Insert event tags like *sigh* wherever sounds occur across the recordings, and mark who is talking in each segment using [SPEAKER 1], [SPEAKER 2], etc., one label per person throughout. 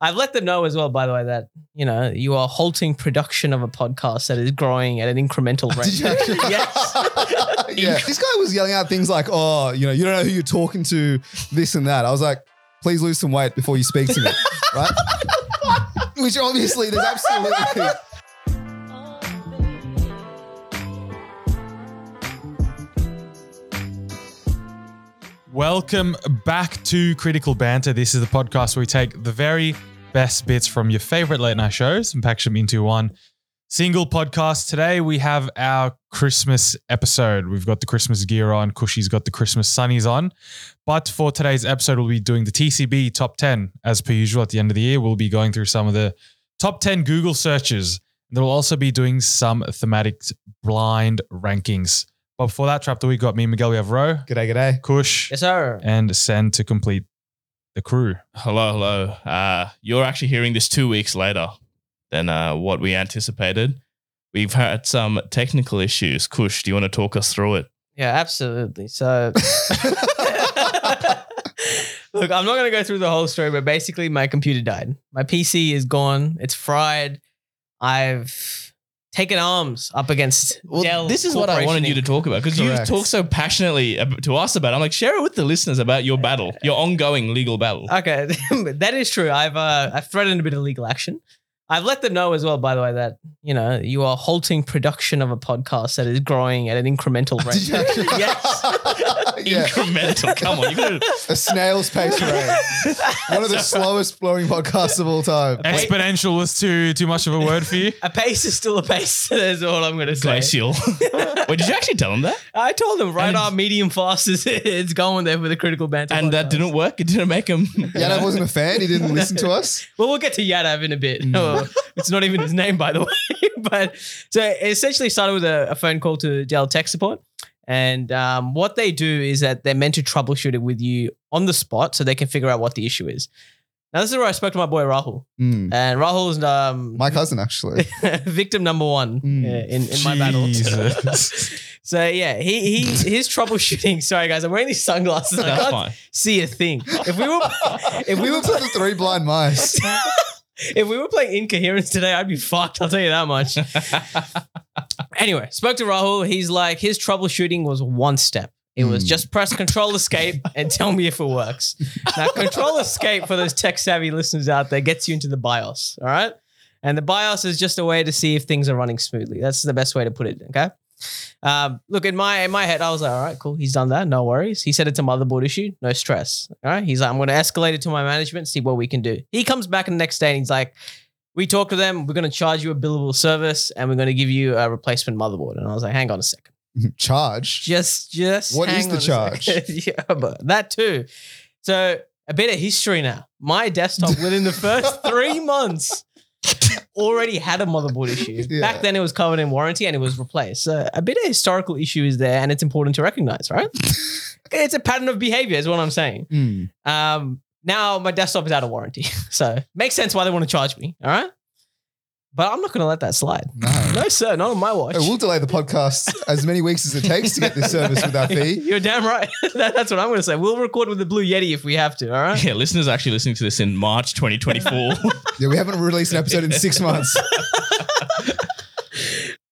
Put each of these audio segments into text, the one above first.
[SPEAKER 1] I've let them know as well, by the way, that you know you are halting production of a podcast that is growing at an
[SPEAKER 2] *laughs*
[SPEAKER 1] incremental *laughs*
[SPEAKER 3] Did you
[SPEAKER 1] rate.
[SPEAKER 3] actually-
[SPEAKER 1] Yes.
[SPEAKER 3] *laughs* yeah. This guy was yelling out things like, "Oh, you know, you don't know who you're talking to, this and that." I was like, "Please lose some weight before you speak to *laughs* me," right? Which obviously, there's absolutely. *laughs*
[SPEAKER 4] Welcome back to Critical Banter. This is the podcast where we take the very best bits from your favorite late night shows and package them into one single podcast. Today we have our Christmas episode. We've got the Christmas gear on, Cushy's got the Christmas sunnies on. But for today's episode, we'll be doing the TCB top 10. As per usual, at the end of the year, we'll be going through some of the top 10 Google searches. There will also be doing some thematic blind rankings. But before that, Trap the Week got me, Miguel, we have Ro,
[SPEAKER 3] G'day, g'day.
[SPEAKER 4] Cush
[SPEAKER 1] yes, sir.
[SPEAKER 4] and send to complete the crew.
[SPEAKER 2] Hello, hello. Uh, you're actually hearing this two weeks later than uh, what we anticipated. We've had some technical issues. Kush, do you want to talk us through it?
[SPEAKER 1] Yeah, absolutely. So, *laughs* look, I'm not going to go through the whole story, but basically, my computer died. My PC is gone. It's fried. I've taken arms up against.
[SPEAKER 2] Well,
[SPEAKER 1] Dell
[SPEAKER 2] this is what I wanted you to
[SPEAKER 1] Corporation
[SPEAKER 2] talk about because you
[SPEAKER 3] Correct.
[SPEAKER 2] talk so passionately ab- to us about. It. I'm like, share it with the listeners about your battle, your ongoing legal battle.
[SPEAKER 1] Inc. Okay, *laughs* that is true. I've uh, I've threatened a bit of legal action. I've let them know as well, by the way, that you know you are halting production of a podcast that is growing at an
[SPEAKER 2] *laughs*
[SPEAKER 1] incremental rate.
[SPEAKER 3] Did you actually?
[SPEAKER 1] *laughs* Yes.
[SPEAKER 3] *laughs* yeah.
[SPEAKER 2] Incremental. Come on, you gotta
[SPEAKER 3] A snail's pace rate. One of the slowest blowing podcasts of all time.
[SPEAKER 4] Exponential was too too much of a word for you.
[SPEAKER 1] *laughs* a pace is still a pace. *laughs* That's all I'm going to say.
[SPEAKER 2] glacial. *laughs* Wait, did you actually tell them that?
[SPEAKER 1] *laughs* I told them right
[SPEAKER 2] And-
[SPEAKER 1] arm medium fast is *laughs* it's going there for the critical banter.
[SPEAKER 2] And that
[SPEAKER 1] podcast.
[SPEAKER 2] didn't work. It didn't make them. *laughs*
[SPEAKER 3] Yadav wasn't a fan. He didn't listen to us.
[SPEAKER 1] Well, we'll get to Yadav in a bit.
[SPEAKER 4] Mm.
[SPEAKER 1] Oh, *laughs* it's not even his name, by the way. *laughs* but so it essentially started with a, a phone call to Dell tech support. And um, what they do is that they're meant to troubleshoot it with you on the spot so they can figure out what the issue is. Now, this is where I spoke to my boy Rahul.
[SPEAKER 3] Mm.
[SPEAKER 1] And Rahul's um,
[SPEAKER 3] My cousin, actually.
[SPEAKER 1] *laughs* victim number one
[SPEAKER 3] Mm.
[SPEAKER 1] uh, in, *laughs* in my battle.
[SPEAKER 4] Jesus.
[SPEAKER 1] *laughs* So, yeah, he, he his troubleshooting. *laughs* Sorry, guys, I'm wearing these sunglasses. I *laughs*
[SPEAKER 2] That's
[SPEAKER 1] can't
[SPEAKER 2] fine.
[SPEAKER 1] see a thing. If
[SPEAKER 3] *laughs*
[SPEAKER 1] we were if we *laughs*
[SPEAKER 3] We
[SPEAKER 1] were
[SPEAKER 3] were the three blind mice. *laughs*
[SPEAKER 1] if we were playing incoherence today, I'd be fucked. I'll tell you that much. anyway, spoke to Rahul. He's like, his troubleshooting was one step. It was
[SPEAKER 3] Hmm.
[SPEAKER 1] just press control escape and tell me if it works. Now, control escape for those tech savvy listeners out there gets you into the BIOS. All right. And the BIOS is just a way to see if things are running smoothly. That's the best way to put it. Okay. Um, look in my in my head, I was like, all right, cool. He's done that. No worries. He said it's a motherboard issue. No stress. All right. He's like, I'm going to escalate it to my management, see what we can do. He comes back the next day and he's like, we talked to them. We're going to charge you a billable service and we're going to give you a replacement motherboard. And I was like, hang on a second.
[SPEAKER 3] Charge.
[SPEAKER 1] Just, just.
[SPEAKER 3] What
[SPEAKER 1] hang
[SPEAKER 3] is the
[SPEAKER 1] on a
[SPEAKER 3] charge?
[SPEAKER 1] second. *laughs* yeah, but that too. So a bit of history now. My desktop within the
[SPEAKER 3] *laughs*
[SPEAKER 1] first three months already had a motherboard issue.
[SPEAKER 3] Yeah.
[SPEAKER 1] Back then it was covered in warranty and it was replaced. So a bit of historical issue is there and it's important to recognize,
[SPEAKER 3] *laughs*
[SPEAKER 1] right? it's a pattern of behavior is what I'm saying.
[SPEAKER 3] Mm.
[SPEAKER 1] Um, now my desktop is out of warranty. *laughs* So makes sense why they want to charge me. All right. But I'm not going to let that slide.
[SPEAKER 3] No.
[SPEAKER 1] No, sir, not on my watch.
[SPEAKER 3] Hey, We'll
[SPEAKER 1] *laughs*
[SPEAKER 3] delay the podcast as many weeks as it takes to get this service with our fee.
[SPEAKER 1] You're damn right. *laughs* That- that's what I'm going to say. We'll record with the Blue Yeti if we have to. All right.
[SPEAKER 2] Yeah, listeners are actually listening to this in March *laughs* 2024.
[SPEAKER 3] Yeah, we haven't released an episode in six months.
[SPEAKER 1] *laughs*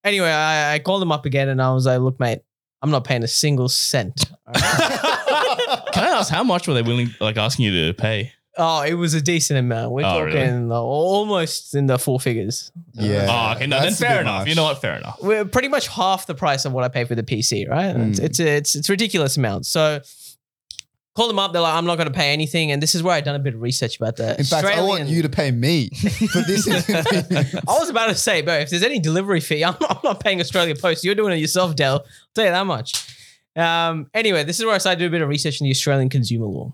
[SPEAKER 1] Anyway, I, I called him up again and I was like, look, mate, I'm not paying a single cent. all right?
[SPEAKER 2] *laughs*
[SPEAKER 1] *laughs*
[SPEAKER 2] Can I ask how much were they willing, like asking you to pay?
[SPEAKER 1] oh, it was a decent amount. We're
[SPEAKER 2] Oh,
[SPEAKER 1] talking
[SPEAKER 2] really?
[SPEAKER 1] uh, almost in the four figures.
[SPEAKER 3] Yeah.
[SPEAKER 2] oh, okay, no, then
[SPEAKER 3] that's a
[SPEAKER 2] fair
[SPEAKER 3] bit
[SPEAKER 2] enough.
[SPEAKER 3] much.
[SPEAKER 2] You know what? Fair enough.
[SPEAKER 1] We're pretty much half the price of what I pay for the PC, right? It's,
[SPEAKER 3] Mm.
[SPEAKER 1] it's, a, it's it's ridiculous amount. So call them up. They're like, I'm not going to pay anything. And this is where I done a bit of research about that.
[SPEAKER 3] In fact, I want you to pay me for
[SPEAKER 1] *laughs*
[SPEAKER 3] this. *laughs* inconvenience.
[SPEAKER 1] I was about to say, bro, if there's any delivery fee, *laughs* I'm not, I'm not paying Australia Post. You're doing it yourself, Dell. I'll tell you that much. Um, anyway, this is where I started to do a bit of research in the Australian consumer law.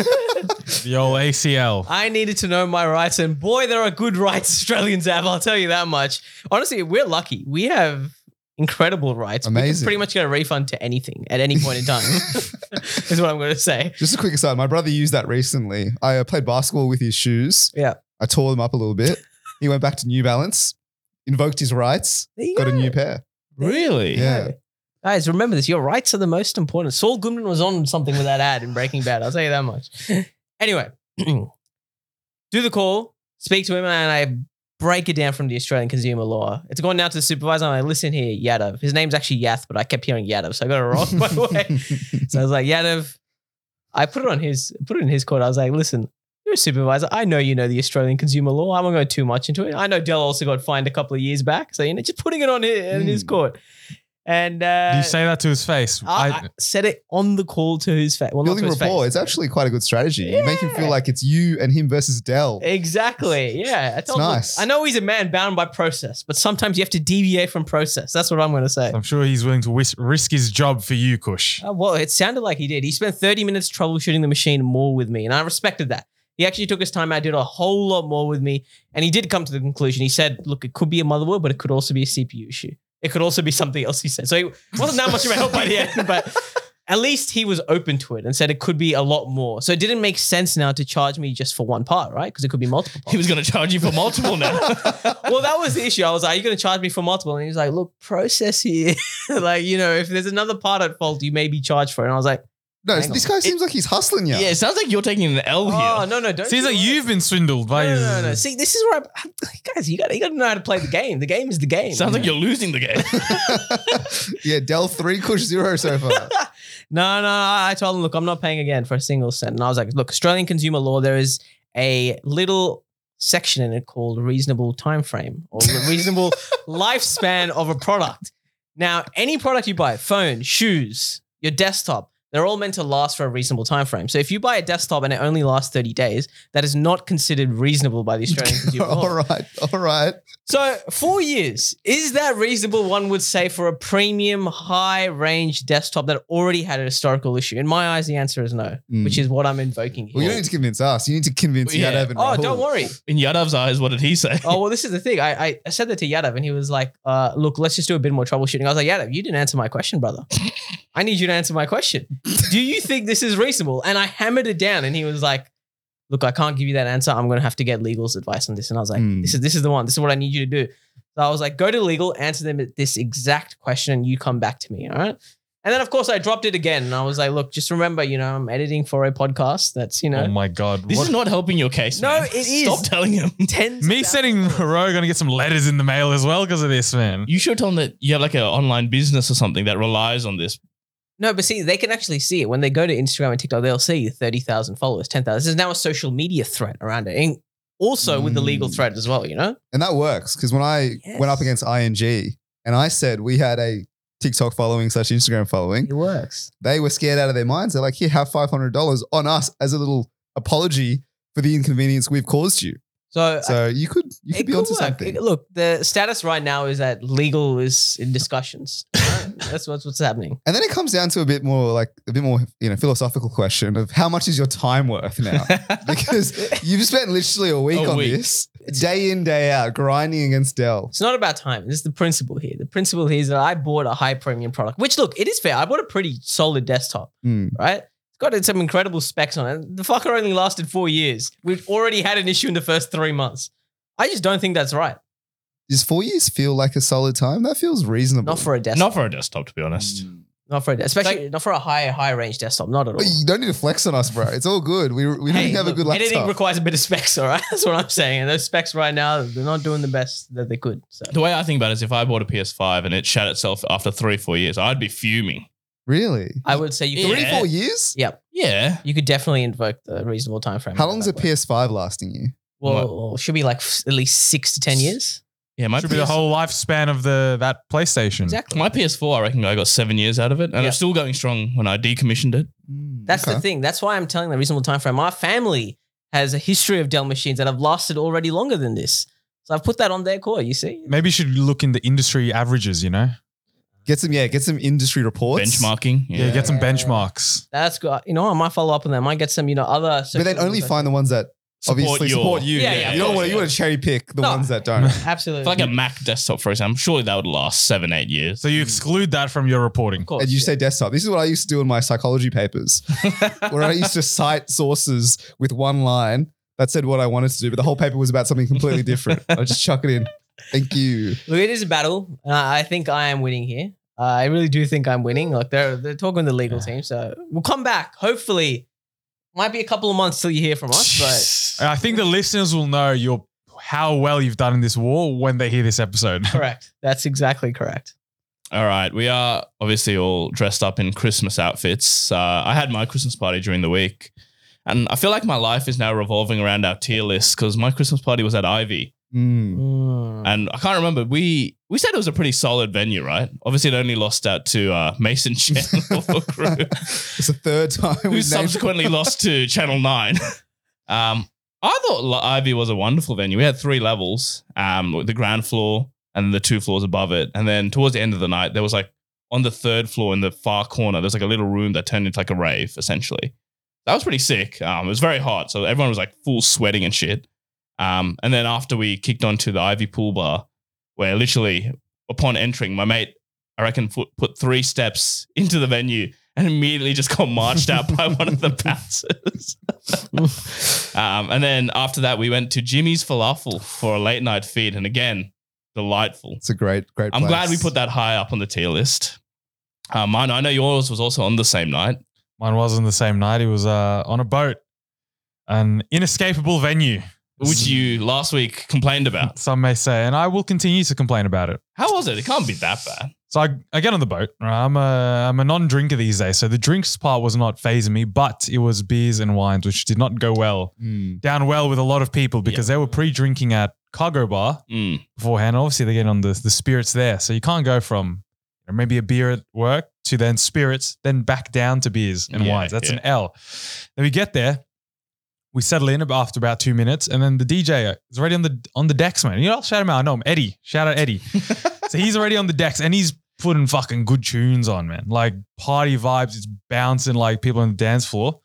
[SPEAKER 4] The old ACL.
[SPEAKER 1] I needed to know my rights, and boy, there are good rights *laughs* Australians have. I'll tell you that much. Honestly, we're lucky. We have incredible rights. We can
[SPEAKER 3] Amazing.
[SPEAKER 1] pretty much get a refund to anything at any point in time, *laughs* is what I'm going to say.
[SPEAKER 3] Just a quick aside. My brother used that recently. I uh, played basketball with his shoes.
[SPEAKER 1] Yeah.
[SPEAKER 3] I tore them up a little bit. He went back to New Balance, invoked his rights,
[SPEAKER 1] There you
[SPEAKER 3] got
[SPEAKER 1] go.
[SPEAKER 3] a new pair.
[SPEAKER 2] Really?
[SPEAKER 3] Yeah.
[SPEAKER 1] Guys, remember this. Your rights are the most important. Saul Goodman *laughs* *clears throat* was on something with that ad in Breaking Bad. I'll tell you that much. Anyway, do do the call, speak to him, and I break it down from the Australian consumer law. It's gone down to the supervisor, and I listen here, Yadav. His name's actually Yath, but I kept hearing Yadav, so I got it *laughs* wrong, *laughs*
[SPEAKER 3] *laughs*
[SPEAKER 1] by the way. So I was like, Yadav, I put it on his put it in his court. I was like, listen, you're a supervisor. I know you know the Australian consumer law. I'm not going too much into it. I know Dell also got fined a couple of years back. So you know, just putting it on his, in his
[SPEAKER 3] Mm.
[SPEAKER 1] court. And uh,
[SPEAKER 4] Do you say that to his face?
[SPEAKER 1] I,
[SPEAKER 4] I-
[SPEAKER 1] I said it on the call to his face. Well, not to
[SPEAKER 3] Building
[SPEAKER 1] his
[SPEAKER 3] rapport.
[SPEAKER 1] face.
[SPEAKER 3] It's actually quite a good strategy. You make him
[SPEAKER 1] Yeah.
[SPEAKER 3] feel like it's you and him versus Dell.
[SPEAKER 1] Exactly. Yeah. I told him-
[SPEAKER 3] nice.
[SPEAKER 1] I know he's a man bound by process, but sometimes you have to deviate from process. That's what I'm going to say.
[SPEAKER 4] I'm sure he's willing to wis- risk his job for you, Kush.
[SPEAKER 1] Uh, well, it sounded like he did. He spent 30 minutes troubleshooting the machine more with me, and I respected that. He actually took his time out, did a whole lot more with me, and he did come to the conclusion. He said, look, it could be a motherboard, but it could also be a CPU issue. It could also be something else, he said. So it wasn't that much of a help by the end, but at least he was open to it and said it could be a lot more. So it didn't make sense now to charge me just for one part, right? Because it could be multiple
[SPEAKER 2] *laughs*
[SPEAKER 1] parts
[SPEAKER 2] He was going to charge you for multiple now.
[SPEAKER 1] well, that was the issue. I was like, "You're going to charge me for multiple," and he was like, "Look, process here. *laughs* like, you know, if there's another part at fault, you may be charged for it." And I was like,
[SPEAKER 3] No,
[SPEAKER 1] Hang
[SPEAKER 3] this guy seems like he's hustling you.
[SPEAKER 2] yeah. it sounds like you're taking an L here.
[SPEAKER 1] "Oh no, no, don't."
[SPEAKER 4] Seems
[SPEAKER 1] do
[SPEAKER 4] like
[SPEAKER 1] that."
[SPEAKER 4] you've been swindled
[SPEAKER 1] No,
[SPEAKER 4] by
[SPEAKER 1] no,
[SPEAKER 4] his.
[SPEAKER 1] no, no. See, this is where I, guys, you got you got to know how to play the game. The game is the game.
[SPEAKER 2] Sounds like you're losing the game.
[SPEAKER 3] *laughs* yeah, Dell three, Kush zero so far.
[SPEAKER 1] No, no. I I told him, look, I'm not paying again for a single cent. And I was like, look, Australian consumer law, there is a little section in it called reasonable time frame or the *laughs* reasonable lifespan of a product. Now, any product you buy, phone, shoes, your desktop, they're all meant to last for a reasonable time frame. So if you buy a desktop and it only lasts 30 days, that is not considered reasonable by the
[SPEAKER 3] *laughs*
[SPEAKER 1] *laughs* Australian consumer law.
[SPEAKER 3] all right, all right.
[SPEAKER 1] So four years is that reasonable? One would say for a premium, high-range desktop that already had a historical issue. In my eyes, the answer is no,
[SPEAKER 3] Mm.
[SPEAKER 1] which is what I'm invoking
[SPEAKER 3] Well, you
[SPEAKER 1] here.
[SPEAKER 3] don't need to convince us. You need to convince
[SPEAKER 2] Yeah.
[SPEAKER 3] Yadav and
[SPEAKER 1] oh,
[SPEAKER 3] Rahul.
[SPEAKER 1] don't worry.
[SPEAKER 2] In Yadav's eyes, what did he say?
[SPEAKER 1] Oh well, this is the thing. I, I, I said that to Yadav, and he was like, uh, "Look, let's just do a bit more troubleshooting." I was like, "Yadav, you didn't answer my question, brother. I need you to answer my question. Do you think this is reasonable?" And I hammered it down, and he was like, "Look, I can't give you that answer. I'm going to have to get legal's advice on this." And I was like,
[SPEAKER 3] Hmm.
[SPEAKER 1] "This is this is the one. This is what I need you to do." So I was like, "Go to legal, answer them this exact question, and you come back to me. All right." And then of course I dropped it again, and I was like, "Look, just remember, you know, I'm editing for a podcast. That's you know."
[SPEAKER 4] Oh my god!
[SPEAKER 2] This
[SPEAKER 4] what-
[SPEAKER 2] is not helping your case.
[SPEAKER 1] No,
[SPEAKER 2] man.
[SPEAKER 1] it is.
[SPEAKER 2] Stop telling him. *laughs*
[SPEAKER 1] Tens
[SPEAKER 4] Hmm. me
[SPEAKER 1] of
[SPEAKER 4] sending
[SPEAKER 1] thousands.
[SPEAKER 4] Roe gonna get some letters in the mail as well because of this man.
[SPEAKER 2] You should tell him that you have like an online business or something that relies on this.
[SPEAKER 1] No, but see, they can actually see it when they go to Instagram and TikTok. They'll see thirty thousand followers, ten thousand. This is now a social media threat around it, and also with the legal
[SPEAKER 3] Mm.
[SPEAKER 1] threat as well. You know,
[SPEAKER 3] And that works because when I went up
[SPEAKER 1] Yes.
[SPEAKER 3] against ING and I said we had a TikTok following slash Instagram following,
[SPEAKER 1] works.
[SPEAKER 3] they were scared out of their minds. They're like, here, have five hundred dollars on us as a little apology for the inconvenience we've caused you.
[SPEAKER 1] So, I-
[SPEAKER 3] So you could you
[SPEAKER 1] Uh, it
[SPEAKER 3] could be
[SPEAKER 1] could
[SPEAKER 3] onto
[SPEAKER 1] work.
[SPEAKER 3] something.
[SPEAKER 1] It- look, the status right now is that legal is in discussions. *laughs* Right? That's what's what's happening.
[SPEAKER 3] And then it comes down to a bit more like a bit more you know philosophical question of how much is your time
[SPEAKER 1] *laughs*
[SPEAKER 3] worth now? because you've spent literally a week
[SPEAKER 2] A
[SPEAKER 3] on
[SPEAKER 2] week.
[SPEAKER 3] this, day in day out, grinding against Dell.
[SPEAKER 1] It's not about time. This is the principle here. The principle here is that I bought a high premium product, which look, it is fair. I bought a pretty solid desktop.
[SPEAKER 3] Hmm.
[SPEAKER 1] right? It's got some incredible specs on it. The fucker only lasted four years. We've already had an issue in the first three months. I just don't think that's right.
[SPEAKER 3] Does four years feel like a solid time? That feels reasonable.
[SPEAKER 1] Not for a desktop.
[SPEAKER 2] Not for a desktop, to be honest.
[SPEAKER 1] Not for a desktop. Especially not for a high, high range desktop. Not at all.
[SPEAKER 3] But you don't need to flex on us, bro. It's all good. We we
[SPEAKER 1] Hey,
[SPEAKER 3] didn't have
[SPEAKER 1] look,
[SPEAKER 3] a good
[SPEAKER 1] Editing
[SPEAKER 3] laptop.
[SPEAKER 1] requires a bit of specs, *laughs* all right? That's what I'm saying. And those specs right now, they're not doing the best that they could. So
[SPEAKER 2] The way I think about it is if I bought a PS5 and it shut itself after three, four years, I'd be fuming.
[SPEAKER 3] really?
[SPEAKER 1] I would say you could,
[SPEAKER 3] Three
[SPEAKER 2] Yeah.
[SPEAKER 3] four years?
[SPEAKER 1] yep,
[SPEAKER 2] Yeah.
[SPEAKER 1] you could definitely invoke the reasonable time frame.
[SPEAKER 3] How long's a
[SPEAKER 1] That way.
[SPEAKER 3] PS5 lasting you?
[SPEAKER 1] Well, should be like f- at least six to 10 years.
[SPEAKER 2] Yeah. My,
[SPEAKER 4] Should be the
[SPEAKER 2] PS-
[SPEAKER 4] whole lifespan of the that PlayStation.
[SPEAKER 1] Exactly.
[SPEAKER 2] my PS4, I reckon I got seven years out of it. And
[SPEAKER 1] Yeah.
[SPEAKER 2] I'm still going strong when I decommissioned it.
[SPEAKER 1] Hmm. That's the thing. That's why I'm telling the reasonable time frame. Our family has a history of Dell machines that have lasted already longer than this. So I've put that on their core, you see?
[SPEAKER 4] Maybe you should look into industry averages. You know,
[SPEAKER 3] Get some yeah, get some industry reports.
[SPEAKER 2] Benchmarking.
[SPEAKER 4] yeah,
[SPEAKER 2] Yeah.
[SPEAKER 4] get some
[SPEAKER 1] Yeah.
[SPEAKER 4] benchmarks.
[SPEAKER 1] That's good. You know, I might follow up on that. I might get some, you know, other.
[SPEAKER 3] But then only find the ones that obviously
[SPEAKER 2] your-
[SPEAKER 3] support you.
[SPEAKER 1] Yeah, yeah,
[SPEAKER 3] you don't want to, you want to cherry pick the
[SPEAKER 1] No.
[SPEAKER 3] ones that don't.
[SPEAKER 1] Absolutely.
[SPEAKER 2] If like a Mac desktop, for example, surely that would last seven, eight years.
[SPEAKER 4] So you
[SPEAKER 1] Mm.
[SPEAKER 4] exclude that from your
[SPEAKER 1] *laughs*
[SPEAKER 4] reporting.
[SPEAKER 1] of course.
[SPEAKER 3] And you
[SPEAKER 1] yeah.
[SPEAKER 3] say desktop. This is what I used to do in my
[SPEAKER 1] *laughs*
[SPEAKER 3] psychology papers, where I used to cite sources with one line that said what I wanted to do, but the whole paper was about something completely different. I just chuck it in. Thank you.
[SPEAKER 1] Look, it is a battle. And I I think I am winning here. Uh, I really do think I'm winning. Like they're they're talking to the
[SPEAKER 3] *laughs*
[SPEAKER 1] legal team, so we'll come back. Hopefully, might be a couple of months till you hear from us,
[SPEAKER 4] I think the listeners will know your how well you've done in this war when they hear this episode. *laughs*
[SPEAKER 1] Correct. That's exactly *laughs* correct.
[SPEAKER 2] All right, we are obviously all dressed up in Christmas outfits. Uh, I had my Christmas party during the week, and I feel like my life is now revolving around our tier lists because my Christmas party was at Ivy,
[SPEAKER 1] *laughs*
[SPEAKER 3] Mm. *laughs*
[SPEAKER 2] and I can't remember. We we said it was a pretty solid venue, right? Obviously, it only lost out to uh, Mason *laughs* Channel Crew,
[SPEAKER 3] it's the third time
[SPEAKER 2] *laughs* who
[SPEAKER 3] we've named
[SPEAKER 2] subsequently
[SPEAKER 3] *laughs*
[SPEAKER 2] lost to Channel Nine. *laughs* Um, I thought Li- Ivy was a wonderful venue. We had three levels, um, the ground floor and the two floors above it. And then towards the end of the night, there was like on the third floor in the far corner, there's like a little room that turned into like a rave, essentially. That was pretty sick. Um, it was very hot, so everyone was like full sweating and shit. Um, and then after we kicked onto the Ivy pool bar, where literally upon entering, my mate, I reckon, put, put three steps *laughs* into the venue and immediately just got marched out by
[SPEAKER 3] *laughs*
[SPEAKER 2] one of the bouncers. *laughs* Um, and then after that, we went to Jimmy's Falafel for a late night feed. And again, delightful.
[SPEAKER 3] It's a great, great.
[SPEAKER 2] I'm glad we
[SPEAKER 3] place.
[SPEAKER 2] put that high up on the tier list. Um, mine, I know yours was also on the same night.
[SPEAKER 4] Mine wasn't the same night. It was uh, on a boat, an inescapable venue,
[SPEAKER 2] Which you last week complained about.
[SPEAKER 4] some may say, and I will continue to complain about it.
[SPEAKER 2] How was it? It can't be that bad.
[SPEAKER 4] So I, I get on the boat. right? I'm a I'm a non-drinker these days, so the drinks part was not phasing me, but it was beers and wines, which did not go well
[SPEAKER 3] Mm.
[SPEAKER 4] down well with a lot of people because they were pre-drinking at Cargo Bar
[SPEAKER 2] Mm.
[SPEAKER 4] beforehand. Obviously, they're getting on the the spirits there, so you can't go from you know, maybe a beer at work to then spirits, then back down to beers and
[SPEAKER 2] Yeah,
[SPEAKER 4] wines. That's
[SPEAKER 2] yeah.
[SPEAKER 4] an L. Then we get there. We settle in about after about two minutes, and then the DJ is already on the on the decks, man. You know, I'll shout him out. I know him, Eddie. Shout out
[SPEAKER 2] *laughs*
[SPEAKER 4] Eddie. so he's already on the decks, and he's putting fucking good tunes on, man. Like party vibes. It's bouncing like people on the dance floor.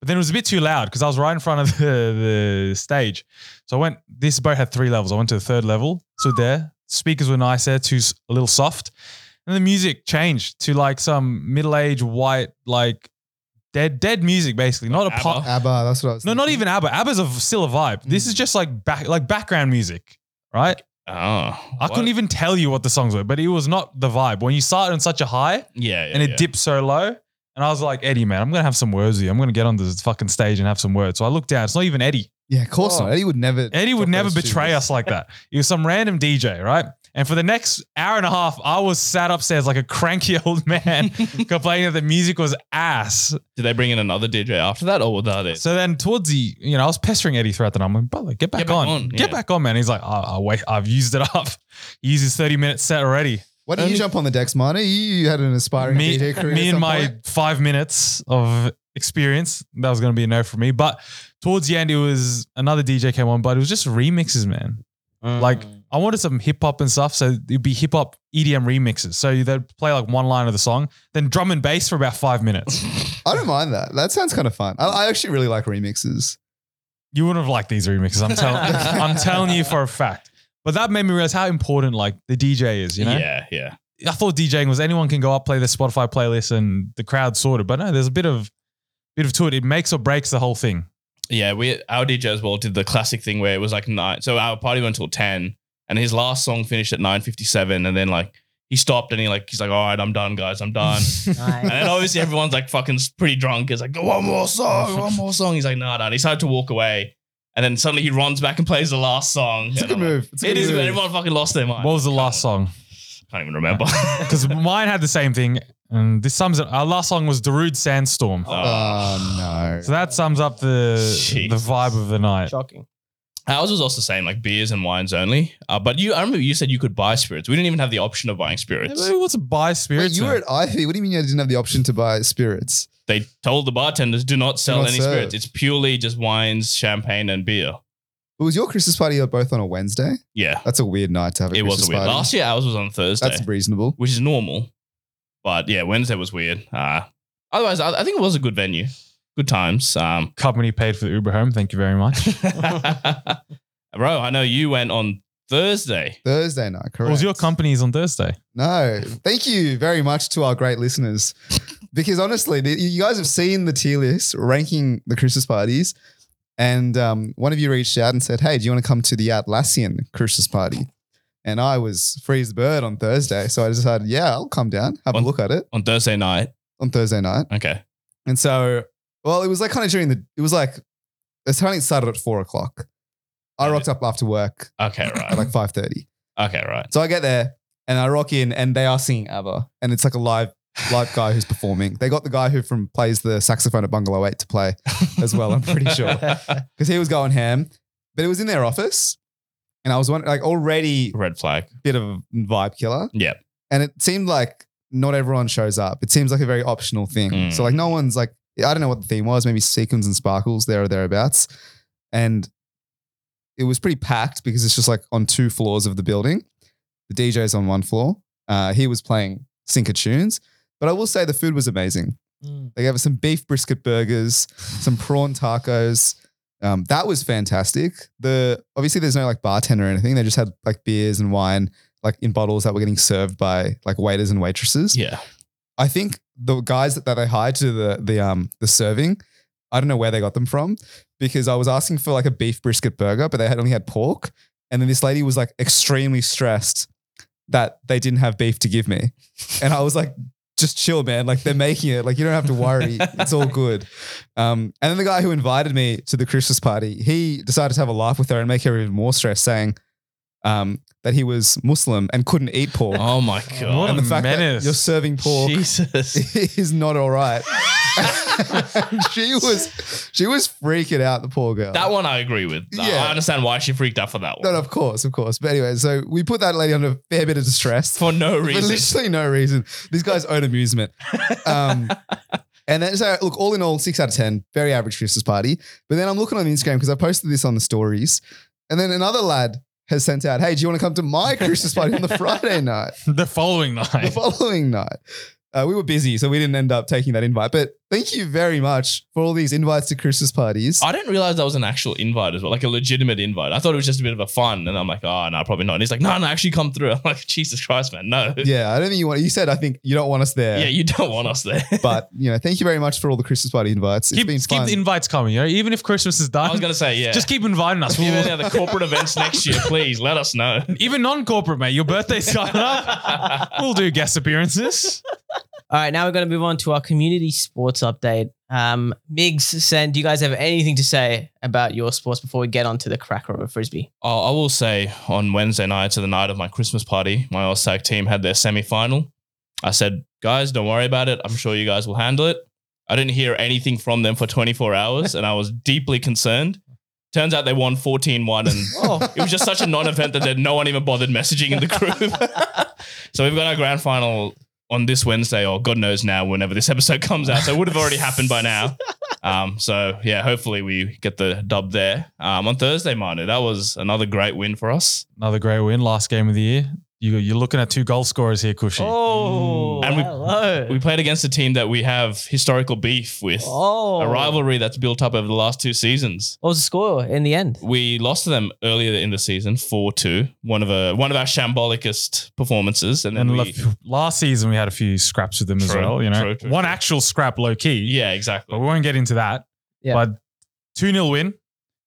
[SPEAKER 4] But then it was a bit too loud because I was right in front of *laughs* the, the stage. So I went. This boat had three levels. I went to the third level, stood there. Speakers were nice there, too s- a little soft, and the music changed to like some middle-aged white, like dead, dead music, basically. Not a
[SPEAKER 2] ABBA?
[SPEAKER 4] pop.
[SPEAKER 3] Abba. That's what I was.
[SPEAKER 4] Oh. No, not
[SPEAKER 3] thinking.
[SPEAKER 4] even ABBA. ABBA's a, still a vibe. This is just like back, like background music, right?
[SPEAKER 2] Oh,
[SPEAKER 4] I couldn't even tell you what the songs were, but it was not the vibe. When you start on such a high
[SPEAKER 2] Yeah, yeah
[SPEAKER 4] and it
[SPEAKER 2] yeah.
[SPEAKER 4] dipped so low, and I was like, Eddie, man, I'm gonna have some words with you. I'm gonna get on this fucking stage and have some words. So I looked down. It's not even Eh, Eddie.
[SPEAKER 3] Yeah, of course
[SPEAKER 1] Oh.
[SPEAKER 3] not. Eddie would never.
[SPEAKER 4] Eddie would
[SPEAKER 3] drop
[SPEAKER 4] never
[SPEAKER 3] those
[SPEAKER 4] betray
[SPEAKER 3] shoes.
[SPEAKER 4] us like that. He was some random DJ, right? And for the next hour and a half, I was sat upstairs like a cranky *laughs* old man, complaining that the music was ass.
[SPEAKER 2] Did they bring in another DJ after that, or was that it?
[SPEAKER 4] So then towards the, you know, I was pestering Eddie throughout the night. I'm like, brother, get back,
[SPEAKER 2] back
[SPEAKER 4] on.
[SPEAKER 2] on,
[SPEAKER 4] Get
[SPEAKER 2] yeah.
[SPEAKER 4] back on, man. He's like, oh, oh, wait, I've used it up. *laughs* He used his 30 minute set already.
[SPEAKER 3] Why didn't you
[SPEAKER 2] Only-
[SPEAKER 3] jump on the decks, Marty? You had an aspiring
[SPEAKER 4] me,
[SPEAKER 3] DJ career.
[SPEAKER 4] me
[SPEAKER 3] at
[SPEAKER 4] and
[SPEAKER 3] some
[SPEAKER 4] my
[SPEAKER 3] point.
[SPEAKER 4] five minutes of experience, that was going to be a no for me. But towards the end, it was another DJ came on, but it was just remixes, man. Like I wanted some hip hop and stuff, so it'd be hip hop EDM remixes. So they'd play like one line of the song, then drum and bass for about
[SPEAKER 3] *laughs*
[SPEAKER 4] five minutes.
[SPEAKER 3] I don't mind that. That sounds kind of fun. I, I actually really like remixes.
[SPEAKER 4] you wouldn't have liked these remixes.
[SPEAKER 3] *laughs*
[SPEAKER 4] I'm telling, I'm telling you for a fact. But that made me realize how important like the DJ is. You know,
[SPEAKER 2] Yeah, yeah.
[SPEAKER 4] I thought DJing was anyone can go up, play their Spotify playlist, and the crowd sorted. But no, there's a bit of bit of to it. It makes or breaks the whole thing.
[SPEAKER 2] Yeah, we our DJ as well did the classic thing where it was like nine. So our party went till ten, and his last song finished at nine fifty seven, and then like he stopped and he like he's like, all right, I'm done, guys, I'm done. and then obviously everyone's like fucking pretty drunk. It's like one more song, one more song. He's like, nah, nah. And he started to walk away, and then suddenly he runs back and plays the last song.
[SPEAKER 3] It's a
[SPEAKER 2] And
[SPEAKER 3] good
[SPEAKER 2] I'm like,
[SPEAKER 3] move. It's a
[SPEAKER 2] It
[SPEAKER 3] good
[SPEAKER 2] is.
[SPEAKER 3] move.
[SPEAKER 2] But everyone fucking lost their mind.
[SPEAKER 4] What was the last song? *laughs*
[SPEAKER 2] Can't even remember. *laughs*
[SPEAKER 4] Because mine had the same thing, and this sums it. Our last song was Darude Sandstorm.
[SPEAKER 2] Uh,
[SPEAKER 3] Oh no.
[SPEAKER 4] So that sums up the the
[SPEAKER 2] Jesus.
[SPEAKER 4] vibe of the night.
[SPEAKER 1] Shocking.
[SPEAKER 2] Ours was also the same, like beers and wines only. Uh, but you, I remember you said you could buy spirits. We didn't even have the option of buying spirits.
[SPEAKER 4] What's a buy
[SPEAKER 3] Wait,
[SPEAKER 4] spirits?
[SPEAKER 3] you were
[SPEAKER 4] then?
[SPEAKER 3] at Ivy. What do you mean you didn't have the option to buy spirits?
[SPEAKER 2] They told the bartenders, do not sell
[SPEAKER 3] not
[SPEAKER 2] any
[SPEAKER 3] serve.
[SPEAKER 2] spirits. It's purely just wines, champaign, and beer.
[SPEAKER 3] But was your Christmas party both on a Wednesday?
[SPEAKER 2] Yeah,
[SPEAKER 3] That's a weird night to have a
[SPEAKER 2] it
[SPEAKER 3] Christmas
[SPEAKER 2] was weird.
[SPEAKER 3] party.
[SPEAKER 2] Last year ours was on Thursday.
[SPEAKER 3] That's reasonable.
[SPEAKER 2] which is normal. But yeah, Wednesday was weird. Uh, otherwise, I, I think it was a good venue, good times. Um, *laughs*
[SPEAKER 4] company paid for the Uber home. Thank you
[SPEAKER 3] *laughs*
[SPEAKER 4] very much.
[SPEAKER 2] bro, I know you went on Thursday.
[SPEAKER 3] Thursday night, correct?
[SPEAKER 4] Was your company's on Thursday?
[SPEAKER 3] No, thank you very much to our great listeners. Because honestly, the- you guys have seen the tier list ranking the Christmas parties. And um, one of you reached out and said, Hey, do you want to come to the Atlassian Christmas party? And I was free as a bird on Thursday. So I decided, Yeah, I'll come down, have
[SPEAKER 2] On-
[SPEAKER 3] a look at it
[SPEAKER 2] On Thursday night.
[SPEAKER 3] on Thursday night.
[SPEAKER 2] Okay.
[SPEAKER 3] And so, well, it was like kind of during the, it was like The signing started at four o'clock. I
[SPEAKER 2] Yeah.
[SPEAKER 3] rocked up after work
[SPEAKER 2] Okay, right.
[SPEAKER 3] at *laughs* like five thirty.
[SPEAKER 2] okay, right.
[SPEAKER 3] So I get there and I rock in and they are singing ABBA and it's like a live live guy who's performing. They got the guy who from plays the saxophone at Bungalow 8 to play as well, I'm pretty
[SPEAKER 2] *laughs*
[SPEAKER 3] sure. Because he was going ham. But it was in their office. And I was wondering like already a
[SPEAKER 2] Red flag.
[SPEAKER 3] bit of a vibe killer.
[SPEAKER 2] Yeah.
[SPEAKER 3] And it seemed like not everyone shows up. It seems like a very optional thing.
[SPEAKER 2] Mm.
[SPEAKER 3] So like no one's like I don't know what the theme was, maybe sequins and sparkles there or thereabouts. And it was pretty packed because it's just like on two floors of the building. The DJ's on one floor. Uh, he was playing Sinker tunes. But I will say the food was amazing. They gave us some beef brisket burgers, some prawn tacos. Um, that was fantastic. The obviously there's no like bartender or anything. They just had like beers and wine like in bottles that were getting served by like waiters and waitresses.
[SPEAKER 2] Yeah.
[SPEAKER 3] I think the guys that, that they hired to do the the um the serving, I don't know where they got them from because I was asking for like a beef brisket burger, but they had only had pork. And then this lady was like extremely stressed that they didn't have beef to give me. And I was like, just chill, man. Like they're making it. Like you don't have to worry. It's all good. Um, and then the guy who invited me to the Christmas party, he decided to have a laugh with her and make her even more stressed, saying um, that he was Muslim and couldn't eat pork.
[SPEAKER 2] Oh my god.
[SPEAKER 4] What
[SPEAKER 3] and
[SPEAKER 4] a
[SPEAKER 3] the fact
[SPEAKER 4] menace.
[SPEAKER 3] that you're serving pork *laughs*
[SPEAKER 2] Jesus.
[SPEAKER 3] is not all
[SPEAKER 2] *laughs*
[SPEAKER 3] right. she was she was freaking out, the poor girl.
[SPEAKER 2] That one I agree with.
[SPEAKER 3] Yeah.
[SPEAKER 2] I understand why she freaked out for that
[SPEAKER 3] No,
[SPEAKER 2] one.
[SPEAKER 3] no, of course, of course. But anyway, so we put that lady under a fair bit of distress
[SPEAKER 2] For no
[SPEAKER 3] for
[SPEAKER 2] reason.
[SPEAKER 3] literally no reason. These guys own amusement.
[SPEAKER 2] *laughs*
[SPEAKER 3] Um, and then, so look, all in all, six out of 10, very average Christmas party. But then I'm looking on Instagram because I posted this on the stories. And then another lad has sent out, hey, do you want to come to my Christmas party
[SPEAKER 2] *laughs*
[SPEAKER 3] on the Friday night?
[SPEAKER 4] *laughs* the
[SPEAKER 3] *laughs*
[SPEAKER 4] following
[SPEAKER 3] the
[SPEAKER 4] night.
[SPEAKER 3] following night. Uh, we were busy, so we didn't end up taking that invite. But thank you very much for all these invites to Christmas parties.
[SPEAKER 2] I didn't realize that was an actual invite as well, like a legitimate invite. I thought it was just a bit of a fun. And I'm like, oh, no, probably not. And he's like, no, no, actually come through. *laughs* I'm like, Jesus Christ, man. No. Yeah,
[SPEAKER 3] yeah, I don't think you want. You said I think you don't want us there.
[SPEAKER 2] you don't want us there. *laughs*
[SPEAKER 3] but you know, thank you very much for all the Christmas party invites. It's
[SPEAKER 4] Keep,
[SPEAKER 3] been
[SPEAKER 4] keep
[SPEAKER 3] fun.
[SPEAKER 4] the invites coming, you know? even if Christmas is done.
[SPEAKER 2] I was going to say,
[SPEAKER 4] *laughs*
[SPEAKER 2] yeah.
[SPEAKER 4] Just keep inviting *laughs* us.
[SPEAKER 2] If you have any other corporate events next year, please let us know.
[SPEAKER 4] Even non-corporate, mate. Your birthday's coming up. We'll do guest appearances.
[SPEAKER 1] All right, now we're going to move on to our community sports update. Um, Migs, Sen, do you guys have anything to say about your sports before we get on to the cracker of a
[SPEAKER 3] *laughs*
[SPEAKER 1] frisbee?
[SPEAKER 2] Oh, I will say on Wednesday night to the night of my Christmas party, my OSAC team had their semi final. I said, guys, don't worry about it. I'm sure you guys will handle it. I didn't hear anything from them for 24 hours and I was deeply concerned. Turns out they won 14 1 and
[SPEAKER 1] Oh,
[SPEAKER 2] it was just such a non event that no one even bothered messaging in the group. *laughs* so we've got our grand final on this Wednesday or God knows now, whenever this episode comes out. So it would have already happened by now. Um, so yeah, hopefully we get the dub there. Um, on Thursday, Manu, that was another great win for us.
[SPEAKER 4] Another great win, last game of the year. You, you're looking at two goal scorers here, Cushy.
[SPEAKER 1] oh
[SPEAKER 2] And we-
[SPEAKER 1] hello.
[SPEAKER 2] We played against a team that we have historical beef with,
[SPEAKER 1] oh,
[SPEAKER 2] a rivalry that's built up over the last two seasons.
[SPEAKER 1] What was the score in the end?
[SPEAKER 2] We lost to them earlier in the season, four two. One of a one of our shambolicest performances, and then
[SPEAKER 4] And
[SPEAKER 2] we,
[SPEAKER 4] lef- last season we had a few scraps with them as
[SPEAKER 2] True,
[SPEAKER 4] well. You know,
[SPEAKER 2] true, true,
[SPEAKER 4] one
[SPEAKER 2] true.
[SPEAKER 4] actual scrap, low key.
[SPEAKER 2] yeah, exactly.
[SPEAKER 4] but we won't get into that.
[SPEAKER 1] Yeah.
[SPEAKER 4] But two 0 win,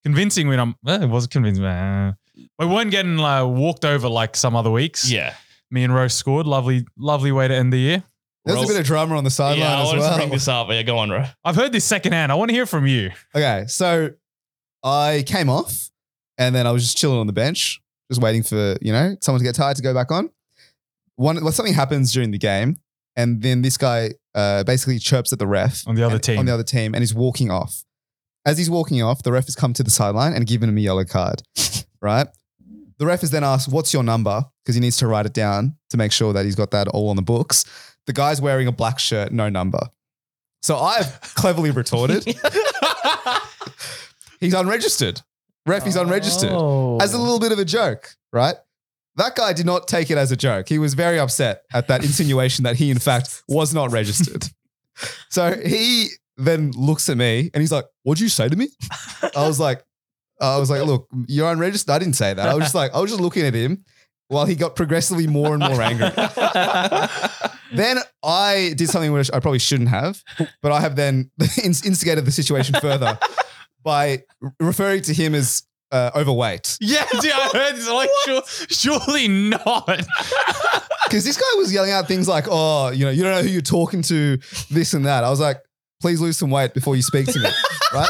[SPEAKER 4] convincing win. I'm, eh, it was convincing. eh. We weren't getting like, walked over like some other weeks.
[SPEAKER 2] Yeah,
[SPEAKER 4] Me and Rose scored. Lovely, lovely way to end the year.
[SPEAKER 3] There's a
[SPEAKER 2] Roll-
[SPEAKER 3] bit of drama on the sideline
[SPEAKER 2] yeah, I
[SPEAKER 3] as
[SPEAKER 2] wanted to
[SPEAKER 3] well.
[SPEAKER 2] bring this up. Yeah, go on, Ro.
[SPEAKER 4] I've heard this secondhand. I want to hear from you.
[SPEAKER 3] Okay, so I came off and then I was just chilling on the bench, just waiting for, you know, someone to get tired to go back on. One well, something happens during the game, and then this guy uh, basically chirps at the ref
[SPEAKER 4] On the other
[SPEAKER 3] and-
[SPEAKER 4] team.
[SPEAKER 3] On the other team and he's walking off. As he's walking off, the ref has come to the sideline and given him a yellow card. *laughs* right? The ref is then asked, What's your number? Because he needs to write it down to make sure that he's got that all on the books. The guy's wearing a black shirt, no number. So I've cleverly retorted. he's unregistered. Ref, he's unregistered.
[SPEAKER 1] Oh.
[SPEAKER 3] As a little bit of a joke, right? That guy did not take it as a joke. He was very upset at that insinuation that he, in fact, was not registered. So he then looks at me and he's like, What'd you say to me? I was like, I was like, look, you're unregistered. I didn't say that. I was just like, I was just looking at him while he got progressively more and more angry. then I did something which I probably shouldn't have, but I have then *laughs* ins- instigated the situation further by referring to him as uh, overweight.
[SPEAKER 4] Yeah, *laughs* dude, I heard this. I'm Like, sure, surely not. *laughs*
[SPEAKER 3] Because this guy was yelling out things like, oh, you know, you don't know who you're talking to, this and that. I was like, please lose some weight before you speak to me. Right?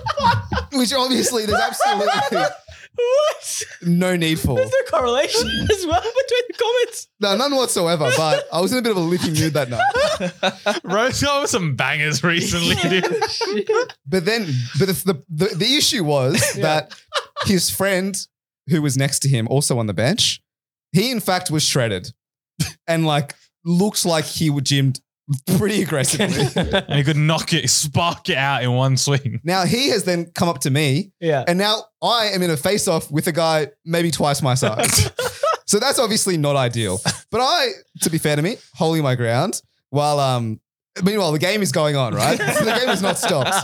[SPEAKER 3] *laughs* which obviously there's absolutely
[SPEAKER 1] *laughs* What?
[SPEAKER 3] no need for.
[SPEAKER 1] There's no correlation
[SPEAKER 3] *laughs*
[SPEAKER 1] as well between the comments.
[SPEAKER 3] No, none whatsoever. But I was in a bit of a licking mood that night.
[SPEAKER 4] Rose got some *laughs* bangers recently, dude.
[SPEAKER 3] But then, but the the, the, the issue was that his friend, who was next to him, also on the bench, he in fact was shredded, and like looks like he would gymmed pretty aggressively.
[SPEAKER 4] and he could knock it, spark it out in
[SPEAKER 3] *laughs*
[SPEAKER 4] one swing.
[SPEAKER 3] now he has then come up to me,
[SPEAKER 1] yeah.
[SPEAKER 3] and now I am in a face off with a guy maybe twice my size. so that's obviously not ideal. But I, to be fair to me, holding my ground while um. Meanwhile, the game is going on, right? So the game has not stopped.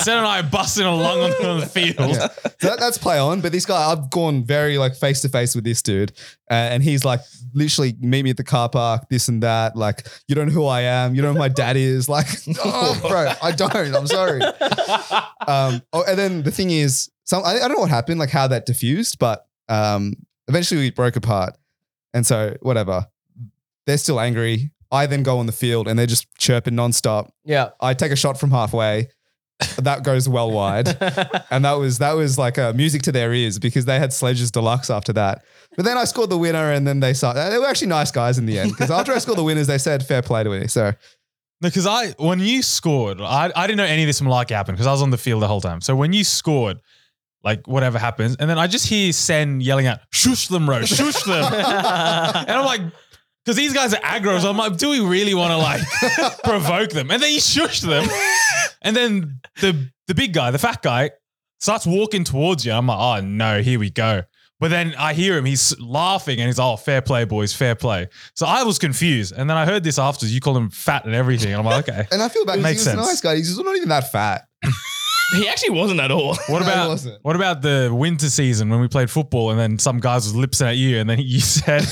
[SPEAKER 4] Sen and I are busting along on, on the field.
[SPEAKER 3] Yeah. So that, that's play on. But this guy, I've gone very like face to face with this dude, uh, and he's like, literally, meet me at the car park, this and that. Like, you don't know who I am. You don't know who my dad is. Like, *laughs* oh, bro, I don't. I'm sorry. Um, oh, and then the thing is, some I, I don't know what happened, like how that diffused, but um, eventually we broke apart, and so whatever. They're still angry. I then go on the field and they're just chirping nonstop.
[SPEAKER 1] *laughs*
[SPEAKER 3] *laughs*
[SPEAKER 1] Yeah.
[SPEAKER 3] I take a shot from halfway. That goes well wide.
[SPEAKER 4] *laughs*
[SPEAKER 3] And that was that was like uh, music to their ears because they had Sledges Deluxe after that. But then I scored the winner, and then they saw they were actually nice guys in the end because after I scored the winners, they said fair play to me. So
[SPEAKER 4] No, because I when you scored, I, I didn't know any of this malarkey happened because I was on the field the whole time. So when you scored, like whatever happens, and then I just hear Sen yelling out, "Shush them, bro! Shush
[SPEAKER 1] *laughs*
[SPEAKER 4] them!" and I'm like, because these guys are aggro. So I'm like, do we really want to like *laughs* provoke them? And then you shush them, and then the the big guy, the fat guy, starts walking towards you. I'm like, oh no, here we go. But then I hear him. He's laughing and he's, oh, fair play, boys, fair play. So I was confused, and then I heard this afterwards. You call him fat and everything. And I'm
[SPEAKER 3] *laughs*
[SPEAKER 4] like, okay.
[SPEAKER 3] and I feel bad because he
[SPEAKER 4] Makes
[SPEAKER 3] was a
[SPEAKER 4] sense.
[SPEAKER 3] nice guy. He's just not even that fat.
[SPEAKER 2] *laughs* He actually wasn't at all.
[SPEAKER 4] What
[SPEAKER 3] No, he
[SPEAKER 4] about
[SPEAKER 3] wasn't.
[SPEAKER 4] what about the winter season when we played football and then some guys was lipsing at you and then you *laughs* said,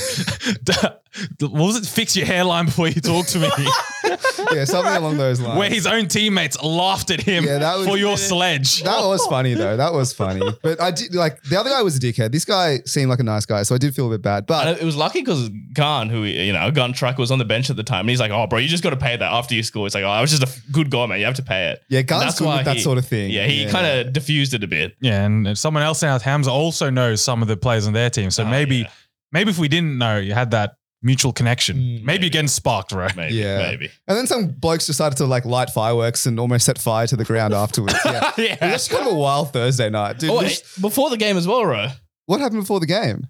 [SPEAKER 4] "What was it? Fix your hairline before you talk to me."
[SPEAKER 3] *laughs* Yeah,
[SPEAKER 4] *laughs*
[SPEAKER 3] something along those lines.
[SPEAKER 4] Where his own teammates laughed at him
[SPEAKER 3] Yeah, that was-
[SPEAKER 4] for your sledge.
[SPEAKER 3] that
[SPEAKER 2] Oh.
[SPEAKER 3] was funny though. That was
[SPEAKER 2] *laughs*
[SPEAKER 3] funny. But I did like the other guy was a dickhead. This guy seemed like a nice guy, so I did feel a bit bad. But
[SPEAKER 2] And Uh, it was lucky because Khan, who you know, Gun Truck was on the bench at the time, and he's like, "Oh, bro, you just got to pay that after you score." It's like, "Oh, I was just a good guy, man. You have to pay it."
[SPEAKER 3] yeah, guns
[SPEAKER 2] That's
[SPEAKER 3] good
[SPEAKER 2] why
[SPEAKER 3] with that
[SPEAKER 2] he-
[SPEAKER 3] sort of thing.
[SPEAKER 2] Yeah, he kind of diffused it a bit.
[SPEAKER 4] Yeah, and someone else in our Hamza also knows some of the players on their team. So
[SPEAKER 2] Oh,
[SPEAKER 4] maybe
[SPEAKER 2] yeah.
[SPEAKER 4] maybe if we didn't know, you had that mutual connection.
[SPEAKER 3] Mm,
[SPEAKER 4] maybe, you're getting sparked, right?
[SPEAKER 2] Maybe,
[SPEAKER 3] Yeah.
[SPEAKER 2] maybe.
[SPEAKER 3] And then some blokes decided to like light fireworks and almost set fire to the ground afterwards. *laughs*
[SPEAKER 2] *laughs*
[SPEAKER 3] Yeah. It was
[SPEAKER 4] yeah.
[SPEAKER 3] just kind of a wild Thursday night, dude.
[SPEAKER 2] Oh,
[SPEAKER 3] this-
[SPEAKER 2] wait, before the game as well, bro.
[SPEAKER 3] what happened before the game?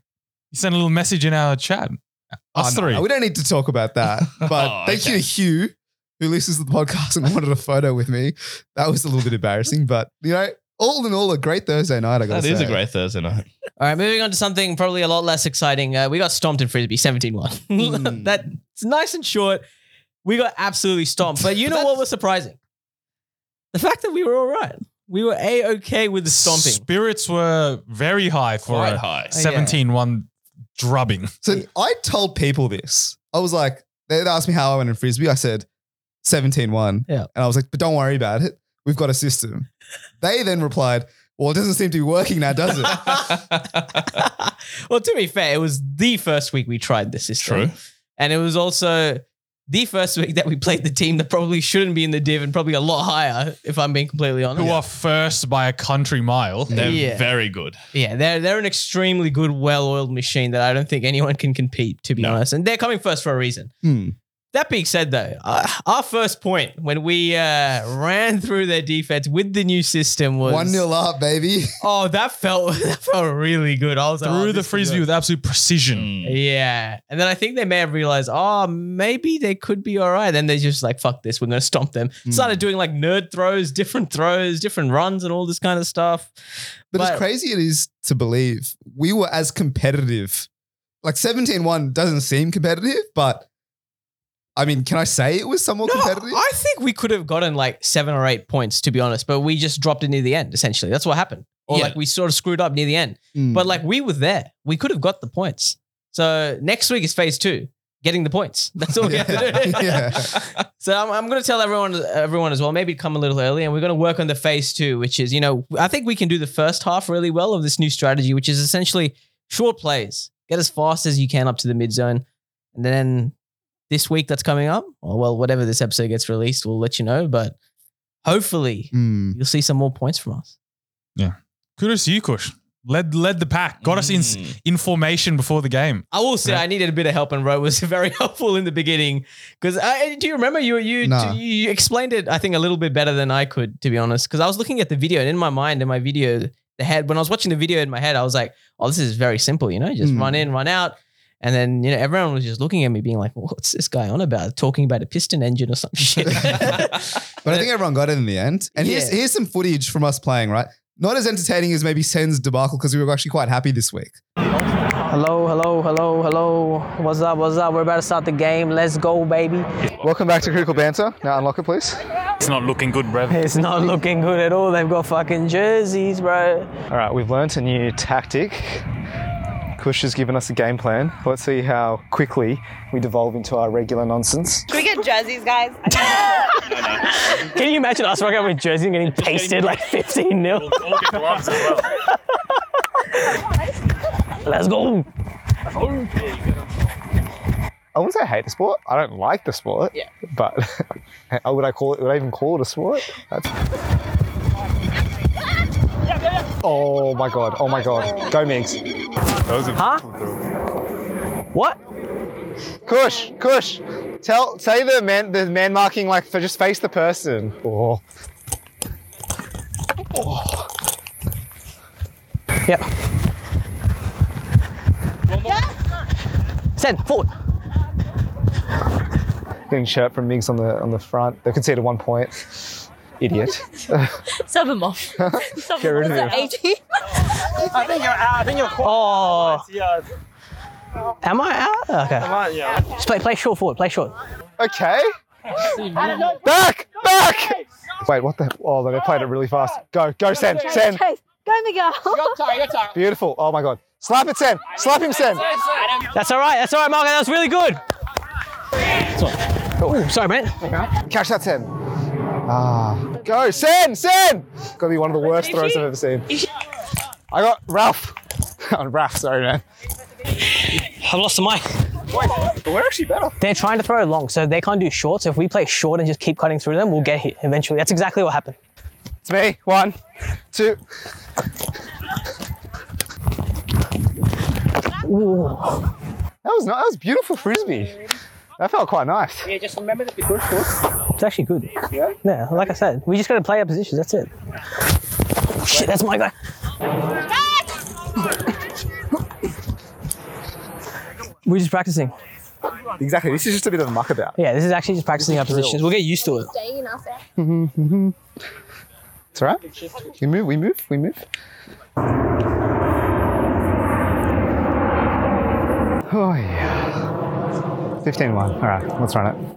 [SPEAKER 4] You sent a little message in our chat. Us
[SPEAKER 3] Oh, no,
[SPEAKER 4] three.
[SPEAKER 3] we don't need to talk about
[SPEAKER 2] *laughs*
[SPEAKER 3] that. But
[SPEAKER 2] Oh,
[SPEAKER 3] thank you to
[SPEAKER 2] okay.
[SPEAKER 3] Hugh, who listens to the podcast and wanted a photo with me. That was a little bit embarrassing, but you know, all in all, a great Thursday night. I got
[SPEAKER 2] That is a great Thursday night.
[SPEAKER 1] All right, moving on to something probably a lot less exciting. Uh, we got stomped in Frisbee 17 1. *laughs*
[SPEAKER 3] Mm.
[SPEAKER 1] That's nice and short. We got absolutely stomped. But you know what was surprising? The fact that we were all right. We were A okay with the stomping.
[SPEAKER 4] *laughs* Spirits were very high for
[SPEAKER 2] Quite
[SPEAKER 4] a
[SPEAKER 3] Oh,
[SPEAKER 2] high.
[SPEAKER 4] 17 1 drubbing.
[SPEAKER 3] So I told people this. I was like, they asked me how I went in frisbee. I said 17-1.
[SPEAKER 1] Yeah.
[SPEAKER 3] And I was like, but don't worry about it. We've got a system. They then replied, well, it doesn't seem to be working
[SPEAKER 1] *laughs*
[SPEAKER 3] now, does it?
[SPEAKER 1] *laughs* well, to be fair, it was the first week we tried this system.
[SPEAKER 2] True.
[SPEAKER 1] And it was also the first week that we played the team that probably shouldn't be in the div and probably a lot higher, if I'm being completely
[SPEAKER 3] Oh,
[SPEAKER 1] honest.
[SPEAKER 4] Who are first by a country mile.
[SPEAKER 2] They're
[SPEAKER 1] Yeah.
[SPEAKER 2] very good.
[SPEAKER 1] Yeah, they're they're an extremely good, well-oiled machine that I don't think anyone can compete. To be
[SPEAKER 2] No.
[SPEAKER 1] honest, and they're coming first for a reason.
[SPEAKER 3] Hmm.
[SPEAKER 1] That being said, though, uh, our first point when we uh, ran through their defense with the new system was
[SPEAKER 3] One nil up, baby. *laughs*
[SPEAKER 1] Oh, that felt *laughs* that felt really good. I was like, oh,
[SPEAKER 4] Through the
[SPEAKER 1] this is
[SPEAKER 4] frisbee
[SPEAKER 1] good.
[SPEAKER 4] with absolute precision.
[SPEAKER 2] Mm.
[SPEAKER 1] Yeah, and then I think they may have realized, oh, maybe they could be all right. Then they just like, fuck this, we're gonna stomp them.
[SPEAKER 3] Hmm.
[SPEAKER 1] Started doing like nerd throws, different throws, different runs, and all this kind of stuff.
[SPEAKER 3] But,
[SPEAKER 1] But-
[SPEAKER 3] as crazy it is to believe, we were as competitive. Like 17 1 doesn't seem competitive, but I mean, can I say it was somewhat competitive?
[SPEAKER 1] I think we could have gotten like seven or eight points, to be honest, but we just dropped it near the end, essentially. That's what happened. Or
[SPEAKER 2] Yeah.
[SPEAKER 1] like we sort of screwed up near the end.
[SPEAKER 3] Mm.
[SPEAKER 1] But like we were there. We could have got the points. So next week is phase two, getting the points. *laughs* That's all we have to do.
[SPEAKER 3] Yeah.
[SPEAKER 1] *laughs* So I'm, I'm going to tell everyone everyone as well, maybe come a little early, and we're going to work on the phase two, which is, you know, I think we can do the first half really well of this new strategy, which is essentially short plays. Get as fast as you can up to the mid zone. And then this week that's coming up, or well, whatever this episode gets released, we'll let you know. But hopefully
[SPEAKER 3] Mm.
[SPEAKER 1] you'll see some more points from us.
[SPEAKER 4] Kudos to you, Kush. Led led the pack. Got us in
[SPEAKER 2] Mm.
[SPEAKER 4] information before the game.
[SPEAKER 1] I will say
[SPEAKER 4] Yeah.
[SPEAKER 1] I needed a bit of help, and Ro was *laughs* very helpful in the beginning. Because do you remember you you
[SPEAKER 3] Nah.
[SPEAKER 1] you you explained it? I think a little bit better than I could, to be honest. Because I was looking at the video, and in my mind, in my video, the head when I was watching the video in my head, I was like, "Oh, this is very simple, you know, just
[SPEAKER 3] Mm.
[SPEAKER 1] run in, run out." And then you know everyone was just looking at me, being like, "What's this guy on about? Talking about a piston engine or some *laughs* shit?"
[SPEAKER 3] But I think everyone got it in the end. And here's
[SPEAKER 1] Yeah.
[SPEAKER 3] here's some footage from us playing, right? Not as entertaining as maybe Sen's debacle because we were actually quite happy this week.
[SPEAKER 1] Hello, hello, hello, hello. What's up? What's up? We're about to start the game. Let's go, baby.
[SPEAKER 3] Welcome back to Critical Banter. Now unlock it, please.
[SPEAKER 5] It's not looking good, Brev.
[SPEAKER 1] It's not looking good at all. They've got fucking jerseys, bro.
[SPEAKER 6] All right, we've learnt a new tactic. Kush has given us a game plan. Let's see how quickly we devolve into our regular nonsense.
[SPEAKER 7] Should we get jerseys, guys?
[SPEAKER 1] Can you imagine us rocking up with jerseys and getting pasted *laughs* like 15 nil? Let's go.
[SPEAKER 6] I wouldn't say I hate the sport. I don't like the sport. Yeah. But *laughs* uh, would I call it? Would I even call it a sport? That's- oh my god! Oh my god! Go Migs!
[SPEAKER 1] What?
[SPEAKER 6] Kush, Kush, tell say the man the man marking like for just face the person. Oh.
[SPEAKER 1] Yep. Send forward.
[SPEAKER 6] Getting shirt from Migs on the on the front. They conceded one point. Idiot.
[SPEAKER 7] Sub them off.
[SPEAKER 6] *laughs*
[SPEAKER 7] Sub
[SPEAKER 6] Get rid of
[SPEAKER 7] them
[SPEAKER 6] him.
[SPEAKER 7] off. 80.
[SPEAKER 1] Oh. Am I out? Okay. Just play, play short forward. Play short.
[SPEAKER 6] Okay. Back! Back! Wait, what the? Oh, they played it really fast. Go, go, Sen, Sen.
[SPEAKER 7] Go, Miguel.
[SPEAKER 6] Beautiful. Oh my God. Slap it, Sen. Slap him, Sen.
[SPEAKER 1] That's all right. That's all right, Marco. That was really good. Oh, sorry, man.
[SPEAKER 6] Catch that, Sen. Ah. Go, Sen, Sen. Gotta be one of the worst throws I've ever seen. I got Ralph. *laughs* Oh, Ralph, sorry, man.
[SPEAKER 1] I've lost the mic.
[SPEAKER 6] But we're actually better.
[SPEAKER 1] They're trying to throw long, so they can't do short. So if we play short and just keep cutting through them, we'll get hit eventually. That's exactly what happened.
[SPEAKER 6] It's me. One, two. That was not. That was beautiful frisbee. That felt quite nice.
[SPEAKER 1] It's actually good. Yeah. Yeah. Like I said, we just got to play our positions. That's it. Oh, shit, that's my guy. We're just practicing.
[SPEAKER 6] Exactly. This is just a bit of a muck about.
[SPEAKER 1] Yeah, this is actually just practicing our positions. We'll get used to it.
[SPEAKER 6] It's all right. We move, we move, we move. Oh, yeah. 15 1. All right, let's run it.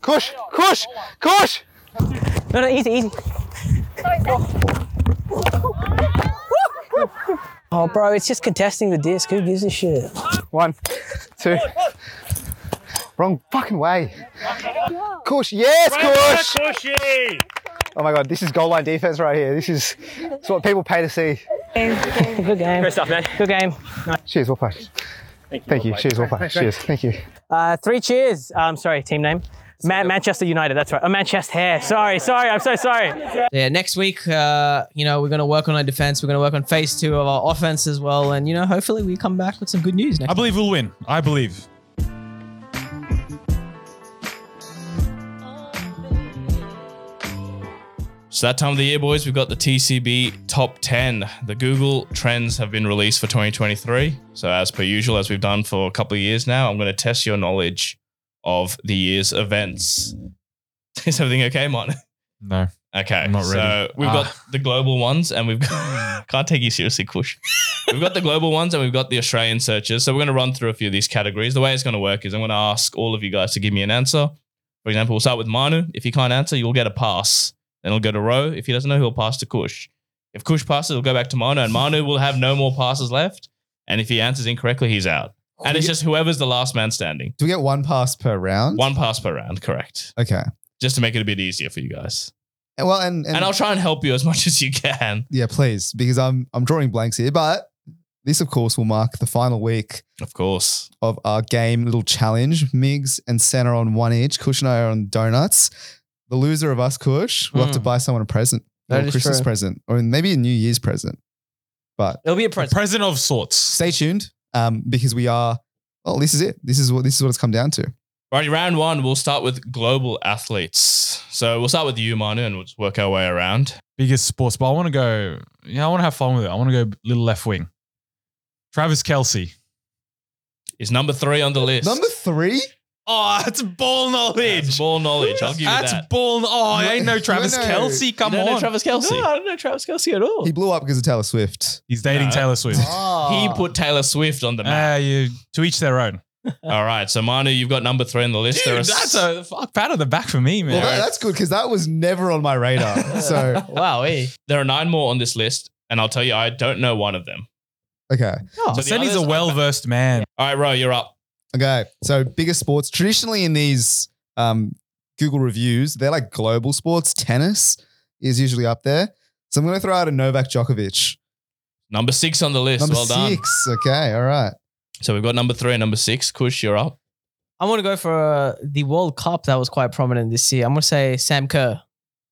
[SPEAKER 6] Kush, Kush, Kush!
[SPEAKER 1] No, no, easy, easy. Oh, bro, it's just contesting the disc. Who gives a shit?
[SPEAKER 6] One, two. Wrong fucking way. Kush, yes, Kush! Oh my god, this is goal line defense right here. This is it's what people pay to see.
[SPEAKER 1] Good game. Good stuff, man. Good game.
[SPEAKER 6] Cheers, well played. Thank you. Cheers, well played. Cheers. Thank you.
[SPEAKER 1] Uh, three cheers. Um, sorry, team name. Ma- Manchester United, that's right. Oh, Manchester Hair. Sorry, sorry, I'm so sorry. Yeah, next week, uh, you know, we're going to work on our defense. We're going to work on phase two of our offense as well. And, you know, hopefully we come back with some good news next
[SPEAKER 4] I believe we'll win. I believe.
[SPEAKER 2] It's that time of the year, boys. We've got the TCB top 10. The Google trends have been released for 2023. So, as per usual, as we've done for a couple of years now, I'm going to test your knowledge of the year's events. *laughs* Is everything okay, Mon?
[SPEAKER 4] No.
[SPEAKER 2] Okay.
[SPEAKER 4] I'm not ready.
[SPEAKER 2] So we've
[SPEAKER 4] Ah.
[SPEAKER 2] got the global ones and
[SPEAKER 4] *laughs*
[SPEAKER 2] we've got can't take you seriously, Kush. we've got the global ones and we've got the Australian searches. So we're gonna run through a few of these categories. The way it's gonna work is I'm gonna ask all of you guys to give me an answer. For example, we'll start with Manu. If he can't answer, you'll get a pass. Then it'll go to Ro. If he doesn't know, he'll pass to Kush. If Kush passes, it'll go back to Manu, and Manu will have no more passes left. And if he answers incorrectly, he's out. And it's just whoever's the last man standing.
[SPEAKER 3] Do we get one pass per round?
[SPEAKER 2] One pass per round, correct.
[SPEAKER 3] Okay.
[SPEAKER 2] Just to make it a bit easier for you guys.
[SPEAKER 3] And Well, and,
[SPEAKER 2] And I'll try and help you as much as you can.
[SPEAKER 3] yeah, please, because I'm I'm drawing blanks here, but this, of course, will mark the final week
[SPEAKER 2] Of course.
[SPEAKER 3] of our game little challenge. Migs and Sen are on one each. Kush and I are on donuts. the loser of us, Kush, will have to
[SPEAKER 1] Mm.
[SPEAKER 3] buy someone a present,
[SPEAKER 1] That
[SPEAKER 3] or a
[SPEAKER 1] is
[SPEAKER 3] Christmas
[SPEAKER 1] true.
[SPEAKER 3] present, or maybe a New Year's present. But
[SPEAKER 1] It'll be a
[SPEAKER 4] A
[SPEAKER 1] present.
[SPEAKER 4] present of sorts.
[SPEAKER 3] stay tuned um, because we are. Oh, this is it. This is what this is what it's come down to.
[SPEAKER 2] Alrighty, round one. We'll start with global athletes. So we'll start with you, Manu, and we'll just work our way around.
[SPEAKER 4] Biggest sports, but I want to go. Yeah, I want to have fun with it. I want to go little left wing. Travis Kelsey.
[SPEAKER 2] Is number three on the list?
[SPEAKER 3] Number three.
[SPEAKER 4] Oh, that's ball knowledge.
[SPEAKER 2] That's ball knowledge. I'll give you
[SPEAKER 4] That's
[SPEAKER 2] that.
[SPEAKER 4] bull. Oh, ain't no
[SPEAKER 3] You
[SPEAKER 4] Travis
[SPEAKER 3] know-
[SPEAKER 4] Kelsey. Come
[SPEAKER 2] you don't know
[SPEAKER 4] on.
[SPEAKER 2] Travis Kelsey.
[SPEAKER 1] No, I don't know Travis Kelsey at all.
[SPEAKER 3] He blew up because of Taylor Swift.
[SPEAKER 4] He's dating
[SPEAKER 2] No.
[SPEAKER 4] Taylor Swift.
[SPEAKER 2] He put Taylor Swift on the map.
[SPEAKER 4] Ah, you, to each their own.
[SPEAKER 2] All right, so Manu, you've got number three on the list.
[SPEAKER 4] Dude,
[SPEAKER 2] There are
[SPEAKER 4] that's a fuck pat on the back for me,
[SPEAKER 3] Well,
[SPEAKER 4] man.
[SPEAKER 3] that, that's good because that was never on my
[SPEAKER 2] *laughs*
[SPEAKER 3] radar. so
[SPEAKER 1] wow, eh?
[SPEAKER 2] there are nine more on this list, and I'll tell you, I don't know one of them.
[SPEAKER 3] okay,
[SPEAKER 1] Oh,
[SPEAKER 2] So
[SPEAKER 4] But
[SPEAKER 2] the
[SPEAKER 4] then he's a
[SPEAKER 2] others-
[SPEAKER 4] well versed man.
[SPEAKER 2] All right, Ro, you're up.
[SPEAKER 3] okay. So biggest sports traditionally in these um, Google reviews, they're like global sports. Tennis is usually up there. So I'm going to throw out a Novak Djokovic.
[SPEAKER 2] Number six on the list.
[SPEAKER 3] Number
[SPEAKER 2] well done.
[SPEAKER 3] six. Okay, all right.
[SPEAKER 2] So we've got number three and number six. Kush, you're up.
[SPEAKER 1] I want to go for uh, the World Cup that was quite prominent this year. I'm going to say Sam Kerr.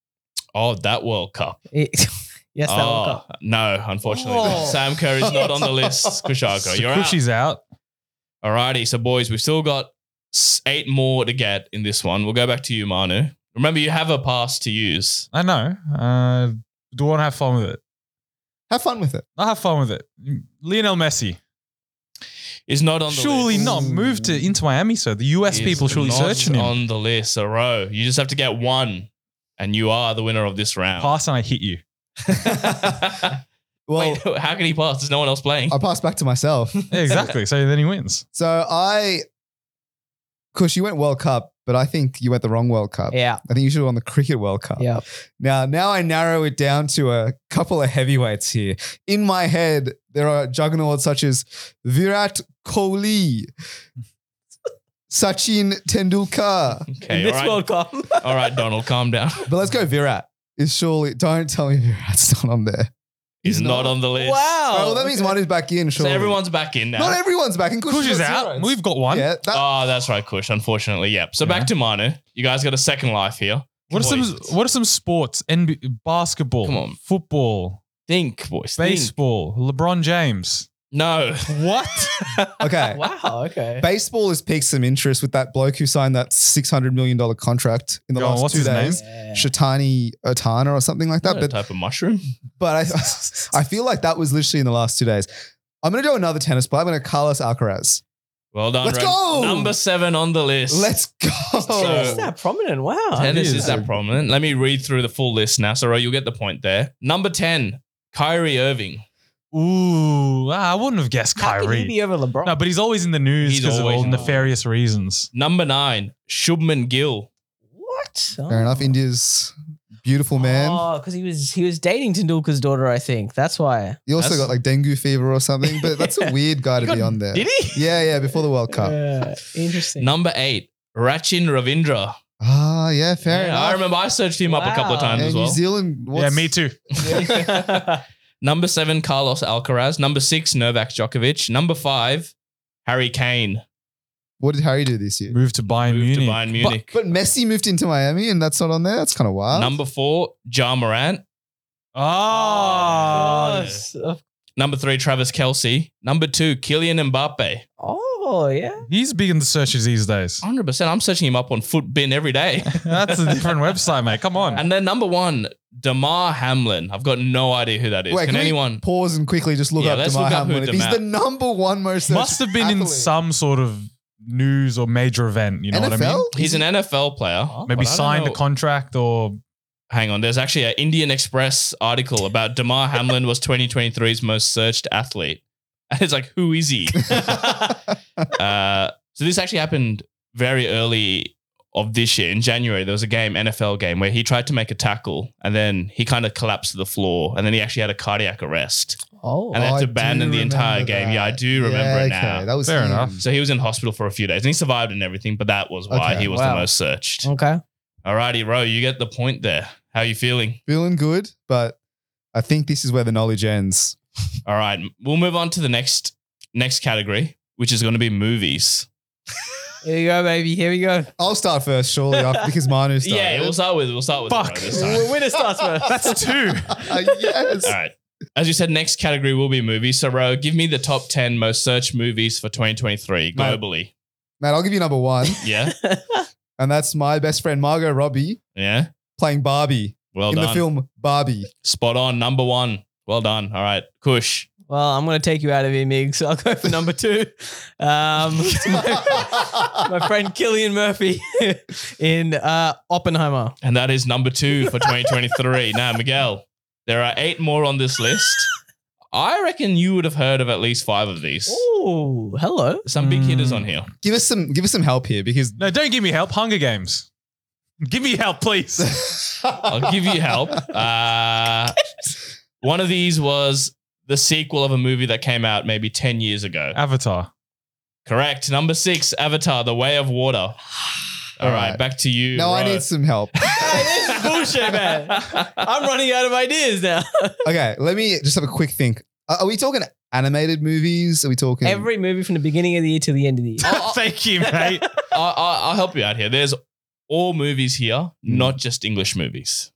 [SPEAKER 1] *laughs*
[SPEAKER 2] Oh, that World Cup.
[SPEAKER 1] Eh, yes, that World
[SPEAKER 2] oh,
[SPEAKER 1] Cup.
[SPEAKER 2] no, unfortunately.
[SPEAKER 1] Oh.
[SPEAKER 2] Sam Kerr is not on the list.
[SPEAKER 4] *laughs*
[SPEAKER 2] Kusharko, you're out.
[SPEAKER 4] Kuchi's out.
[SPEAKER 2] Alrighty, so boys, we've still got s- eight more to get in this one. We'll go back to you, Manu. Remember, you have a pass to use.
[SPEAKER 4] I know. Uh, do want to have fun with it.
[SPEAKER 3] Have fun with it.
[SPEAKER 4] I'll have fun with it. Lionel Messi.
[SPEAKER 2] Is not on the
[SPEAKER 4] Surely
[SPEAKER 2] list.
[SPEAKER 4] not. Moved to into Miami, so the US
[SPEAKER 2] Is
[SPEAKER 4] people surely
[SPEAKER 2] not
[SPEAKER 4] searching him.
[SPEAKER 2] on the list. So, Ro, you just have to get one, and you are the winner of this round.
[SPEAKER 4] Pass and I hit
[SPEAKER 2] *laughs*
[SPEAKER 4] you.
[SPEAKER 3] Well,
[SPEAKER 2] Wait, *laughs* how can he pass? There's no one else playing.
[SPEAKER 3] I pass back to myself.
[SPEAKER 4] Yeah, exactly. so then he wins.
[SPEAKER 3] So I, Kush, you went World Cup, but I think you went the wrong World Cup.
[SPEAKER 1] Yeah.
[SPEAKER 3] I think you should have won the Cricket World Cup.
[SPEAKER 1] Yeah.
[SPEAKER 3] Now, now I narrow it down to a couple of heavyweights here. In my head, there are juggernauts such as Virat Kohli, Sachin Tendulkar.
[SPEAKER 2] Okay,
[SPEAKER 1] In this
[SPEAKER 2] all right.
[SPEAKER 1] World Cup.
[SPEAKER 2] all right, Donald,
[SPEAKER 4] *laughs*
[SPEAKER 2] calm down.
[SPEAKER 3] But let's go Virat. Is surely don't tell me Virat's not on there.
[SPEAKER 2] He's,
[SPEAKER 3] He's
[SPEAKER 2] not,
[SPEAKER 3] not.
[SPEAKER 2] on the list.
[SPEAKER 1] wow.
[SPEAKER 3] Oh, well, that means one is back in.
[SPEAKER 2] So
[SPEAKER 3] Surely.
[SPEAKER 2] everyone's back in now.
[SPEAKER 3] not everyone's back in. Kush,
[SPEAKER 4] Kuchi's
[SPEAKER 3] has got
[SPEAKER 4] out.
[SPEAKER 3] zeros.
[SPEAKER 4] We've got one.
[SPEAKER 3] Yeah, that-
[SPEAKER 2] oh, that's right, Kush. Unfortunately, yep. So back
[SPEAKER 4] Yeah.
[SPEAKER 2] to Manu. You guys got a second life here.
[SPEAKER 4] What are some
[SPEAKER 2] Boys,
[SPEAKER 4] what are some sports? NB basketball,
[SPEAKER 2] Come on.
[SPEAKER 4] football,
[SPEAKER 2] Think, boys. Think.
[SPEAKER 4] baseball, LeBron James. *laughs*
[SPEAKER 2] No.
[SPEAKER 4] What?
[SPEAKER 3] okay.
[SPEAKER 1] wow. Okay.
[SPEAKER 3] Baseball has piqued some interest with that bloke who signed that six hundred million dollar contract in the
[SPEAKER 4] Go on,
[SPEAKER 3] last
[SPEAKER 4] what's
[SPEAKER 3] two
[SPEAKER 4] his name?
[SPEAKER 3] days. Shatani Otana or something like that.
[SPEAKER 2] What a
[SPEAKER 3] But
[SPEAKER 2] type of mushroom.
[SPEAKER 3] but I *laughs* I feel like that was literally in the last two days. I'm gonna do another tennis player. I'm gonna Carlos Alcaraz.
[SPEAKER 2] Well done.
[SPEAKER 3] Let's
[SPEAKER 2] Ren.
[SPEAKER 3] go!
[SPEAKER 2] Number seven on the list.
[SPEAKER 3] Let's
[SPEAKER 2] *laughs*
[SPEAKER 1] It's
[SPEAKER 3] go.
[SPEAKER 1] that prominent. Wow.
[SPEAKER 2] Tennis
[SPEAKER 4] it
[SPEAKER 2] is
[SPEAKER 4] is.
[SPEAKER 2] that prominent. Let me read through the full list now. So, Ro, you'll get the point there. Number 10, Kyrie Irving.
[SPEAKER 4] Ooh, ah, I wouldn't have guessed
[SPEAKER 1] How could he
[SPEAKER 4] Kyrie.
[SPEAKER 1] be over LeBron?
[SPEAKER 4] No, but he's always in the news
[SPEAKER 2] He's
[SPEAKER 4] because of
[SPEAKER 2] always
[SPEAKER 4] all
[SPEAKER 2] in the-
[SPEAKER 4] nefarious reasons.
[SPEAKER 2] Number nine, Shubman Gill.
[SPEAKER 1] what?
[SPEAKER 3] Fair enough. India's beautiful man.
[SPEAKER 1] Oh, because he was he was dating Tendulkar's daughter, I think. That's why.
[SPEAKER 3] He also
[SPEAKER 2] that's-
[SPEAKER 3] got like dengue fever or something. But that's a weird guy to be on there.
[SPEAKER 2] Did he?
[SPEAKER 3] Yeah, yeah. Before the World Cup.
[SPEAKER 1] Yeah, interesting.
[SPEAKER 2] Number eight, Rachin Ravindra.
[SPEAKER 3] Ah, yeah. Fair
[SPEAKER 2] Yeah,
[SPEAKER 3] enough.
[SPEAKER 2] I remember I searched him up a couple of
[SPEAKER 1] Wow.
[SPEAKER 2] times
[SPEAKER 3] Yeah,
[SPEAKER 2] as
[SPEAKER 3] New
[SPEAKER 2] well.
[SPEAKER 3] Zealand.
[SPEAKER 4] yeah,
[SPEAKER 3] what's-
[SPEAKER 4] me too.
[SPEAKER 2] *laughs* Number seven, Carlos Alcaraz. Number six, Novak Djokovic. Number five, Harry Kane.
[SPEAKER 3] What did Harry do this year?
[SPEAKER 4] Moved to Bayern
[SPEAKER 2] Moved to
[SPEAKER 4] Munich.
[SPEAKER 2] Bayern Munich.
[SPEAKER 3] But Messi moved into Miami, and that's not on there. That's kind of wild.
[SPEAKER 2] Number four, Ja Morant.
[SPEAKER 4] Oh,
[SPEAKER 1] Yes, of-
[SPEAKER 2] Number three, Travis Kelsey. Number two, Kylian Mbappe.
[SPEAKER 1] oh yeah.
[SPEAKER 4] he's big in the searches these
[SPEAKER 2] *laughs*
[SPEAKER 4] days.
[SPEAKER 2] 100%. I'm searching him up on Footbin every day.
[SPEAKER 4] That's a different website, mate. Come on.
[SPEAKER 2] and then number one, Damar Hamlin. I've got no idea who that is.
[SPEAKER 3] Wait,
[SPEAKER 2] Can
[SPEAKER 3] can we-
[SPEAKER 2] anyone?
[SPEAKER 3] pause and quickly just look
[SPEAKER 2] Yeah,
[SPEAKER 3] up
[SPEAKER 2] let's
[SPEAKER 3] Damar
[SPEAKER 2] look up who
[SPEAKER 3] Hamlin. If he's
[SPEAKER 2] Damar-
[SPEAKER 3] the number one most searched
[SPEAKER 4] Must have been in
[SPEAKER 3] athlete.
[SPEAKER 4] some sort of news or major event. You know what I
[SPEAKER 3] NFL?
[SPEAKER 4] mean?
[SPEAKER 2] He's an NFL player. but I
[SPEAKER 4] Maybe
[SPEAKER 2] don't
[SPEAKER 4] signed
[SPEAKER 2] know-
[SPEAKER 4] a contract or
[SPEAKER 2] Hang on. There's actually an Indian Express article about Damar Hamlin was 2023's most searched athlete. *laughs* And it's like, who is
[SPEAKER 3] *laughs*
[SPEAKER 2] he? uh, so this actually happened very early of this year in January. There was a game, NFL game, where he tried to make a tackle and then he kind of collapsed to the floor and then he actually had a cardiac arrest
[SPEAKER 1] Oh,
[SPEAKER 2] and they had
[SPEAKER 3] I
[SPEAKER 2] to
[SPEAKER 3] do
[SPEAKER 2] ban him the entire
[SPEAKER 3] remember
[SPEAKER 2] game.
[SPEAKER 3] that.
[SPEAKER 2] Yeah, I do remember
[SPEAKER 3] Yeah,
[SPEAKER 2] it
[SPEAKER 3] okay.
[SPEAKER 2] now.
[SPEAKER 3] That was
[SPEAKER 4] Fair
[SPEAKER 3] him.
[SPEAKER 4] enough.
[SPEAKER 2] so he was in hospital for a few days and he survived and everything, but that was why
[SPEAKER 3] Okay.
[SPEAKER 2] he was
[SPEAKER 1] Wow.
[SPEAKER 2] the most searched.
[SPEAKER 1] okay.
[SPEAKER 2] Alrighty, Ro, you get the point there. How you feeling?
[SPEAKER 3] Feeling good, but I think this is where the knowledge ends.
[SPEAKER 2] All right, we'll move on to the next next category, which is going to be movies.
[SPEAKER 1] Here you go, baby. Here we go.
[SPEAKER 3] I'll start first, surely, after-
[SPEAKER 2] *laughs*
[SPEAKER 3] because Manu's started.
[SPEAKER 2] Yeah, we'll start with we'll start with
[SPEAKER 4] Fuck.
[SPEAKER 2] Fuck. this time.
[SPEAKER 1] Well, Winner starts first. *laughs*
[SPEAKER 4] That's two.
[SPEAKER 3] Uh, yes.
[SPEAKER 2] All *laughs* right. As you said, next category will be movies. So, Ro, give me the top 10 most searched movies for 2023
[SPEAKER 3] Mate.
[SPEAKER 2] globally.
[SPEAKER 3] Matt, I'll give you number one,
[SPEAKER 2] Yeah.
[SPEAKER 3] and that's my best friend Margot Robbie
[SPEAKER 2] Yeah.
[SPEAKER 3] playing Barbie
[SPEAKER 2] Well
[SPEAKER 3] in
[SPEAKER 2] done.
[SPEAKER 3] the film Barbie.
[SPEAKER 2] Spot on. Number one. Well done. All right. Kush.
[SPEAKER 1] Well, I'm going to take you out of here, Mig. So I'll go for number two. Um, *laughs* it's my, my friend Killian Murphy *laughs* in uh, Oppenheimer.
[SPEAKER 2] And that is number two for 2023. now, Miguel, there are eight more on this list. I reckon you would have heard of at least five of these.
[SPEAKER 1] Oh, hello.
[SPEAKER 2] Some big
[SPEAKER 4] Mm.
[SPEAKER 2] hitters on here.
[SPEAKER 3] give us some, give us some help here, because
[SPEAKER 4] No, don't give me help. Hunger Games. *laughs* Give me help, please.
[SPEAKER 3] *laughs*
[SPEAKER 2] I'll give you
[SPEAKER 1] *laughs*
[SPEAKER 2] help. Uh, one of these was the sequel of a movie that came out maybe 10 years ago.
[SPEAKER 4] *laughs* Avatar.
[SPEAKER 2] Correct. Number six, Avatar, The Way of
[SPEAKER 1] *sighs*
[SPEAKER 2] Water. All
[SPEAKER 3] All
[SPEAKER 2] right,
[SPEAKER 3] right.
[SPEAKER 2] back to you.
[SPEAKER 3] no, I
[SPEAKER 2] Ro.
[SPEAKER 3] need some help.
[SPEAKER 1] Hey, *laughs* this is bullshit, man.
[SPEAKER 2] *laughs*
[SPEAKER 1] I'm running out of ideas
[SPEAKER 3] *laughs*
[SPEAKER 1] now.
[SPEAKER 3] Okay, let me just have a quick think. Uh, Are are we talking animated movies? Are we talking
[SPEAKER 1] Every movie from the beginning of the year to the end of the year.
[SPEAKER 3] *laughs*
[SPEAKER 4] Thank you, mate.
[SPEAKER 2] I, I, I'll help you out here. There's all movies here,
[SPEAKER 1] Hmm.
[SPEAKER 2] not just English movies.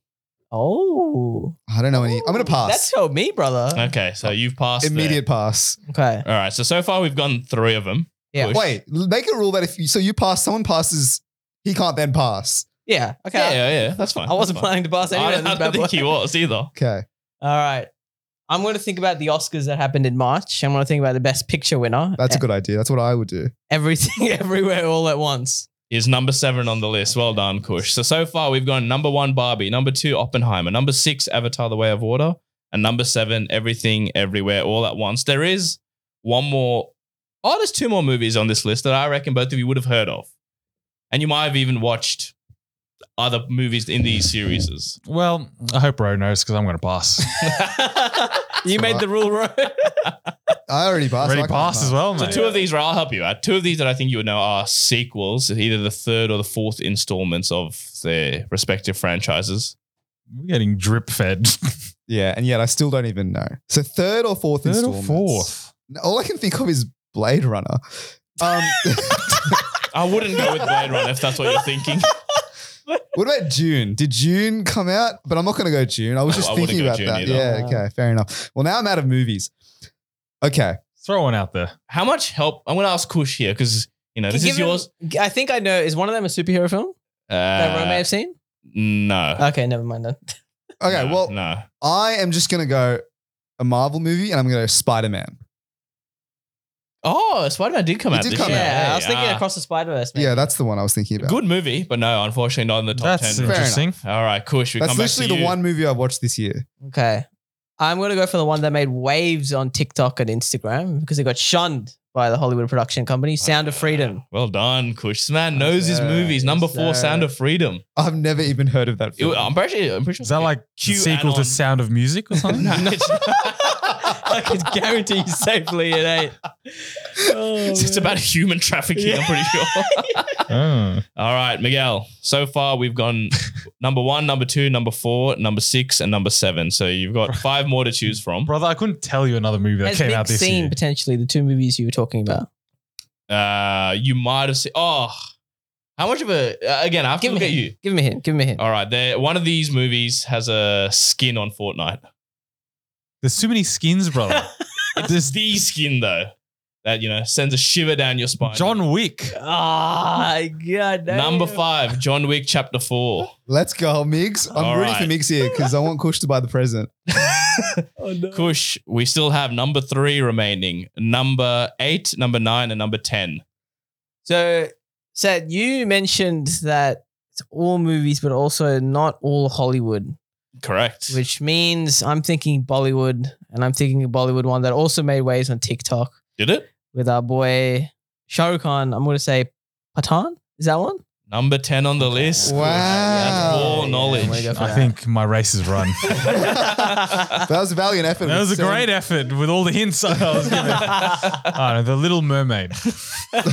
[SPEAKER 1] Oh,
[SPEAKER 3] I don't know any. I'm gonna pass.
[SPEAKER 1] That's told me, brother.
[SPEAKER 2] Okay,
[SPEAKER 1] Oh,
[SPEAKER 2] so you've passed there.
[SPEAKER 3] Immediate pass.
[SPEAKER 1] Okay.
[SPEAKER 2] All right, so so far we've gone three of them.
[SPEAKER 1] Yeah.
[SPEAKER 2] Push.
[SPEAKER 3] Wait, l- make a rule that if you, so you pass, someone passes, he can't then pass.
[SPEAKER 1] Yeah. Okay.
[SPEAKER 2] Yeah, yeah, yeah, that's fine.
[SPEAKER 1] I wasn't
[SPEAKER 2] That's fine.
[SPEAKER 1] planning to pass
[SPEAKER 2] I
[SPEAKER 1] anyone.
[SPEAKER 2] don't, I
[SPEAKER 1] this
[SPEAKER 2] don't
[SPEAKER 1] bad boy.
[SPEAKER 2] think he was either.
[SPEAKER 3] Okay.
[SPEAKER 1] All right. I'm going to think about the Oscars that happened in March. I'm going to think about the Best Picture winner.
[SPEAKER 3] That's a
[SPEAKER 1] E-
[SPEAKER 3] good idea. That's what I would do.
[SPEAKER 1] Everything, *laughs* everywhere, all at once.
[SPEAKER 2] Is number seven on the list. Well done, Kush. So so far we've gone number one Barbie, number two Oppenheimer, number six Avatar: The Way of Water, and number seven Everything Everywhere All at Once. There is one more. Oh, there's two more movies on this list that I reckon both of you would have heard of, and you might have even watched other movies in these series. *laughs*
[SPEAKER 4] Well, I hope Ro knows because I'm going to pass.
[SPEAKER 1] you made the rule right.
[SPEAKER 3] I already passed.
[SPEAKER 4] Ready
[SPEAKER 3] I can't
[SPEAKER 4] *laughs* pass as well,
[SPEAKER 2] So
[SPEAKER 4] mate.
[SPEAKER 2] two of these, right? I'll help you out. Two of these that I think you would know are sequels, either the third or the fourth installments of their respective franchises.
[SPEAKER 4] We're getting drip *laughs* fed.
[SPEAKER 3] Yeah, and yet I still don't even know. So third or fourth
[SPEAKER 4] Third or
[SPEAKER 3] installments?
[SPEAKER 4] fourth.
[SPEAKER 3] All I can think of is Blade Runner. Um, *laughs*
[SPEAKER 2] I wouldn't go with Blade Runner if that's what you're thinking.
[SPEAKER 3] what about June? Did June come out? But I'm not going to go June. I was
[SPEAKER 2] I-
[SPEAKER 3] just
[SPEAKER 2] I wouldn't
[SPEAKER 3] thinking
[SPEAKER 2] go
[SPEAKER 3] about
[SPEAKER 2] June
[SPEAKER 3] that.
[SPEAKER 2] either.
[SPEAKER 3] Yeah. Okay. Fair enough. Well, now I'm out of movies. Okay.
[SPEAKER 4] Throw one out there.
[SPEAKER 2] How much help? I'm going to ask Kush here because you know this
[SPEAKER 1] Give
[SPEAKER 2] is
[SPEAKER 1] him-
[SPEAKER 2] yours.
[SPEAKER 1] I think I know. Is one of them a superhero film that Ron may
[SPEAKER 2] Uh,
[SPEAKER 1] have seen?
[SPEAKER 2] no.
[SPEAKER 1] Okay, never mind then.
[SPEAKER 3] Okay.
[SPEAKER 2] No,
[SPEAKER 3] well,
[SPEAKER 2] no.
[SPEAKER 3] I am just going to go a Marvel movie, and I'm going to go Spider Man.
[SPEAKER 2] Oh, Spider Man did *laughs* come
[SPEAKER 3] It
[SPEAKER 2] out
[SPEAKER 3] did
[SPEAKER 2] this
[SPEAKER 3] come
[SPEAKER 2] year.
[SPEAKER 3] out.
[SPEAKER 1] Yeah, I
[SPEAKER 2] Hey,
[SPEAKER 1] was thinking
[SPEAKER 2] ah,
[SPEAKER 1] across the Spider Verse.
[SPEAKER 3] Yeah, that's the one I was thinking about.
[SPEAKER 2] good movie, but no, unfortunately not in the top
[SPEAKER 4] That's
[SPEAKER 2] ten.
[SPEAKER 3] Fair
[SPEAKER 4] interesting.
[SPEAKER 2] All right, Kush, we
[SPEAKER 3] That's
[SPEAKER 2] come back to
[SPEAKER 3] literally the
[SPEAKER 2] you.
[SPEAKER 3] one movie I've watched this year.
[SPEAKER 1] Okay. I'm going to go for the one that made waves on TikTok and Instagram because it got shunned by the Hollywood production company, Sound of
[SPEAKER 2] *laughs*
[SPEAKER 1] Freedom.
[SPEAKER 2] Well done, Kush. This man knows his
[SPEAKER 3] sir.
[SPEAKER 2] movies. Number
[SPEAKER 1] Yes,
[SPEAKER 2] four,
[SPEAKER 1] sir.
[SPEAKER 2] Sound of Freedom.
[SPEAKER 3] I've never even heard of that
[SPEAKER 2] It-
[SPEAKER 3] film.
[SPEAKER 2] I'm pretty sure. I'm pretty sure.
[SPEAKER 4] Is that like the
[SPEAKER 2] Q
[SPEAKER 4] sequel
[SPEAKER 2] anon.
[SPEAKER 4] to Sound of *laughs* Music or something?
[SPEAKER 2] *laughs* No, it's-
[SPEAKER 1] I can guarantee you safely it
[SPEAKER 2] *laughs*
[SPEAKER 1] ain't. Oh,
[SPEAKER 2] It's just
[SPEAKER 1] man.
[SPEAKER 2] about human trafficking, I'm pretty sure.
[SPEAKER 4] Oh.
[SPEAKER 2] All right, Miguel. So far, we've gone number one, number two, number four, number six, and number seven. So you've got five more to choose from.
[SPEAKER 4] Brother, I couldn't tell you another movie that
[SPEAKER 1] Has
[SPEAKER 4] came
[SPEAKER 1] Mick
[SPEAKER 4] out this
[SPEAKER 1] seen
[SPEAKER 4] year.
[SPEAKER 1] potentially the two movies you were talking about?
[SPEAKER 2] Uh, you might have seen. Oh, how much of a. Uh, again, I have
[SPEAKER 1] Give
[SPEAKER 2] to look
[SPEAKER 1] me
[SPEAKER 2] at
[SPEAKER 1] hint.
[SPEAKER 2] you.
[SPEAKER 1] Give me a hint. Give me a hint.
[SPEAKER 2] All right, there. One of these movies has a skin on Fortnite.
[SPEAKER 4] There's too many skins, brother. *laughs*
[SPEAKER 2] It's the skin though that you know sends a shiver down your spine.
[SPEAKER 4] John Wick.
[SPEAKER 1] Ah, god. damn.
[SPEAKER 2] number five, John Wick Chapter Four.
[SPEAKER 3] Let's go, Migs. I'm
[SPEAKER 2] All
[SPEAKER 3] rooting for
[SPEAKER 2] right.
[SPEAKER 3] Migs here because I want Kush to buy the present.
[SPEAKER 1] Oh, no.
[SPEAKER 2] Kush, we still have number three remaining, number eight, number nine, and number ten.
[SPEAKER 1] So, Seth, you mentioned that it's all movies, but also not all Hollywood,
[SPEAKER 2] Correct.
[SPEAKER 1] which means I'm thinking Bollywood, and I'm thinking a Bollywood one that also made waves on TikTok
[SPEAKER 2] Did it?
[SPEAKER 1] with our boy Shah Rukh Khan. I'm going to say Patan. Is that one?
[SPEAKER 2] Number 10 on the list.
[SPEAKER 3] Wow.
[SPEAKER 2] That's
[SPEAKER 3] Yeah,
[SPEAKER 2] all
[SPEAKER 1] yeah, I'm gonna
[SPEAKER 4] *laughs*
[SPEAKER 2] knowledge.
[SPEAKER 1] go for
[SPEAKER 4] I
[SPEAKER 1] that.
[SPEAKER 4] think my race
[SPEAKER 1] *laughs*
[SPEAKER 4] is run.
[SPEAKER 3] That was a valiant effort.
[SPEAKER 4] that was a great effort with all the
[SPEAKER 1] *laughs*
[SPEAKER 4] hints I was given. I don't know, The Little Mermaid.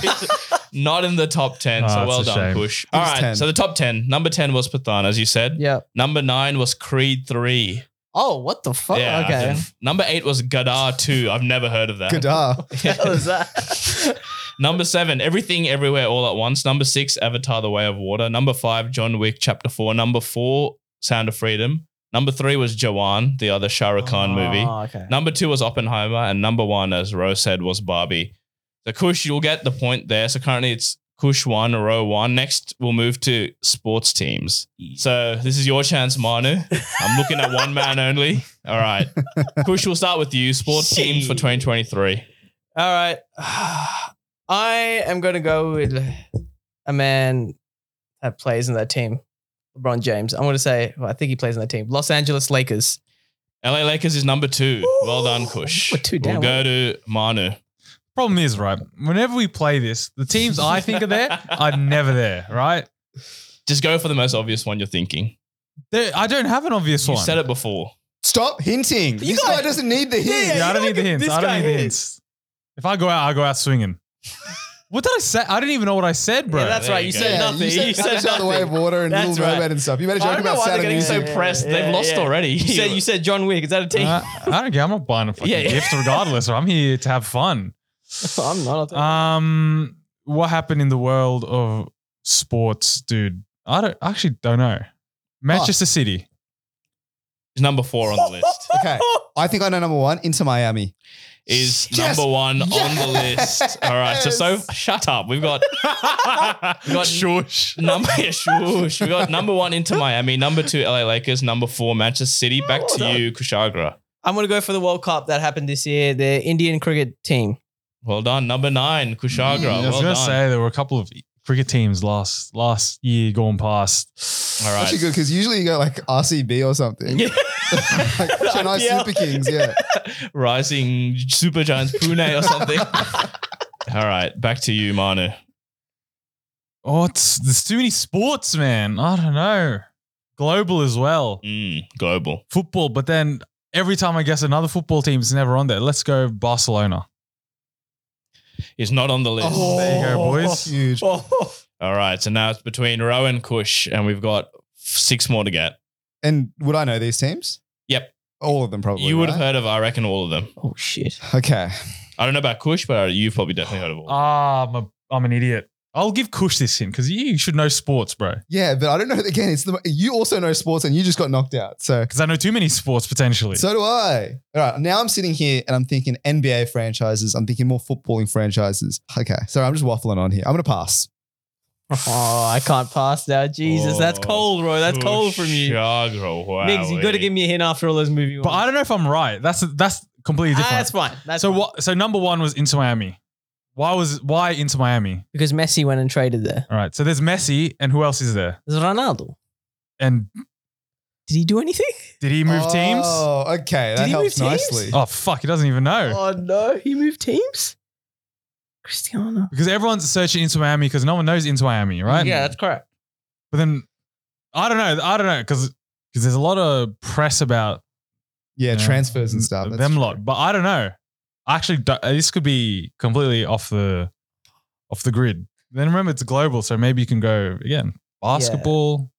[SPEAKER 2] *laughs* Not in the top 10.
[SPEAKER 4] Oh,
[SPEAKER 2] so
[SPEAKER 4] that's
[SPEAKER 2] well
[SPEAKER 4] a
[SPEAKER 2] done,
[SPEAKER 4] shame.
[SPEAKER 2] Push. All
[SPEAKER 3] was
[SPEAKER 2] right.
[SPEAKER 3] 10.
[SPEAKER 2] So the top 10. Number 10 was Pathan, as you said.
[SPEAKER 1] yeah.
[SPEAKER 2] Number nine was Creed 3.
[SPEAKER 1] Oh, what the fuck?
[SPEAKER 2] Yeah, I
[SPEAKER 1] okay.
[SPEAKER 2] think- Number eight was Gadar 2. I've never heard of that. *laughs*
[SPEAKER 3] Godard.
[SPEAKER 1] What was that?
[SPEAKER 2] Number seven, Everything Everywhere All at Once. Number six, Avatar The Way of Water. Number five, John Wick Chapter 4. Number four, Sound of Freedom. Number three was Jawan, the other Shah Rukh Khan movie.
[SPEAKER 1] Oh, okay.
[SPEAKER 2] Number two was Oppenheimer. And number one, as Rose said, was Barbie. So Kush, you'll get the point there. So currently it's Kush one, row one. Next, we'll move to sports teams. So this is your chance, Manu. I'm looking at one man only. All right. Kush, we'll start with you. Sports teams for 2023.
[SPEAKER 1] All right. *sighs* I am going to go with a man that plays in that team, LeBron James. I'm going to say, well, I think he plays in that team, Los Angeles Lakers.
[SPEAKER 2] LA Lakers is number two. Well done, Kush.
[SPEAKER 1] We're two down,
[SPEAKER 2] We'll go to Manu.
[SPEAKER 4] Problem is, right? Whenever we play this, the teams I think are there are never there, right?
[SPEAKER 2] Just go for the most obvious one you're thinking.
[SPEAKER 4] There, I don't have an obvious
[SPEAKER 2] You
[SPEAKER 4] one.
[SPEAKER 2] said it before.
[SPEAKER 3] Stop hinting.
[SPEAKER 1] You
[SPEAKER 3] this
[SPEAKER 1] guys-
[SPEAKER 3] guy doesn't need the hint.
[SPEAKER 4] Yeah, I don't
[SPEAKER 1] you
[SPEAKER 4] need
[SPEAKER 1] gotta
[SPEAKER 4] the
[SPEAKER 1] give
[SPEAKER 4] hints.
[SPEAKER 1] this
[SPEAKER 4] I don't
[SPEAKER 1] guy
[SPEAKER 4] need the
[SPEAKER 1] hints.
[SPEAKER 4] hints. If I go out, I go
[SPEAKER 1] *laughs*
[SPEAKER 4] out swinging. what did I say? I didn't even know what I said, bro.
[SPEAKER 1] yeah, that's
[SPEAKER 2] there
[SPEAKER 1] right.
[SPEAKER 2] you
[SPEAKER 1] You
[SPEAKER 2] go.
[SPEAKER 1] said
[SPEAKER 2] Yeah,
[SPEAKER 1] nothing.
[SPEAKER 3] You said, Avatar the way of water and
[SPEAKER 1] That's
[SPEAKER 3] Little
[SPEAKER 1] right.
[SPEAKER 3] Robot and stuff. You better joke
[SPEAKER 1] I don't know
[SPEAKER 3] about
[SPEAKER 1] why they're
[SPEAKER 3] sad
[SPEAKER 1] getting
[SPEAKER 3] music.
[SPEAKER 1] so
[SPEAKER 3] So-
[SPEAKER 2] pressed. They've lost already.
[SPEAKER 1] You *laughs* said you said John Wick. Is that a *laughs* team?
[SPEAKER 4] Uh, I don't care. I'm not buying a fucking
[SPEAKER 2] Yeah, yeah.
[SPEAKER 4] gift regardless. I'm here to have fun.
[SPEAKER 1] I'm not. I'll
[SPEAKER 4] Um, what happened in the world of sports, dude? I don't I actually don't know. Manchester City.
[SPEAKER 2] It's number four on the list.
[SPEAKER 1] *laughs*
[SPEAKER 3] okay. I think I know number one. Into Miami.
[SPEAKER 2] Is
[SPEAKER 3] Yes.
[SPEAKER 2] number one on the
[SPEAKER 3] Yes.
[SPEAKER 2] list. All right. So so shut up. We've got we've
[SPEAKER 4] *laughs*
[SPEAKER 2] got
[SPEAKER 4] Shush.
[SPEAKER 2] number yeah, shush. We got number one into Miami, number two LA Lakers, number four Manchester City.
[SPEAKER 4] Oh,
[SPEAKER 2] Back to you, Kushagra.
[SPEAKER 1] I'm going to go for the World Cup that happened this year, the Indian cricket team.
[SPEAKER 2] Well done. Number nine, Kushagra.
[SPEAKER 3] Mm,
[SPEAKER 4] I was
[SPEAKER 2] well
[SPEAKER 4] gonna
[SPEAKER 2] done. *laughs*
[SPEAKER 4] say there were a couple of cricket teams last last year going past.
[SPEAKER 2] All right.
[SPEAKER 3] Actually good because usually you go like RCB or something.
[SPEAKER 2] Yeah.
[SPEAKER 3] *laughs* like Chennai
[SPEAKER 2] IPL.
[SPEAKER 3] Super Kings. Yeah.
[SPEAKER 2] Rising Super Giants Pune
[SPEAKER 4] *laughs*
[SPEAKER 2] or something. All right, back to you, Manu.
[SPEAKER 4] Oh, it's, there's too many sports, man. I don't know. Global as well.
[SPEAKER 2] Mm, global.
[SPEAKER 4] Football, but then every time I guess another football team is never on there. Let's go Barcelona.
[SPEAKER 2] It's not on the list.
[SPEAKER 4] Oh. There you go, boys.
[SPEAKER 3] Huge.
[SPEAKER 2] All right, so now it's between Row and Kush, and we've got six more to get.
[SPEAKER 3] And would I know these teams?
[SPEAKER 2] Yep.
[SPEAKER 3] All of them probably.
[SPEAKER 2] you would have
[SPEAKER 3] right?
[SPEAKER 2] heard of, I reckon, all of them.
[SPEAKER 1] *laughs* Oh shit!
[SPEAKER 3] Okay.
[SPEAKER 2] I don't know about Kush, but you've probably definitely heard of all.
[SPEAKER 4] Ah, I'm, a, I'm an idiot. I'll give Kush this hint because you should know sports, bro.
[SPEAKER 3] Yeah, but I don't know. Again, it's the you also know sports and you just got knocked out. So
[SPEAKER 4] Because I know too many sports potentially.
[SPEAKER 3] So do I. All right. Now I'm sitting here and I'm thinking NBA franchises. I'm thinking more footballing franchises. Okay. Sorry, I'm just waffling on here. I'm going to pass.
[SPEAKER 1] Oh, I can't pass now. Jesus, that's
[SPEAKER 2] Oh,
[SPEAKER 1] cold, bro. That's cold from you.
[SPEAKER 2] Kushagra, wow. eh.
[SPEAKER 1] Niggs, you got to give me a hint after all those movie.
[SPEAKER 4] but I don't know if I'm right. That's that's completely
[SPEAKER 1] Ah,
[SPEAKER 4] different.
[SPEAKER 1] that's fine. That's
[SPEAKER 4] so
[SPEAKER 1] fine.
[SPEAKER 4] what? So number one was into Miami. Why was why into Miami?
[SPEAKER 1] Because Messi went and traded there.
[SPEAKER 4] All right. So there's Messi, and who else is there?
[SPEAKER 1] There's Ronaldo.
[SPEAKER 4] And
[SPEAKER 1] Did he do anything?
[SPEAKER 4] did he move teams?
[SPEAKER 3] Oh, okay. That
[SPEAKER 1] he
[SPEAKER 3] helps
[SPEAKER 1] move teams?
[SPEAKER 3] nicely.
[SPEAKER 4] Oh fuck! He doesn't even know.
[SPEAKER 1] Oh no, he moved teams. Cristiano.
[SPEAKER 4] Because everyone's searching into Miami because no one knows into Miami, right?
[SPEAKER 1] Yeah, that's correct.
[SPEAKER 4] But then I don't know. I don't know because because there's a lot of press about
[SPEAKER 3] Yeah,
[SPEAKER 4] you know,
[SPEAKER 3] transfers and stuff.
[SPEAKER 4] Mm, them
[SPEAKER 3] That's true.
[SPEAKER 4] lot. But I don't know. I actually, don't, uh, this could be completely off the off the grid. Then remember, it's global, so maybe you can go again. Basketball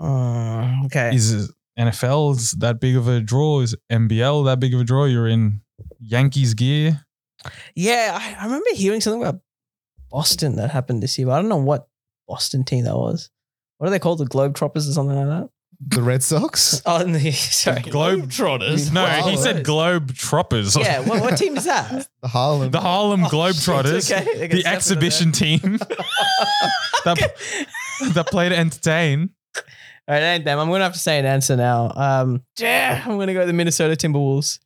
[SPEAKER 1] Oh, okay.
[SPEAKER 4] is NFL is that big of a draw? Is NBL that big of a draw? You're in Yankees gear.
[SPEAKER 1] Yeah, I, I remember hearing something about Boston that happened this year. But I don't know what Boston team that was. What are they called? The Globetrotters or something like that?
[SPEAKER 3] The Red Sox?
[SPEAKER 1] *laughs* Oh, and the- sorry.
[SPEAKER 2] Globetrotters. *laughs*
[SPEAKER 4] No,
[SPEAKER 3] Wow.
[SPEAKER 4] he said Globe Troppers.
[SPEAKER 1] yeah, what, what team is that?
[SPEAKER 3] The Harlem.
[SPEAKER 4] *laughs*
[SPEAKER 3] *laughs*
[SPEAKER 4] The Harlem
[SPEAKER 1] Oh,
[SPEAKER 4] Globetrotters,
[SPEAKER 1] shit, *laughs* okay. They can
[SPEAKER 4] the
[SPEAKER 1] step into *laughs*
[SPEAKER 4] exhibition team that, that play to entertain.
[SPEAKER 1] All right, it ain't them. I'm gonna have to say an answer now. Um, yeah, I'm gonna go with the Minnesota Timberwolves.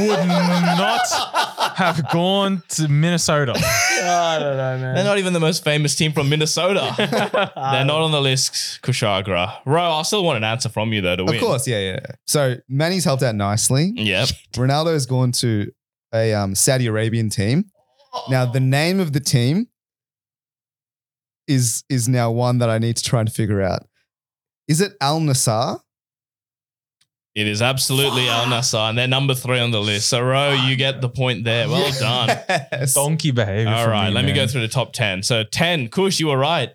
[SPEAKER 1] *laughs*
[SPEAKER 4] would not have gone to Minnesota.
[SPEAKER 1] Oh, *laughs* I don't know, man.
[SPEAKER 2] *laughs* They're not even the most famous team
[SPEAKER 1] *laughs*
[SPEAKER 2] from Minnesota. They're
[SPEAKER 1] They're
[SPEAKER 2] not on the list, Kushagra. Ro, I still want an answer from you, though, to win.
[SPEAKER 3] of course. Yeah, yeah. So Manny's helped out nicely.
[SPEAKER 2] Yep.
[SPEAKER 3] Ronaldo has gone to a um, Saudi Arabian team. Now, the name of the team is is now one that I need to try and figure out. Is it Al Nassr?
[SPEAKER 2] It is absolutely Al Nassr, and they're number three on the list. So, Ro, you get the point there. Well
[SPEAKER 1] *laughs*
[SPEAKER 2] done.
[SPEAKER 3] Yes.
[SPEAKER 4] Donkey behavior.
[SPEAKER 2] All
[SPEAKER 4] from
[SPEAKER 2] right, let me go
[SPEAKER 4] man.
[SPEAKER 2] through the top 10. So, 10, Kush, you were right.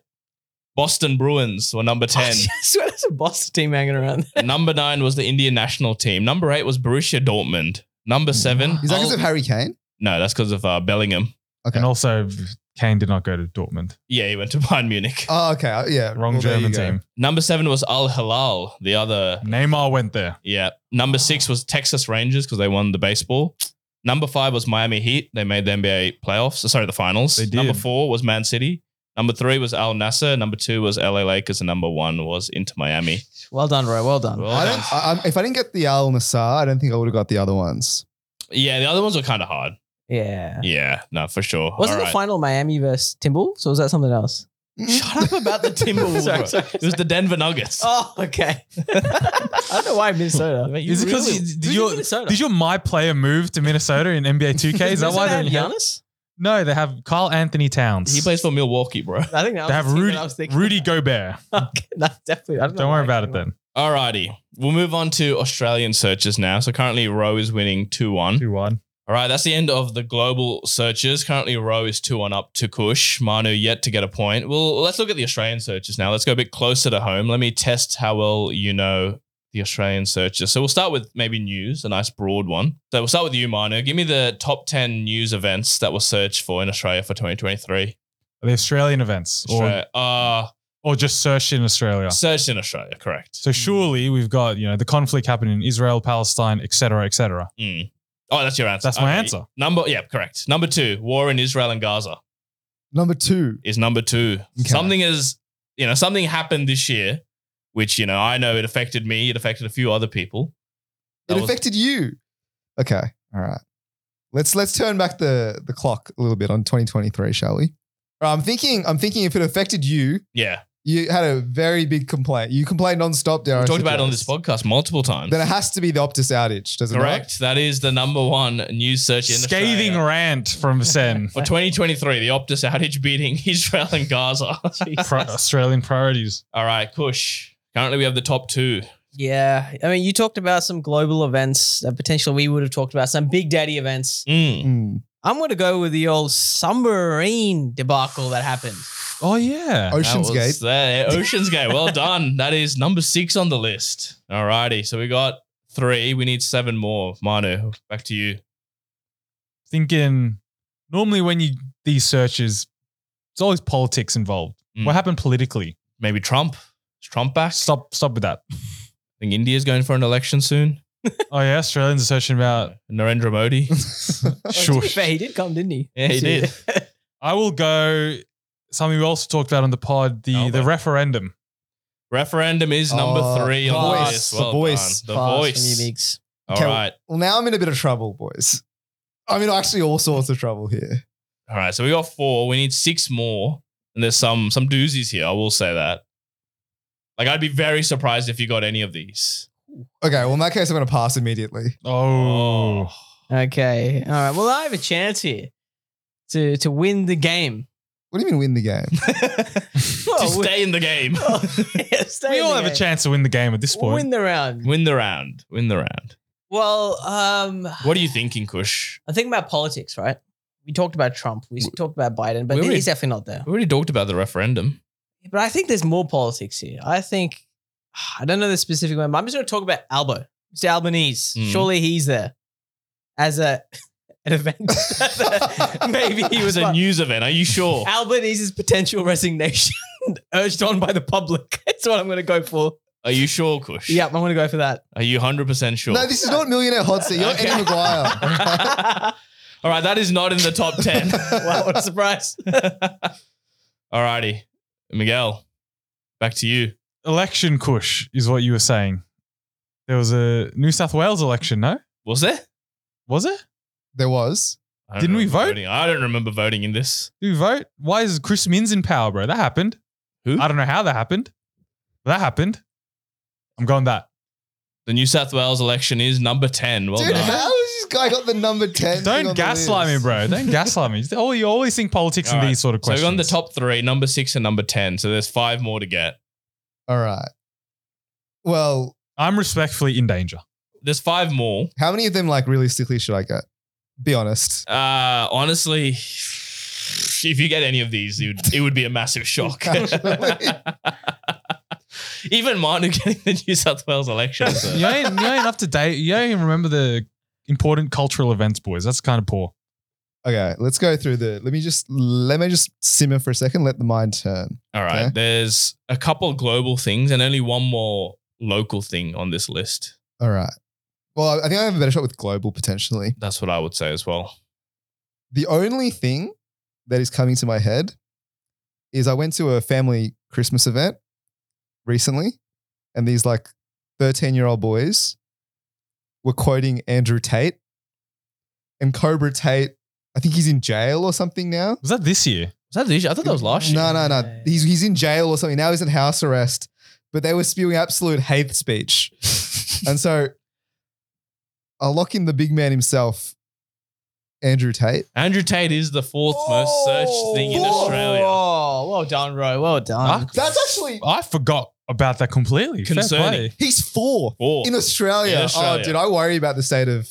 [SPEAKER 2] Boston Bruins were number
[SPEAKER 1] *laughs*
[SPEAKER 2] 10.
[SPEAKER 1] I swear there's a Boston team hanging around.
[SPEAKER 2] number nine was the Indian national team. Number eight was Borussia Dortmund. Number seven.
[SPEAKER 3] Is that because
[SPEAKER 2] Al-
[SPEAKER 3] of Harry Kane?
[SPEAKER 2] no, that's because of uh, Bellingham.
[SPEAKER 3] Okay.
[SPEAKER 4] And also, Kane did not go to Dortmund.
[SPEAKER 2] Yeah, he went to *laughs* Bayern Munich.
[SPEAKER 3] Oh, okay. uh, Yeah.
[SPEAKER 4] Wrong
[SPEAKER 3] Well, there you
[SPEAKER 4] German
[SPEAKER 3] go.
[SPEAKER 4] team.
[SPEAKER 2] Number seven was Al Hilal, the other
[SPEAKER 4] Neymar went there.
[SPEAKER 2] Yeah. Number six was Texas Rangers because they won the baseball. Number five was Miami Heat. They made the NBA playoffs. uh, Sorry, the finals.
[SPEAKER 4] They did.
[SPEAKER 2] Number four was Man City. Number three was Al Nasser. Number two was LA Lakers. And number one was Inter Miami.
[SPEAKER 1] Well done, Roy. Well done.
[SPEAKER 2] Well
[SPEAKER 3] I
[SPEAKER 2] done.
[SPEAKER 3] don't. I, I'm- if I didn't get the Al Nassar, I don't think I would have got the other ones.
[SPEAKER 2] yeah, the other ones were kind of hard.
[SPEAKER 1] yeah.
[SPEAKER 2] Yeah, no, for sure.
[SPEAKER 1] Wasn't
[SPEAKER 2] All
[SPEAKER 1] the
[SPEAKER 2] right.
[SPEAKER 1] final Miami versus Timberwolves, or was that something else?
[SPEAKER 2] Shut up about the Timberwolves.
[SPEAKER 1] Sorry,
[SPEAKER 2] bro.
[SPEAKER 1] sorry,
[SPEAKER 2] It was the Denver Nuggets.
[SPEAKER 1] Oh, okay. I don't know why Minnesota.
[SPEAKER 2] Mate, you
[SPEAKER 4] Is it because
[SPEAKER 2] really-
[SPEAKER 4] did
[SPEAKER 1] Who's
[SPEAKER 4] your
[SPEAKER 1] in Minnesota?
[SPEAKER 4] did your my player move to Minnesota in NBA 2K? Is that why they
[SPEAKER 1] Minnesota
[SPEAKER 4] didn't
[SPEAKER 1] have
[SPEAKER 4] have-
[SPEAKER 1] Giannis?
[SPEAKER 4] No, they have Carl Anthony Towns.
[SPEAKER 2] he plays for Milwaukee, bro.
[SPEAKER 1] I think that was
[SPEAKER 4] They
[SPEAKER 1] the
[SPEAKER 4] have
[SPEAKER 1] team that
[SPEAKER 4] Rudy
[SPEAKER 1] I was thinking.
[SPEAKER 4] Rudy Gobert.
[SPEAKER 1] *laughs* Okay, no, definitely. I don't, know
[SPEAKER 4] Don't
[SPEAKER 1] why I
[SPEAKER 4] worry about it
[SPEAKER 1] came up-
[SPEAKER 4] then.
[SPEAKER 2] Alrighty, we'll move on to Australian searches now. So currently, Roe is winning two one.
[SPEAKER 4] Two one.
[SPEAKER 2] All right, that's the end of the global searches. Currently, Roe is 2 1 up to Kush. Manu yet to get a point. Well, let's look at the Australian searches now. Let's go a bit closer to home. Let me test how well you know the Australian searches. So we'll start with maybe news, a nice broad one. So we'll start with you, Manu. Give me the top 10 news events that were searched for in Australia for 2023.
[SPEAKER 4] Are they Australian events or,
[SPEAKER 2] Australia. Uh,
[SPEAKER 4] or just search in Australia?
[SPEAKER 2] searched in Australia, correct.
[SPEAKER 4] So surely we've got you know the conflict happening in Israel, Palestine, etc., cetera, etc. Cetera.
[SPEAKER 2] Mm. Oh, that's your answer.
[SPEAKER 4] That's my
[SPEAKER 2] Okay.
[SPEAKER 4] answer.
[SPEAKER 2] Number, yeah, correct. Number two, war in Israel and Gaza.
[SPEAKER 3] Number two.
[SPEAKER 2] is number two.
[SPEAKER 3] Okay.
[SPEAKER 2] Something is, you know, something happened this year, which, you know, I know it affected me. It affected a few other people. That
[SPEAKER 3] it
[SPEAKER 2] was-
[SPEAKER 3] affected you. Okay. All right. Let's let's turn back the the clock a little bit on 2023, shall we? All right, I'm thinking. I'm thinking. If it affected you,
[SPEAKER 2] Yeah.
[SPEAKER 3] you had a very big complaint. You complained nonstop, Darren.
[SPEAKER 2] We talked about it on this podcast multiple times.
[SPEAKER 3] Then it has to be the Optus outage, does it? not?
[SPEAKER 2] Correct. That is the number one news search in
[SPEAKER 4] Scathing
[SPEAKER 2] Australia.
[SPEAKER 4] rant from
[SPEAKER 2] *laughs*
[SPEAKER 4] Sen.
[SPEAKER 2] For 2023, the Optus outage beating *laughs* Israel and Gaza.
[SPEAKER 4] Pro- Australian priorities.
[SPEAKER 2] All right, Kush. Currently, we have the top two.
[SPEAKER 1] Yeah. I mean, you talked about some global events that potentially we would have talked about, some big daddy events.
[SPEAKER 2] Mm.
[SPEAKER 3] Mm.
[SPEAKER 1] I'm going to go with the old submarine debacle that happened.
[SPEAKER 4] Oh yeah.
[SPEAKER 2] That
[SPEAKER 3] Ocean's
[SPEAKER 2] was-
[SPEAKER 3] Gate.
[SPEAKER 2] there. Ocean's Gate. Well done. *laughs* That is number six on the list. All righty. So we got three. We need seven more. Manu, back to you.
[SPEAKER 4] Thinking normally when you these searches, it's always politics involved.
[SPEAKER 2] Mm.
[SPEAKER 4] What happened politically?
[SPEAKER 2] Maybe Trump. Is Trump back?
[SPEAKER 4] Stop stop with
[SPEAKER 2] *laughs*
[SPEAKER 4] that.
[SPEAKER 2] I think India's going for an election soon.
[SPEAKER 4] Oh yeah, Australians are searching about
[SPEAKER 3] *laughs*
[SPEAKER 2] Narendra Modi.
[SPEAKER 1] To
[SPEAKER 4] sure.
[SPEAKER 1] be fair, he did come, didn't he?
[SPEAKER 2] Yeah, he did.
[SPEAKER 1] *laughs*
[SPEAKER 4] I will go something we also talked about on the pod, the
[SPEAKER 2] Albo.
[SPEAKER 4] the referendum.
[SPEAKER 2] Referendum is number
[SPEAKER 3] Oh,
[SPEAKER 2] three
[SPEAKER 3] The
[SPEAKER 2] on the
[SPEAKER 3] Voice,
[SPEAKER 2] list.
[SPEAKER 3] The
[SPEAKER 2] Well
[SPEAKER 3] Voice.
[SPEAKER 1] Class
[SPEAKER 2] done. The
[SPEAKER 1] from
[SPEAKER 2] voice.
[SPEAKER 1] you, Meeks.
[SPEAKER 2] All
[SPEAKER 3] Okay.
[SPEAKER 2] right.
[SPEAKER 3] Well, now I'm in a bit of trouble, boys. I mean, actually, all sorts of trouble here.
[SPEAKER 2] All right. So we got four. We need six more. And there's some some doozies here. I will say that. Like I'd be very surprised if you got any
[SPEAKER 3] *laughs*
[SPEAKER 2] of these.
[SPEAKER 3] Okay. Well, in that case, I'm going to pass immediately.
[SPEAKER 4] Oh,
[SPEAKER 1] Okay. All right. Well, I have a chance here to to win the game.
[SPEAKER 3] What do you mean win the game?
[SPEAKER 2] to
[SPEAKER 1] *laughs* Well, we-
[SPEAKER 2] stay in the game.
[SPEAKER 1] well, Oh, *laughs* yeah, stay
[SPEAKER 4] we
[SPEAKER 1] in
[SPEAKER 4] all
[SPEAKER 1] the
[SPEAKER 4] have a
[SPEAKER 1] game.
[SPEAKER 4] chance to win the game at this
[SPEAKER 1] We'll
[SPEAKER 4] point.
[SPEAKER 1] Win the round.
[SPEAKER 2] Win the round. Win the round.
[SPEAKER 1] Well, um,
[SPEAKER 2] What are you thinking, Kush?
[SPEAKER 1] I think about politics, right? We talked about Trump. We
[SPEAKER 2] We-
[SPEAKER 1] talked about Biden, but
[SPEAKER 2] we already-
[SPEAKER 1] he's definitely not there.
[SPEAKER 2] We already talked about the referendum.
[SPEAKER 1] But I think there's more politics here. I think *sighs* I don't know the specific one. But I'm just going to talk about Albo, Mr. Albanese.
[SPEAKER 2] Mhm.
[SPEAKER 1] Surely he's there as a *laughs* an event.
[SPEAKER 2] *laughs*
[SPEAKER 1] Maybe he was
[SPEAKER 2] a
[SPEAKER 1] a new.
[SPEAKER 2] news event. Are you sure?
[SPEAKER 1] *laughs* Albanese's potential resignation *laughs* urged on by the public. *laughs* That's what I'm going to go for.
[SPEAKER 2] Are you sure, Kush?
[SPEAKER 1] Yeah, I'm going to go for that.
[SPEAKER 2] Are you 100%
[SPEAKER 1] *laughs*
[SPEAKER 2] sure?
[SPEAKER 3] No, this is not Millionaire Hot Seat. You're
[SPEAKER 2] Okay.
[SPEAKER 3] Eddie McGuire.
[SPEAKER 2] *laughs* All right, that is not in
[SPEAKER 1] *laughs*
[SPEAKER 2] the top 10.
[SPEAKER 1] wow, what a surprise.
[SPEAKER 2] *laughs* All righty. Miguel, back to you.
[SPEAKER 4] election cush is what you were saying. There was a New South Wales election, no?
[SPEAKER 2] Was there?
[SPEAKER 4] Was it?
[SPEAKER 3] there was.
[SPEAKER 2] I don't
[SPEAKER 4] Didn't we
[SPEAKER 2] remember
[SPEAKER 4] vote?
[SPEAKER 2] voting. I don't remember voting in this.
[SPEAKER 4] Did we vote? Why is Chris Minns in power, bro? That happened.
[SPEAKER 2] Who?
[SPEAKER 4] I don't know how that happened. But that happened. I'm going that.
[SPEAKER 2] The New South Wales election is number 10. Well
[SPEAKER 3] Dude,
[SPEAKER 2] done.
[SPEAKER 1] *laughs*
[SPEAKER 3] how has this guy got the number 10? thing on the
[SPEAKER 4] Don't gaslight me,
[SPEAKER 3] list?
[SPEAKER 4] bro. Don't gaslight me. You always, you always think politics
[SPEAKER 2] All
[SPEAKER 4] in
[SPEAKER 2] right.
[SPEAKER 4] these sort of
[SPEAKER 2] So
[SPEAKER 4] questions.
[SPEAKER 2] we're on the top three, number six and number 10. So there's five more to get.
[SPEAKER 3] All right. Well,
[SPEAKER 4] I'm respectfully in danger.
[SPEAKER 2] There's five more.
[SPEAKER 3] how many of them, like, realistically should I get? Be honest.
[SPEAKER 2] Uh, honestly, if you get any of these, it would, it would be a massive
[SPEAKER 3] *laughs*
[SPEAKER 2] shock. *laughs* Even Manu getting the New South Wales election. is a-
[SPEAKER 4] You ain't, you ain't up to date. You ain't remember the important cultural events, boys. That's kind of poor.
[SPEAKER 3] Okay, let's go through the. Let me just let me just simmer for a second. Let the mind turn.
[SPEAKER 2] All right.
[SPEAKER 3] Okay.
[SPEAKER 2] There's a couple global things and only one more local thing on this list.
[SPEAKER 3] All right. Well, I think I have a better shot with global potentially.
[SPEAKER 2] That's what I would say as well.
[SPEAKER 3] The only thing that is coming to my head is I went to a family Christmas event recently, and these like 13 year old boys were quoting Andrew Tate. And Cobra Tate, I think he's in jail or something now.
[SPEAKER 4] Was that this year?
[SPEAKER 2] Was that the issue? I thought that was last year.
[SPEAKER 3] No, no, no. He's, he's in jail or something. Now he's in house arrest. But they were spewing absolute hate
[SPEAKER 2] *laughs*
[SPEAKER 3] speech. and so I'll lock in the big man himself, Andrew Tate.
[SPEAKER 2] Andrew Tate is the fourth most searched thing in Australia.
[SPEAKER 1] Oh, well done, Roy. Well done.
[SPEAKER 4] Fuck.
[SPEAKER 3] Um, That's actually
[SPEAKER 4] I forgot about that completely. Fair
[SPEAKER 2] Concerning.
[SPEAKER 4] play.
[SPEAKER 3] he's four
[SPEAKER 2] Four.
[SPEAKER 3] in Australia.
[SPEAKER 2] In Australia.
[SPEAKER 3] Oh, dude, I worry about the state of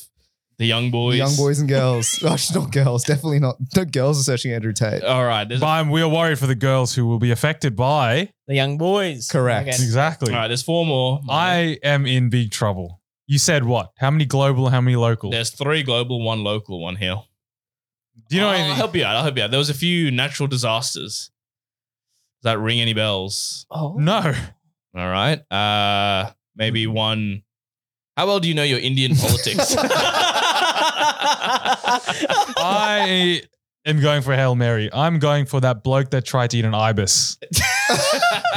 [SPEAKER 2] the young
[SPEAKER 3] the
[SPEAKER 2] boys.
[SPEAKER 3] young boys and
[SPEAKER 2] *laughs*
[SPEAKER 3] girls. oh, not girls, definitely not. No girls are searching Andrew Tate.
[SPEAKER 2] All right. There's, all
[SPEAKER 4] But we are worried for the girls who will be affected by.
[SPEAKER 1] The young boys.
[SPEAKER 3] Correct.
[SPEAKER 1] Okay.
[SPEAKER 4] Exactly.
[SPEAKER 2] right. There's four more.
[SPEAKER 4] I am in big trouble. You said what? How many global? How many local?
[SPEAKER 2] There's three global, one local, one here.
[SPEAKER 4] Do you know
[SPEAKER 2] I'll
[SPEAKER 4] anything?
[SPEAKER 2] help you out. I'll help you out. There was a few natural disasters. Does that ring any bells?
[SPEAKER 1] Oh.
[SPEAKER 4] No.
[SPEAKER 2] All right. Uh,
[SPEAKER 4] Mm-hmm.
[SPEAKER 2] maybe one. How well do you know
[SPEAKER 4] *laughs*
[SPEAKER 2] your Indian politics?
[SPEAKER 4] I am going for Hail Mary. I'm going for that bloke that tried to eat an ibis.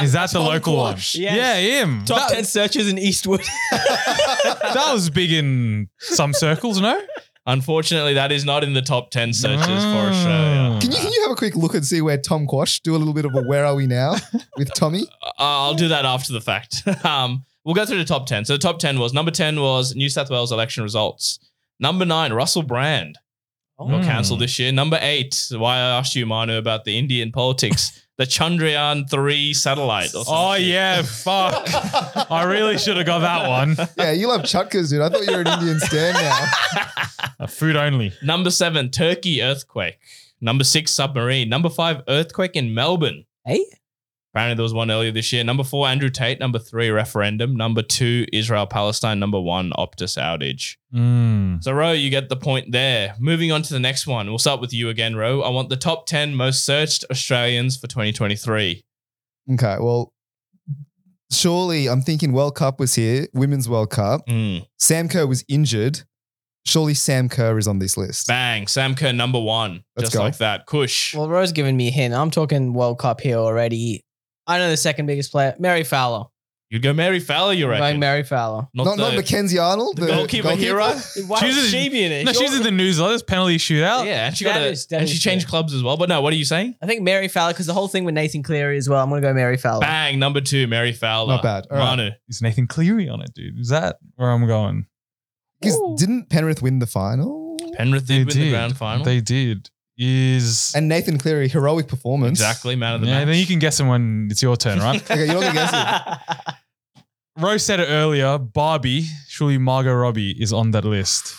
[SPEAKER 4] Is that the local one?
[SPEAKER 1] Yes.
[SPEAKER 4] Yeah, him.
[SPEAKER 1] Top
[SPEAKER 4] That,
[SPEAKER 1] 10 searches in Eastwood.
[SPEAKER 4] *laughs*
[SPEAKER 1] *laughs*
[SPEAKER 4] that was big in some circles, no?
[SPEAKER 2] Unfortunately, that is not in the top 10 searches for
[SPEAKER 4] Ah.
[SPEAKER 2] Australia.
[SPEAKER 3] Can you, can you have a quick look and see where Tom Quash do a little bit of a where are we now with Tommy?
[SPEAKER 2] Uh, I'll do that after the fact. *laughs* um, we'll go through the top 10. So the top 10 was number 10 was New South Wales election results. Number nine, Russell Brand. got
[SPEAKER 4] Mm.
[SPEAKER 2] cancelled this year. Number eight, why I asked you, Manu, about the Indian politics, the Chandrayaan 3 satellite. Or
[SPEAKER 4] *laughs* Oh,
[SPEAKER 2] something.
[SPEAKER 4] yeah, fuck. I really should have got that one.
[SPEAKER 3] Yeah, you love chutkas, dude. I thought you were an Indian stand now.
[SPEAKER 4] Uh, food only.
[SPEAKER 2] *laughs* Number seven, Turkey earthquake. Number six, submarine. Number five, earthquake in Melbourne.
[SPEAKER 1] Hey?
[SPEAKER 2] Apparently, there was one earlier this year. Number four, Andrew Tate. Number three, referendum. Number two, Israel Palestine. Number one, Optus outage.
[SPEAKER 4] Mm.
[SPEAKER 2] So, Ro, you get the point there. Moving on to the next one. We'll start with you again, Ro. I want the top 10 most searched Australians for 2023.
[SPEAKER 3] Okay, well, surely I'm thinking World Cup was here, Women's World Cup.
[SPEAKER 4] Hmm.
[SPEAKER 2] Mm.
[SPEAKER 3] Sam Kerr was injured. Surely Sam Kerr is on this list.
[SPEAKER 2] Bang. Sam Kerr, number one.
[SPEAKER 3] Let's
[SPEAKER 2] just
[SPEAKER 3] go.
[SPEAKER 2] like that. Kush.
[SPEAKER 1] Well, Rose given me a hint. I'm talking World Cup here already. I know the second biggest player, Mary Fowler.
[SPEAKER 2] You'd go Mary Fowler, you
[SPEAKER 1] I'm
[SPEAKER 2] reckon?
[SPEAKER 1] going Mary Fowler.
[SPEAKER 2] not,
[SPEAKER 3] not,
[SPEAKER 2] the,
[SPEAKER 3] not Mackenzie Arnold,
[SPEAKER 2] the goalkeeper, hero.
[SPEAKER 1] Why
[SPEAKER 4] She's
[SPEAKER 1] was
[SPEAKER 4] a-
[SPEAKER 1] she being it?
[SPEAKER 4] No, she's in the newsletters, penalty shootout.
[SPEAKER 2] Yeah, and she
[SPEAKER 1] That
[SPEAKER 2] got a,
[SPEAKER 1] is- that
[SPEAKER 2] and
[SPEAKER 1] is
[SPEAKER 2] she changed
[SPEAKER 1] fair.
[SPEAKER 2] clubs as well. But no, what are you saying?
[SPEAKER 1] I think Mary Fowler, because the whole thing with Nathan Cleary as well. I'm going to go Mary Fowler.
[SPEAKER 2] Bang, number two, Mary Fowler.
[SPEAKER 3] Not bad. All right.
[SPEAKER 2] Manu.
[SPEAKER 4] Is Nathan Cleary on it, dude? Is that where I'm going?
[SPEAKER 3] Because didn't Penrith win the final?
[SPEAKER 2] Penrith did win the grand final.
[SPEAKER 4] They did. Is
[SPEAKER 3] And Nathan Cleary, heroic performance.
[SPEAKER 2] exactly, man of the
[SPEAKER 4] yeah,
[SPEAKER 2] match.
[SPEAKER 4] then
[SPEAKER 2] *laughs*
[SPEAKER 4] you can guess him when it's your turn, right?
[SPEAKER 3] Okay, you're not gonna guess it.
[SPEAKER 4] Rose said it earlier. Barbie, surely Margot Robbie is on that list.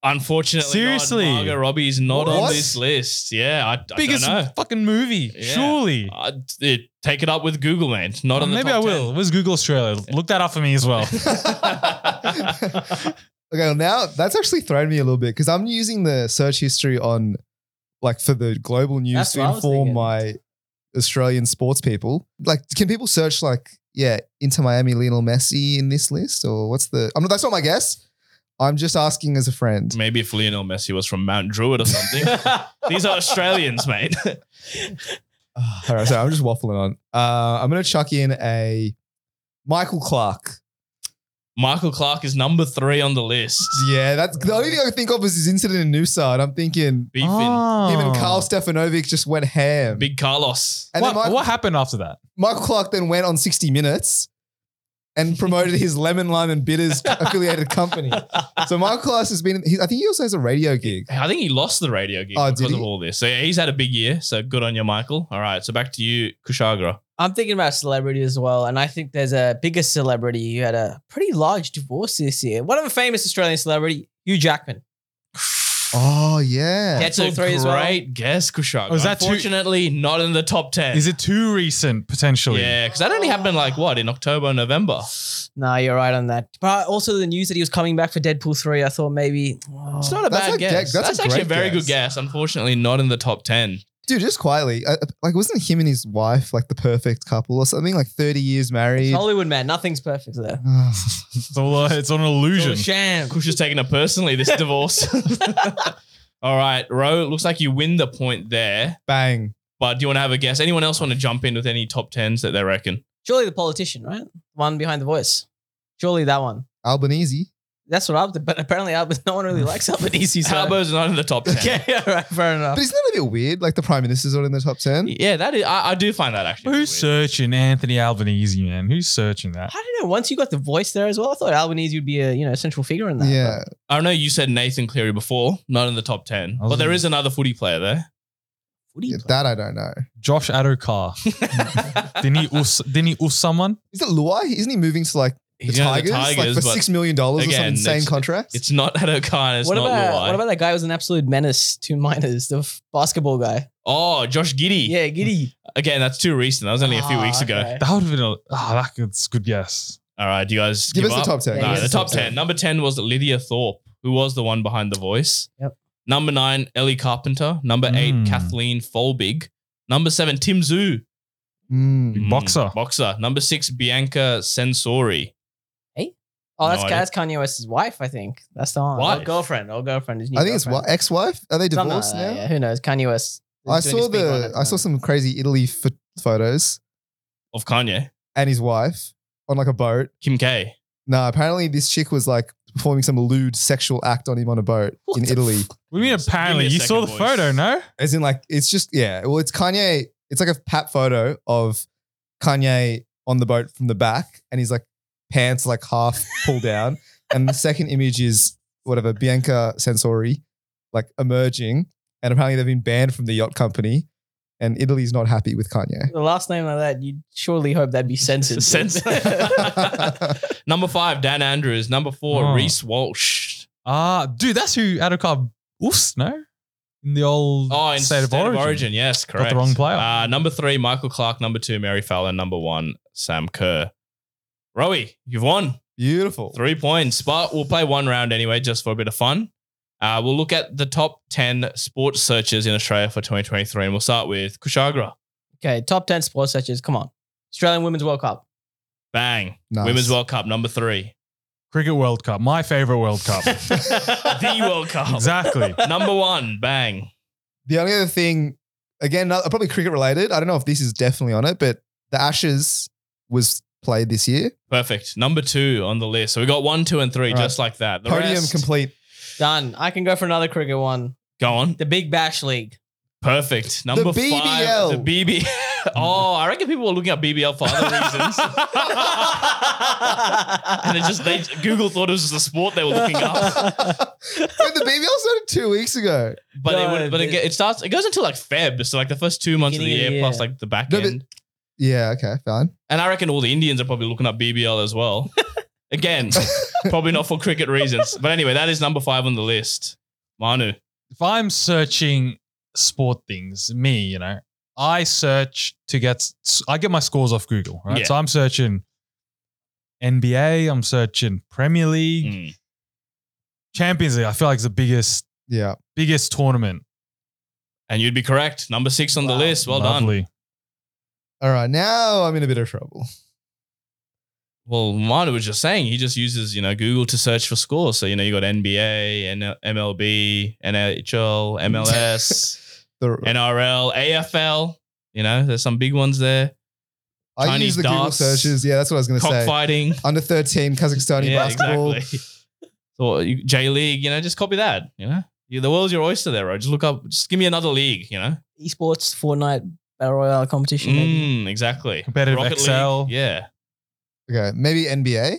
[SPEAKER 2] Unfortunately,
[SPEAKER 4] Seriously.
[SPEAKER 2] not. Margot Robbie is not on
[SPEAKER 3] What?
[SPEAKER 2] this list. Yeah, I, I
[SPEAKER 4] Biggest
[SPEAKER 2] don't know.
[SPEAKER 4] fucking movie,
[SPEAKER 2] Yeah.
[SPEAKER 4] surely. Uh,
[SPEAKER 2] I, it- take it up with Google, man. Not on the
[SPEAKER 4] Maybe I
[SPEAKER 2] top
[SPEAKER 4] will. Where's Google Australia? Look that up for me as
[SPEAKER 2] *laughs*
[SPEAKER 4] well.
[SPEAKER 2] 10. *laughs*
[SPEAKER 3] Okay, well, now that's actually thrown me a little bit because I'm using the search history on, like, for the global news
[SPEAKER 1] That's
[SPEAKER 3] to
[SPEAKER 1] what I was
[SPEAKER 3] inform
[SPEAKER 1] thinking.
[SPEAKER 3] my Australian sports people. Like, can people search like, yeah, into Miami Lionel Messi in this list or what's the? I'm not. That's not my guess. I'm just asking as a friend.
[SPEAKER 1] Mm.
[SPEAKER 2] Maybe if Lionel Messi was from Mount Druitt or something. These are Australians, mate. *laughs*
[SPEAKER 3] Ah, All right, sorry, I'm just waffling on. Uh, I'm gonna chuck in a Michael Clark.
[SPEAKER 2] Michael Clark is number three on the list.
[SPEAKER 3] Yeah, that's the only thing I can think of is his incident in Noosa, and I'm thinking
[SPEAKER 2] Beefing.
[SPEAKER 4] Ah.
[SPEAKER 3] him and Carl Stefanovic just went ham.
[SPEAKER 2] Big Carlos.
[SPEAKER 3] and
[SPEAKER 4] what,
[SPEAKER 3] then Michael,
[SPEAKER 4] what happened after that?
[SPEAKER 3] Michael Clark then went on 60 Minutes
[SPEAKER 2] *laughs*
[SPEAKER 3] and promoted his Lemon Lime and Bitters affiliated company. So Michael Clark has been. He, I think he also has a radio gig.
[SPEAKER 2] I think he lost the radio gig
[SPEAKER 3] Oh, did
[SPEAKER 2] because of
[SPEAKER 3] he?
[SPEAKER 2] all this. So yeah, he's had a big year. So good on you, Michael. All right. So back to you, Kushagra.
[SPEAKER 1] I'm thinking about celebrity as well, and I think there's a bigger celebrity who had a pretty large divorce this year. One of a famous Australian celebrity, Hugh Jackman.
[SPEAKER 3] Oh yeah.
[SPEAKER 1] Dead Zone 3
[SPEAKER 2] great
[SPEAKER 1] as well.
[SPEAKER 2] guess, Kushak.
[SPEAKER 4] Oh, is that too-
[SPEAKER 2] Unfortunately, not in the top 10.
[SPEAKER 4] Is it too recent potentially?
[SPEAKER 2] yeah, because that only happened like what in October, November.
[SPEAKER 1] No, you're right on that. But also the news that he was coming back for Deadpool 3, I thought maybe. oh.
[SPEAKER 2] It's not a
[SPEAKER 3] That's
[SPEAKER 2] bad
[SPEAKER 3] a
[SPEAKER 2] guess.
[SPEAKER 3] ge- that's
[SPEAKER 2] That's,
[SPEAKER 3] a
[SPEAKER 2] actually a
[SPEAKER 3] great
[SPEAKER 2] very
[SPEAKER 3] guess.
[SPEAKER 2] good guess. Unfortunately, not in the top 10.
[SPEAKER 3] Dude, just quietly, uh, uh, like wasn't him and his wife like the perfect couple or something? Like thirty years married.
[SPEAKER 1] Hollywood, man. Nothing's perfect there.
[SPEAKER 4] It's, all, uh, it's on
[SPEAKER 1] It's
[SPEAKER 4] an
[SPEAKER 1] all
[SPEAKER 4] illusion.
[SPEAKER 1] a sham.
[SPEAKER 2] Kush is taking it personally,
[SPEAKER 1] *laughs*
[SPEAKER 2] this divorce. *laughs* All right, Ro, looks like you win the point there.
[SPEAKER 3] *sighs* Bang.
[SPEAKER 2] But do you want to have a guess? Anyone else want to jump in with any top 10s that they reckon?
[SPEAKER 1] Surely the politician, right? The one behind the voice. Surely that one.
[SPEAKER 3] Albanese.
[SPEAKER 1] That's what I would, but apparently I, *laughs* no one really likes Albanese. So.
[SPEAKER 2] Salbo's not in the top
[SPEAKER 1] *laughs*
[SPEAKER 2] 10. *laughs*
[SPEAKER 1] Okay, all right, fair
[SPEAKER 3] But
[SPEAKER 1] enough.
[SPEAKER 3] isn't that a bit weird? Like the prime minister's not in the top ten.
[SPEAKER 2] Yeah, that is. I, I do find that actually.
[SPEAKER 4] Who's
[SPEAKER 2] weird.
[SPEAKER 4] searching Anthony Albanese, man? Who's searching that?
[SPEAKER 1] I don't know. Once you got the voice there as well, I thought Albanese would be a you know central figure in that.
[SPEAKER 3] Yeah.
[SPEAKER 2] I know you said Nathan Cleary before, not in the top 10, but there is another footy player there.
[SPEAKER 1] What do
[SPEAKER 3] Yeah,
[SPEAKER 1] you?
[SPEAKER 3] that I don't know.
[SPEAKER 4] Josh
[SPEAKER 2] *laughs*
[SPEAKER 4] Adokar. didn't he us, didn't he us someone?
[SPEAKER 3] Is it Luai? Isn't he moving to like the
[SPEAKER 2] He's not in
[SPEAKER 3] Tigers, like for
[SPEAKER 2] but
[SPEAKER 3] six million dollars or some
[SPEAKER 2] again,
[SPEAKER 3] insane
[SPEAKER 2] it's-
[SPEAKER 3] contract?
[SPEAKER 2] it's not *laughs* Adokan. It's
[SPEAKER 1] What
[SPEAKER 2] not
[SPEAKER 1] about
[SPEAKER 2] Luai.
[SPEAKER 1] what about that guy who was an absolute menace to minors, the f- basketball guy?
[SPEAKER 2] oh, Josh Giddy.
[SPEAKER 1] Yeah, giddy.
[SPEAKER 2] Again, that's too recent. That was *laughs* only a few
[SPEAKER 1] Ah,
[SPEAKER 2] weeks ago. *laughs*
[SPEAKER 1] okay.
[SPEAKER 4] That would have been a oh, that's a good guess.
[SPEAKER 2] All right, do you guys
[SPEAKER 3] give, us
[SPEAKER 2] up?
[SPEAKER 3] the top ten.
[SPEAKER 1] Yeah,
[SPEAKER 2] No,
[SPEAKER 1] give
[SPEAKER 2] the
[SPEAKER 1] us
[SPEAKER 2] top 10. Number 10 was Lydia Thorpe, who was the one behind The Voice.
[SPEAKER 1] Yep.
[SPEAKER 2] Number nine, Ellie Carpenter. Number
[SPEAKER 4] Mm.
[SPEAKER 2] eight, Kathleen Folbig. Number seven, Tim Zhu. Hmm.
[SPEAKER 3] Mm.
[SPEAKER 4] Big Hmm. boxer.
[SPEAKER 2] Boxer. Number six, Bianca Sensori.
[SPEAKER 1] Oh, that's
[SPEAKER 2] No idea.
[SPEAKER 1] that's Kanye West's wife, I think. That's the one.
[SPEAKER 2] Wife.
[SPEAKER 1] Or girlfriend or girlfriend. his new
[SPEAKER 3] I think it's
[SPEAKER 1] girlfriend.
[SPEAKER 3] what ex-wife. Are they
[SPEAKER 1] Something like
[SPEAKER 3] divorced
[SPEAKER 1] that,
[SPEAKER 3] now?
[SPEAKER 1] yeah. Who knows? Kanye West. is
[SPEAKER 3] I
[SPEAKER 1] doing
[SPEAKER 3] saw
[SPEAKER 1] his big one at
[SPEAKER 3] the I saw
[SPEAKER 1] moment.
[SPEAKER 3] some crazy Italy pho- photos
[SPEAKER 2] of Kanye.
[SPEAKER 3] and his wife on like a boat.
[SPEAKER 2] Kim K.
[SPEAKER 3] No, apparently this chick was like performing some lewd sexual act on him on a boat
[SPEAKER 1] What
[SPEAKER 3] in
[SPEAKER 1] the
[SPEAKER 3] Italy.
[SPEAKER 4] We mean
[SPEAKER 2] Give me a
[SPEAKER 4] apparently you saw the
[SPEAKER 2] second voice.
[SPEAKER 4] photo, no?
[SPEAKER 3] As in, like, it's just, yeah. Well, it's Kanye. It's like a pat photo of Kanye on the boat from the back, and he's like pants like half
[SPEAKER 2] *laughs*
[SPEAKER 3] pulled down. And the second image is whatever Bianca Sensori, like emerging, and apparently they've been banned from the yacht company, and Italy's not happy with Kanye. *laughs*
[SPEAKER 1] The last name like that, you'd surely hope
[SPEAKER 2] *laughs*
[SPEAKER 1] that'd be censored.
[SPEAKER 2] Censored. Number five, Dan Andrews. Number four,
[SPEAKER 4] Oh.
[SPEAKER 2] Reese Walsh.
[SPEAKER 4] Ah, dude, that's who Adokar us, no? In the old
[SPEAKER 2] Oh, in
[SPEAKER 4] state, of, origin.
[SPEAKER 2] Yes,
[SPEAKER 4] the
[SPEAKER 2] correct.
[SPEAKER 4] wrong player.
[SPEAKER 2] Uh, number three, Michael Clark. Number two, Mary Fallon. Number one, Sam Kerr. Rowie, you've won.
[SPEAKER 3] Beautiful.
[SPEAKER 2] Three points, but we'll play one round anyway, just for a bit of fun. Uh, we'll look at the top 10 sports searches in Australia for 2023, and we'll start with Kushagra.
[SPEAKER 1] Okay, top 10 sports searches. Come on. Australian Women's World Cup.
[SPEAKER 2] Bang.
[SPEAKER 3] Nice.
[SPEAKER 2] Women's World Cup, number three.
[SPEAKER 4] Cricket World Cup, my favorite World
[SPEAKER 2] *laughs*
[SPEAKER 4] Cup.
[SPEAKER 2] the World Cup.
[SPEAKER 4] exactly.
[SPEAKER 2] Number one, bang.
[SPEAKER 3] The only other thing, again, not, probably cricket related. I don't know if this is definitely on it, but the Ashes was played this year.
[SPEAKER 2] Perfect. Number two on the list. So we got one, two, and three,
[SPEAKER 3] All right.
[SPEAKER 2] just like that. The
[SPEAKER 3] Podium
[SPEAKER 2] rest-
[SPEAKER 3] complete.
[SPEAKER 1] Done. I can go for another cricket one.
[SPEAKER 2] Go on.
[SPEAKER 1] The Big Bash
[SPEAKER 2] *laughs*
[SPEAKER 1] League.
[SPEAKER 2] Perfect. Number
[SPEAKER 3] BBL.
[SPEAKER 2] five. The BBL.
[SPEAKER 3] *laughs*
[SPEAKER 2] oh, I reckon people were looking at BBL for other reasons.
[SPEAKER 3] *laughs*
[SPEAKER 2] and it just, they, Google thought it was just a sport they were looking up.
[SPEAKER 3] But the BBL started two weeks ago.
[SPEAKER 2] But
[SPEAKER 1] No,
[SPEAKER 2] it would, but it,
[SPEAKER 1] it-
[SPEAKER 2] ge- it starts. It goes until like Feb, so like the first two months of the
[SPEAKER 1] Beginning
[SPEAKER 2] year
[SPEAKER 1] of the
[SPEAKER 2] plus
[SPEAKER 1] year.
[SPEAKER 2] like the back
[SPEAKER 3] No, but-
[SPEAKER 2] end.
[SPEAKER 3] Yeah, okay, fine.
[SPEAKER 2] And I reckon all the Indians are probably looking up BBL
[SPEAKER 1] *laughs*
[SPEAKER 2] as well. Again, probably not for cricket reasons. But anyway, that is number five on the list. Manu,
[SPEAKER 4] if I'm searching sport things, me, you know, I search to get, I get my scores off Google, right?
[SPEAKER 2] Yeah.
[SPEAKER 4] So I'm searching NBA, I'm searching Premier League,
[SPEAKER 3] Hmm.
[SPEAKER 2] Mm.
[SPEAKER 4] Champions League. I feel like it's the biggest,
[SPEAKER 3] Yeah.
[SPEAKER 4] biggest tournament.
[SPEAKER 2] and you'd be correct. Number six on the list. Well done.
[SPEAKER 4] Lovely.
[SPEAKER 3] All right, now I'm in a bit of trouble.
[SPEAKER 2] Well, Manu was just saying he just uses you know Google to search for scores. So you know you got NBA, N- MLB,
[SPEAKER 1] *laughs*
[SPEAKER 2] NHL, MLS,
[SPEAKER 3] The,
[SPEAKER 2] NRL, AFL. You know, there's some big ones there.
[SPEAKER 3] I
[SPEAKER 2] Chinese
[SPEAKER 3] use the Google
[SPEAKER 2] darts.
[SPEAKER 3] searches. Yeah, that's what I was going to say.
[SPEAKER 2] Cockfighting.
[SPEAKER 3] Under 13, Kazakhstani basketball.
[SPEAKER 2] *laughs* So you- J League, you know, just copy that. You know, you, the world's your oyster there, right? Just look up. Just give me another league.
[SPEAKER 4] *laughs*
[SPEAKER 2] You know,
[SPEAKER 1] *laughs* Esports, Fortnite, Battle Royale competition. Maybe.
[SPEAKER 2] Mm, exactly.
[SPEAKER 4] Competitive XL.
[SPEAKER 2] League, yeah.
[SPEAKER 3] Okay, maybe NBA.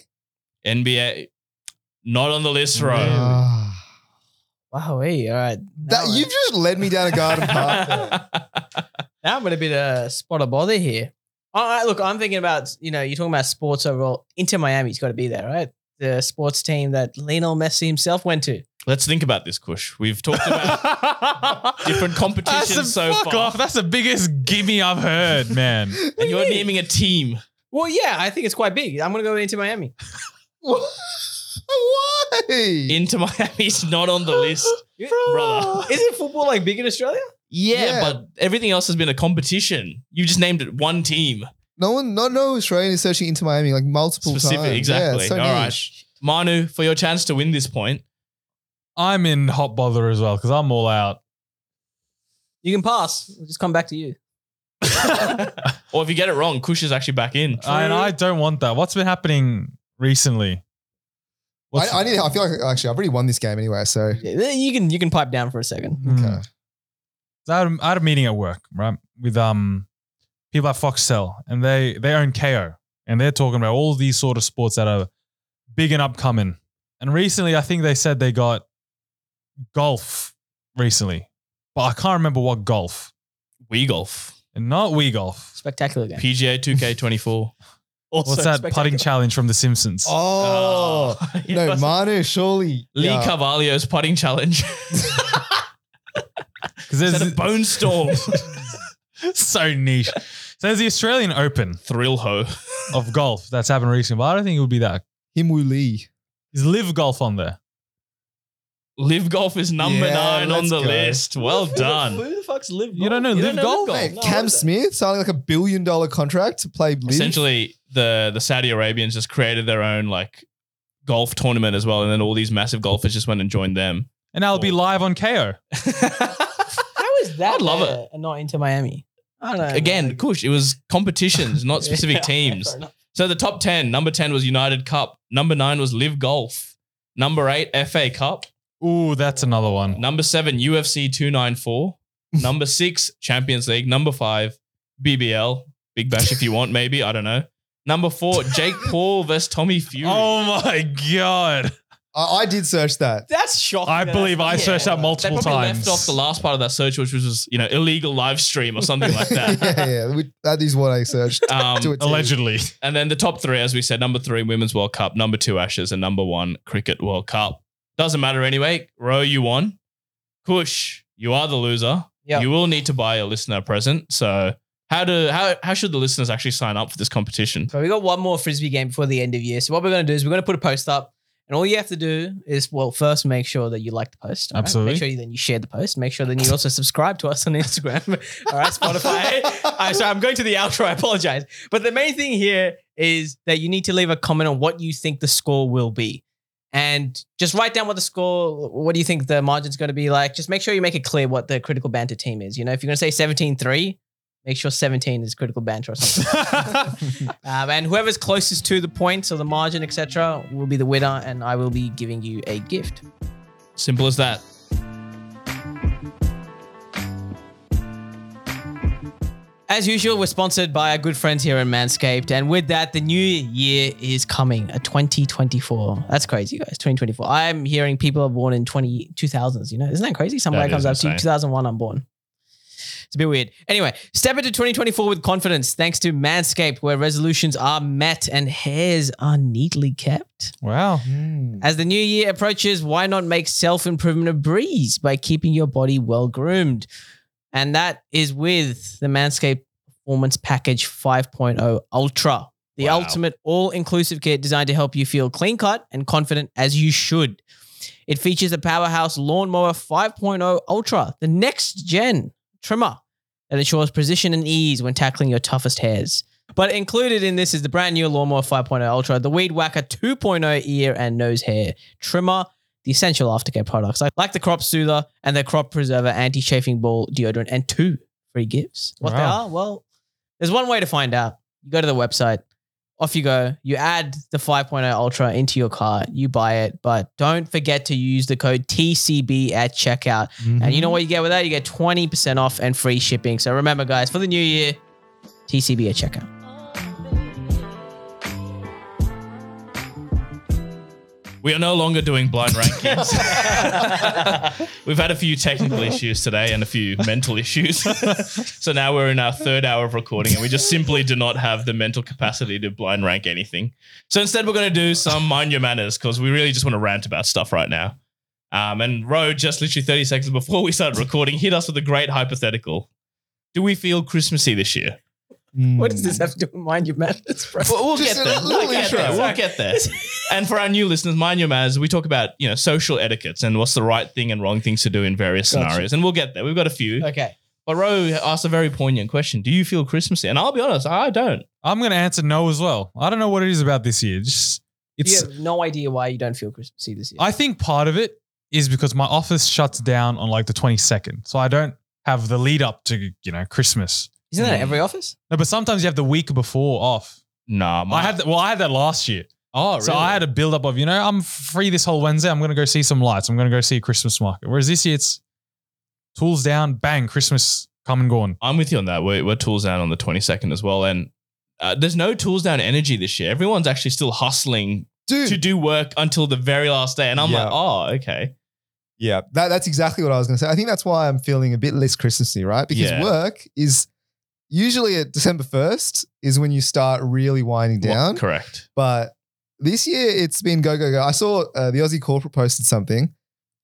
[SPEAKER 2] NBA, not on the list, bro.
[SPEAKER 4] Really?
[SPEAKER 3] Ah.
[SPEAKER 1] Wow, hey, all right.
[SPEAKER 3] that,
[SPEAKER 1] now, I-
[SPEAKER 3] you've just led me down a
[SPEAKER 2] *laughs*
[SPEAKER 3] garden path. there.
[SPEAKER 1] now I'm in a bit of spot of bother here. All right, look, I'm thinking about, you know, you're talking about sports overall. Inter Miami's got to be there, right? the sports team that Lionel Messi himself went
[SPEAKER 2] *laughs*
[SPEAKER 1] to.
[SPEAKER 2] Let's think about this, Kush. We've
[SPEAKER 4] *laughs*
[SPEAKER 2] talked about different competitions
[SPEAKER 4] That's a,
[SPEAKER 2] so
[SPEAKER 4] fuck
[SPEAKER 2] far,
[SPEAKER 4] off. That's the biggest gimme I've heard,
[SPEAKER 2] *laughs*
[SPEAKER 4] man.
[SPEAKER 2] and you're naming a team.
[SPEAKER 1] Well, yeah, I think it's quite big. I'm going to go into *laughs* Miami.
[SPEAKER 3] Why?
[SPEAKER 2] Into Miami's not on the list.
[SPEAKER 4] *laughs*
[SPEAKER 2] Brother.
[SPEAKER 1] Isn't football like big in Australia?
[SPEAKER 2] Yeah,
[SPEAKER 3] Yeah.
[SPEAKER 2] but everything else has been a competition. You just named it one team.
[SPEAKER 3] no one, no, no Australian is searching into Miami like multiple
[SPEAKER 2] Specific,
[SPEAKER 3] times.
[SPEAKER 2] exactly.
[SPEAKER 3] Yeah, it's so
[SPEAKER 2] All right.
[SPEAKER 3] niche.
[SPEAKER 2] Manu, for your chance to win this point, *laughs*
[SPEAKER 4] I'm in hot bother as well because I'm all out.
[SPEAKER 1] You can pass. We'll just come back to you.
[SPEAKER 2] or if you get it wrong, Kush is actually back in.
[SPEAKER 4] And I don't want that. What's been happening recently? What's-
[SPEAKER 3] I, I need. I feel like actually I've already won this game anyway. So
[SPEAKER 1] Yeah, You can you can pipe down for a second.
[SPEAKER 4] Hmm.
[SPEAKER 3] Okay.
[SPEAKER 4] So I, had, a- I had a meeting at work, right, with um people at Foxtel, and they they own KO, and they're talking about all these sort of sports that are big and upcoming. And recently, I think they said they got golf recently, but I can't remember what golf.
[SPEAKER 2] We golf.
[SPEAKER 4] And not Wii golf.
[SPEAKER 1] Spectacular game.
[SPEAKER 2] PGA 2K24.
[SPEAKER 4] *laughs* What's that putting challenge from The Simpsons?
[SPEAKER 3] Oh
[SPEAKER 2] Uh,
[SPEAKER 3] no,
[SPEAKER 2] *laughs* yes.
[SPEAKER 3] Manu, surely
[SPEAKER 2] Lee
[SPEAKER 3] Yeah.
[SPEAKER 2] Carvalho's putting challenge.
[SPEAKER 4] Because
[SPEAKER 2] Is
[SPEAKER 4] there's
[SPEAKER 2] that a
[SPEAKER 3] *laughs*
[SPEAKER 2] bone storm?
[SPEAKER 4] *laughs* so niche. So there's the Australian Open
[SPEAKER 2] Thrill ho.
[SPEAKER 4] of golf that's happened recently, but I don't think it would be that.
[SPEAKER 3] Himu Lee.
[SPEAKER 4] Is Live Golf on there?
[SPEAKER 2] Live golf is number
[SPEAKER 3] Yeah,
[SPEAKER 2] nine on
[SPEAKER 3] let's
[SPEAKER 2] the
[SPEAKER 3] go.
[SPEAKER 2] list. Well done.
[SPEAKER 1] Who the fuck's live?
[SPEAKER 4] You don't know Live Golf?
[SPEAKER 3] Mate,
[SPEAKER 1] No,
[SPEAKER 3] Cam
[SPEAKER 1] what is
[SPEAKER 3] Smith signing like a billion dollar contract to play Live.
[SPEAKER 2] Essentially, the the Saudi Arabians just created their own like golf tournament as well, and then all these massive golfers just went and
[SPEAKER 1] *laughs*
[SPEAKER 2] joined them.
[SPEAKER 4] And I'll be
[SPEAKER 2] Cool.
[SPEAKER 4] live on KO.
[SPEAKER 1] Oh, that? *laughs* How is that?
[SPEAKER 2] I'd love
[SPEAKER 1] there And not into Miami. I don't know.
[SPEAKER 2] Again,
[SPEAKER 1] man.
[SPEAKER 2] Kush, it was competitions,
[SPEAKER 1] *laughs*
[SPEAKER 2] not
[SPEAKER 1] Yeah,
[SPEAKER 2] specific teams.
[SPEAKER 1] fair enough.
[SPEAKER 2] So the top 10, number 10 was United Cup, number 9 was Live Golf, number 8 FA Cup,
[SPEAKER 4] Ooh, that's another one.
[SPEAKER 2] number 7
[SPEAKER 1] *laughs*
[SPEAKER 2] UFC 294, number 6 Champions League, number 5 BBL, Big Bash if you want maybe, I don't know. Number 4
[SPEAKER 1] *laughs*
[SPEAKER 2] Jake Paul versus Tommy Fury.
[SPEAKER 4] Oh my god!
[SPEAKER 3] I, I did search
[SPEAKER 2] *laughs*
[SPEAKER 3] that.
[SPEAKER 1] That's shocking.
[SPEAKER 4] I
[SPEAKER 1] that
[SPEAKER 4] believe I
[SPEAKER 1] that's-
[SPEAKER 4] searched that
[SPEAKER 2] they
[SPEAKER 4] multiple
[SPEAKER 2] probably
[SPEAKER 4] times.
[SPEAKER 2] left off the last part of that search, which was you know illegal live stream or something like that.
[SPEAKER 3] *laughs* yeah, yeah, we- that is what I searched. To a
[SPEAKER 2] um,
[SPEAKER 3] T.
[SPEAKER 4] Allegedly,
[SPEAKER 2] and then the top three, as we said, number three Women's World Cup, number two Ashes, and number one Cricket World Cup. Doesn't matter anyway. Row, you won. Kush, you are the loser.
[SPEAKER 1] Yep.
[SPEAKER 2] You will need to buy a listener a present. So how do how how should the listeners actually sign up for this
[SPEAKER 3] *laughs*
[SPEAKER 2] competition?
[SPEAKER 1] So we got one more frisbee game before the end of year. So what we're going to do is we're going to put a post up, and all you have to do is well, first make sure that you like the post. all right?
[SPEAKER 4] Absolutely.
[SPEAKER 1] Make sure you, then you share the post. Make sure then you also subscribe to us on Instagram. *laughs* all right, Spotify. I'm sorry, I'm going to the outro. I apologize. But the main thing here is that you need to leave a comment on what you think the score will be. And just write down what the score, what do you think the margin's going to be like? Just make sure you make it clear what the critical banter team is. You know, if you're going to say 17 3, make sure 17 is critical banter or something. Um, and whoever's closest to the points or the margin, etc., will be the winner, and I will be giving you a gift.
[SPEAKER 2] Simple as that.
[SPEAKER 1] As usual, we're sponsored by our good friends here at Manscaped, and with that, the new year is coming. A 2024. That's crazy, guys. 2024. I'm hearing people are born in 20 2000s. You know, isn't that crazy? Somebody
[SPEAKER 2] That
[SPEAKER 1] comes
[SPEAKER 2] is
[SPEAKER 1] up to you,
[SPEAKER 2] insane.
[SPEAKER 1] 2001. I'm born. It's a bit weird. Anyway, step into 2024 with confidence thanks to Manscaped, where resolutions are met and hairs are neatly kept.
[SPEAKER 4] wow.
[SPEAKER 3] Mm.
[SPEAKER 1] As the new year approaches, why not make self improvement a breeze by keeping your body well groomed? And that is with the Manscaped Performance Package 5.0 Ultra, the
[SPEAKER 2] Wow.
[SPEAKER 1] ultimate all inclusive kit designed to help you feel clean cut and confident as you should. It features the powerhouse Lawnmower 5.0 Ultra, the next gen trimmer that ensures precision and ease when tackling your toughest hairs. But included in this is the brand new Lawnmower 5.0 Ultra, the Weed Whacker 2.0 ear and nose hair trimmer, the essential aftercare products like, like the Crop Soother and the Crop Preserver anti chafing ball deodorant, and two free gifts. What they
[SPEAKER 4] Wow.
[SPEAKER 1] are? Well, there's one way to find out. You go to the website, off you go, you add the 5.0 Ultra into your cart, you buy it, but don't forget to use the code TCB at checkout. And you know what you get with that? You get 20% off and free shipping. So remember, guys, for the new year, TCB at checkout.
[SPEAKER 2] We are no longer doing blind rankings. *laughs* We've had a few technical issues today and a few mental issues. *laughs* so now we're in our third hour of recording and we just simply do not have the mental capacity to blind rank anything. So instead, we're going to do some mind your manners because we really just want to rant about stuff right now. Um, and Ro, just literally 30 seconds before we started recording, hit us with a great hypothetical. Do we feel Christmassy this year?
[SPEAKER 1] *laughs* What
[SPEAKER 3] Mm.
[SPEAKER 1] does this have to do with mind your manners, bro?
[SPEAKER 2] We'll, we'll
[SPEAKER 3] Hmm. Just
[SPEAKER 2] get
[SPEAKER 3] a
[SPEAKER 2] there.
[SPEAKER 3] little
[SPEAKER 2] We'll get
[SPEAKER 3] intro.
[SPEAKER 2] there. We'll
[SPEAKER 3] *laughs*
[SPEAKER 2] get there. And for our new listeners, mind your manners. We talk about you know social etiquettes and what's the right thing and wrong things to do in various
[SPEAKER 1] Gotcha.
[SPEAKER 2] scenarios, and we'll get there. We've got a few.
[SPEAKER 1] Okay.
[SPEAKER 2] But Ro asked a very poignant question: Do you feel Christmassy? And I'll be honest, I don't.
[SPEAKER 4] I'm going to answer no as well. I don't know what it is about this year. Just
[SPEAKER 1] You
[SPEAKER 4] it's.
[SPEAKER 1] have no idea why you don't feel Christmassy this year.
[SPEAKER 4] I think part of it is because my office shuts down on like the 22nd, so I don't have the lead up to you know Christmas.
[SPEAKER 1] Isn't that at every office?
[SPEAKER 4] No, but sometimes you have the week before off.
[SPEAKER 2] Nah, my,
[SPEAKER 4] I had well, I had that last year.
[SPEAKER 2] oh,
[SPEAKER 4] So I had a build up of, you know, I'm free this whole Wednesday. I'm going to go see some lights. I'm going to go see a Christmas market. Whereas this year, it's tools down, bang, Christmas come
[SPEAKER 1] *laughs*
[SPEAKER 4] and gone.
[SPEAKER 2] I'm with you on that. We're, we're tools down on the 22nd as well, and uh, there's no tools down energy this year. Everyone's actually still hustling to
[SPEAKER 3] Dude,
[SPEAKER 2] do work until the very last day, and I'm
[SPEAKER 3] Yeah.
[SPEAKER 2] like, oh, okay.
[SPEAKER 3] yeah, that, that's exactly what I was going to say. I think that's why I'm feeling a bit less Christmassy, right? Because
[SPEAKER 2] Yeah.
[SPEAKER 3] work is usually at December 1st is when you start really winding
[SPEAKER 2] Well,
[SPEAKER 3] down.
[SPEAKER 2] correct.
[SPEAKER 3] But this year it's been go go go. I saw uh, the Aussie corporate posted something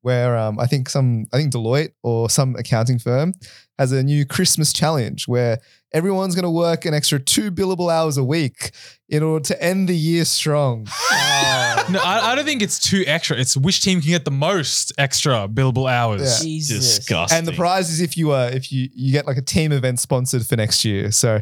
[SPEAKER 3] where um, I think some I think Deloitte or some accounting firm has a new Christmas challenge where everyone's going to work an extra two billable hours a week in order to end the year strong.
[SPEAKER 4] No, I, I don't think it's too extra. It's which team can get the most extra billable hours.
[SPEAKER 3] Yeah.
[SPEAKER 1] Jesus.
[SPEAKER 2] Disgusting.
[SPEAKER 3] and the prize is if you uh, if you you get like a team event sponsored for next year. So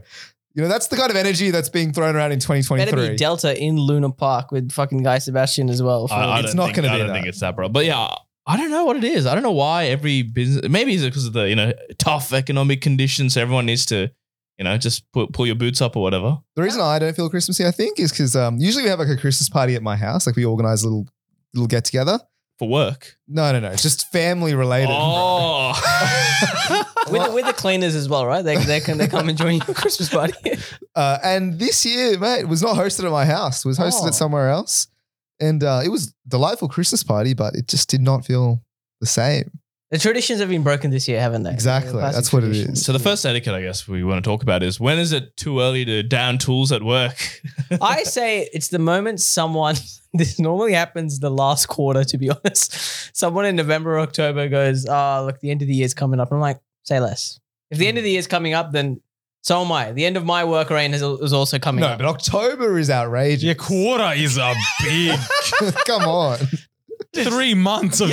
[SPEAKER 3] you know that's the kind of energy that's being thrown around in
[SPEAKER 1] Better
[SPEAKER 3] 2023.
[SPEAKER 1] be Delta in Luna Park with fucking Guy Sebastian as well. for-
[SPEAKER 2] I, I
[SPEAKER 3] It's
[SPEAKER 2] don't
[SPEAKER 3] not
[SPEAKER 2] think-
[SPEAKER 3] gonna
[SPEAKER 2] I
[SPEAKER 3] be
[SPEAKER 2] don't
[SPEAKER 3] that.
[SPEAKER 2] think it's that, bro. But yeah, I don't know what it is. I don't know why every business. Maybe it's because of the you know tough economic conditions. So everyone needs to you know just pull, pull your boots up or whatever.
[SPEAKER 3] The reason I don't feel Christmassy, I think, is because um, usually we have like a Christmas party at my house. Like we organize a little little get together.
[SPEAKER 2] For work.
[SPEAKER 3] No, no, no. It's just family related. *laughs*
[SPEAKER 2] Oh.
[SPEAKER 1] with, the, with the cleaners as well, right? They, they can they come and join your Christmas party. *laughs*
[SPEAKER 3] Uh, and this year, mate, it was not hosted at my house. It was hosted
[SPEAKER 1] Oh.
[SPEAKER 3] at somewhere else. And uh, it was a delightful Christmas party, but it just did not feel the same.
[SPEAKER 1] the traditions have been broken this year, haven't they?
[SPEAKER 3] Exactly.
[SPEAKER 1] The classic
[SPEAKER 3] That's what it
[SPEAKER 1] traditions.
[SPEAKER 3] is.
[SPEAKER 2] so the first etiquette I guess we want to talk about is when is it too early to down tools at work? *laughs*
[SPEAKER 1] I say it's the moment someone, *laughs* this normally happens the last quarter, to be *laughs* honest. Someone in November or October goes, oh, look, the end of the year's coming up. And I'm like, say less. If the end of the year's coming up, then so am I. The end of my work reign is, is also coming
[SPEAKER 3] No,
[SPEAKER 1] up.
[SPEAKER 3] but October is outrageous.
[SPEAKER 4] Your quarter is a
[SPEAKER 1] *laughs*
[SPEAKER 4] big
[SPEAKER 3] *laughs* Come on.
[SPEAKER 4] three months of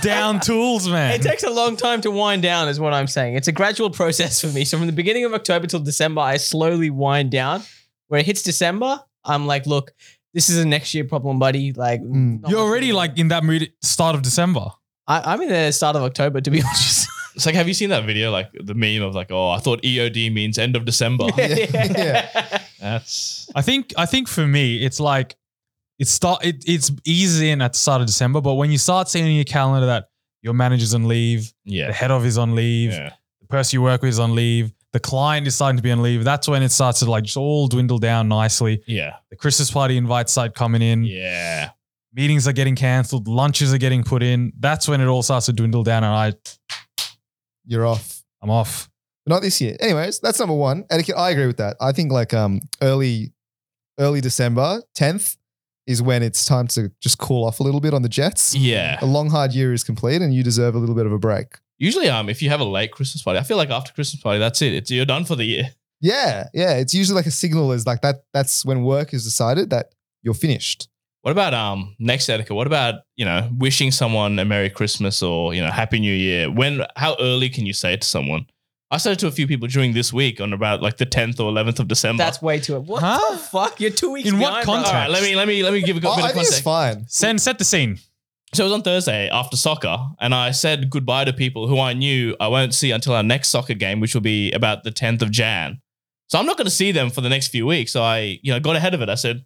[SPEAKER 4] *laughs* down tools, man.
[SPEAKER 1] It takes a long time to wind down, is what I'm saying. It's a gradual process for me. So from the beginning of October till December, I slowly wind down. Where it hits December, I'm like, look, this is a next year problem, buddy. Like, *laughs*
[SPEAKER 3] Mm.
[SPEAKER 1] not
[SPEAKER 4] You're
[SPEAKER 1] much-
[SPEAKER 4] already like in that mood at start of December.
[SPEAKER 1] I, I'm in the start of October, to be *laughs* honest.
[SPEAKER 2] It's like have you seen that video like the meme of like oh I thought EOD means end
[SPEAKER 3] *laughs*
[SPEAKER 2] of December. That's
[SPEAKER 4] I think I think for me, it's like it start it, it's easy in at the start of December, but when you start seeing in your calendar that your manager's on leave, the
[SPEAKER 2] yeah.
[SPEAKER 4] head of is on leave,
[SPEAKER 2] yeah.
[SPEAKER 4] the person you work with is on leave, the client is starting to be on leave, that's when it starts to like just all dwindle down nicely.
[SPEAKER 2] Yeah.
[SPEAKER 4] The Christmas party invites start coming
[SPEAKER 3] Mm.
[SPEAKER 4] in,
[SPEAKER 2] Yeah.
[SPEAKER 4] meetings are getting cancelled, lunches are getting put in. That's when it all starts to dwindle down and I
[SPEAKER 3] You're off.
[SPEAKER 4] I'm off.
[SPEAKER 3] But not this year. Anyways, that's number one. Etiquette, I agree with that. I think like um early early December, 10th, is when it's time to just cool off a little bit on the Jets.
[SPEAKER 2] Yeah.
[SPEAKER 3] A long hard year is complete and you deserve a little bit of a break.
[SPEAKER 2] Usually, um, if you have a late Christmas party, I feel like after Christmas party, that's it. It's you're done for the year.
[SPEAKER 3] Yeah, yeah. It's usually like a signal is like that. That's when work is decided that you're finished.
[SPEAKER 2] What about um next etiquette? What about you know wishing someone a Merry Christmas or you know Happy New Year? When how early can you say it to someone? I said it to a few people during this week on about like the 10th or 11th of December.
[SPEAKER 1] That's way too. What
[SPEAKER 4] Huh?
[SPEAKER 1] the fuck? You're two weeks
[SPEAKER 4] In what
[SPEAKER 1] behind,
[SPEAKER 4] context?
[SPEAKER 2] all
[SPEAKER 1] bro.
[SPEAKER 2] right. Let me let me let me give a
[SPEAKER 3] Oh,
[SPEAKER 2] bit
[SPEAKER 3] I
[SPEAKER 2] of
[SPEAKER 3] think it's
[SPEAKER 2] context.
[SPEAKER 3] fine.
[SPEAKER 4] Send set the scene.
[SPEAKER 2] So it was on Thursday after soccer, and I said goodbye to people who I knew I won't see until our next soccer game, which will be about the 10th of Jan. So I'm not going to see them for the next few weeks. So I, you know, got ahead of it. I said,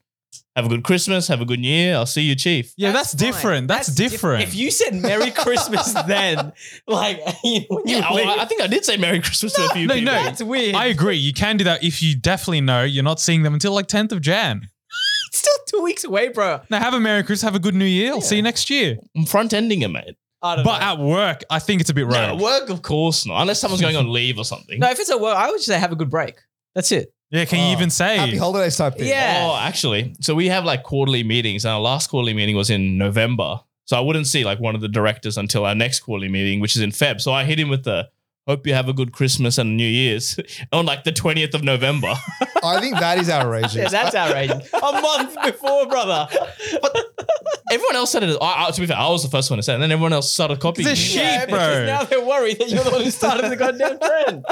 [SPEAKER 2] "Have a good Christmas. Have a good New Year. I'll see you, Chief."
[SPEAKER 4] Yeah, that's,
[SPEAKER 1] fine.
[SPEAKER 4] different. That's,
[SPEAKER 1] diff-
[SPEAKER 4] different.
[SPEAKER 1] if you said
[SPEAKER 4] *laughs*
[SPEAKER 1] Merry Christmas then, like *laughs* you- when you
[SPEAKER 2] Yeah,
[SPEAKER 1] leave-
[SPEAKER 2] well, I think I did say Merry Christmas to a few
[SPEAKER 4] no,
[SPEAKER 2] people.
[SPEAKER 4] no.
[SPEAKER 1] that's weird.
[SPEAKER 4] I agree. You can do that if you definitely know you're not seeing them until like 10th of Jan.
[SPEAKER 1] it's still two weeks away, bro.
[SPEAKER 4] Now have a Merry Christmas. Have a good New Year. I'll see you next year.
[SPEAKER 2] I'm front ending it, mate.
[SPEAKER 1] I don't
[SPEAKER 4] But
[SPEAKER 1] know.
[SPEAKER 4] at work, I think it's a bit
[SPEAKER 2] No,
[SPEAKER 4] rogue.
[SPEAKER 2] work, of course not. Unless someone's going on leave or something.
[SPEAKER 1] no, if it's a work, I would just say have a good break. That's it.
[SPEAKER 4] yeah, can you
[SPEAKER 3] Oh,
[SPEAKER 4] even say?
[SPEAKER 3] Happy holidays type thing.
[SPEAKER 1] Yeah.
[SPEAKER 2] Oh, actually, so we have like quarterly meetings, and our last quarterly meeting was in November. So I wouldn't see like one of the directors until our next quarterly meeting, which is in Feb. So I hit him with the "Hope you have a good Christmas and New Year's" *laughs* on like the twentieth of
[SPEAKER 4] *laughs*
[SPEAKER 2] November.
[SPEAKER 3] I think that is
[SPEAKER 1] Yeah, *laughs*
[SPEAKER 3] outrageous.
[SPEAKER 1] that's outrageous. a month before, brother.
[SPEAKER 2] everyone else said it. I, I, to be fair, I was the first one to say, it, and then everyone else started copying.
[SPEAKER 4] It's a
[SPEAKER 2] me.
[SPEAKER 4] shit.
[SPEAKER 1] Yeah, because
[SPEAKER 4] bro.
[SPEAKER 1] now they're worried that you're the one who started the goddamn
[SPEAKER 4] *laughs*
[SPEAKER 1] trend.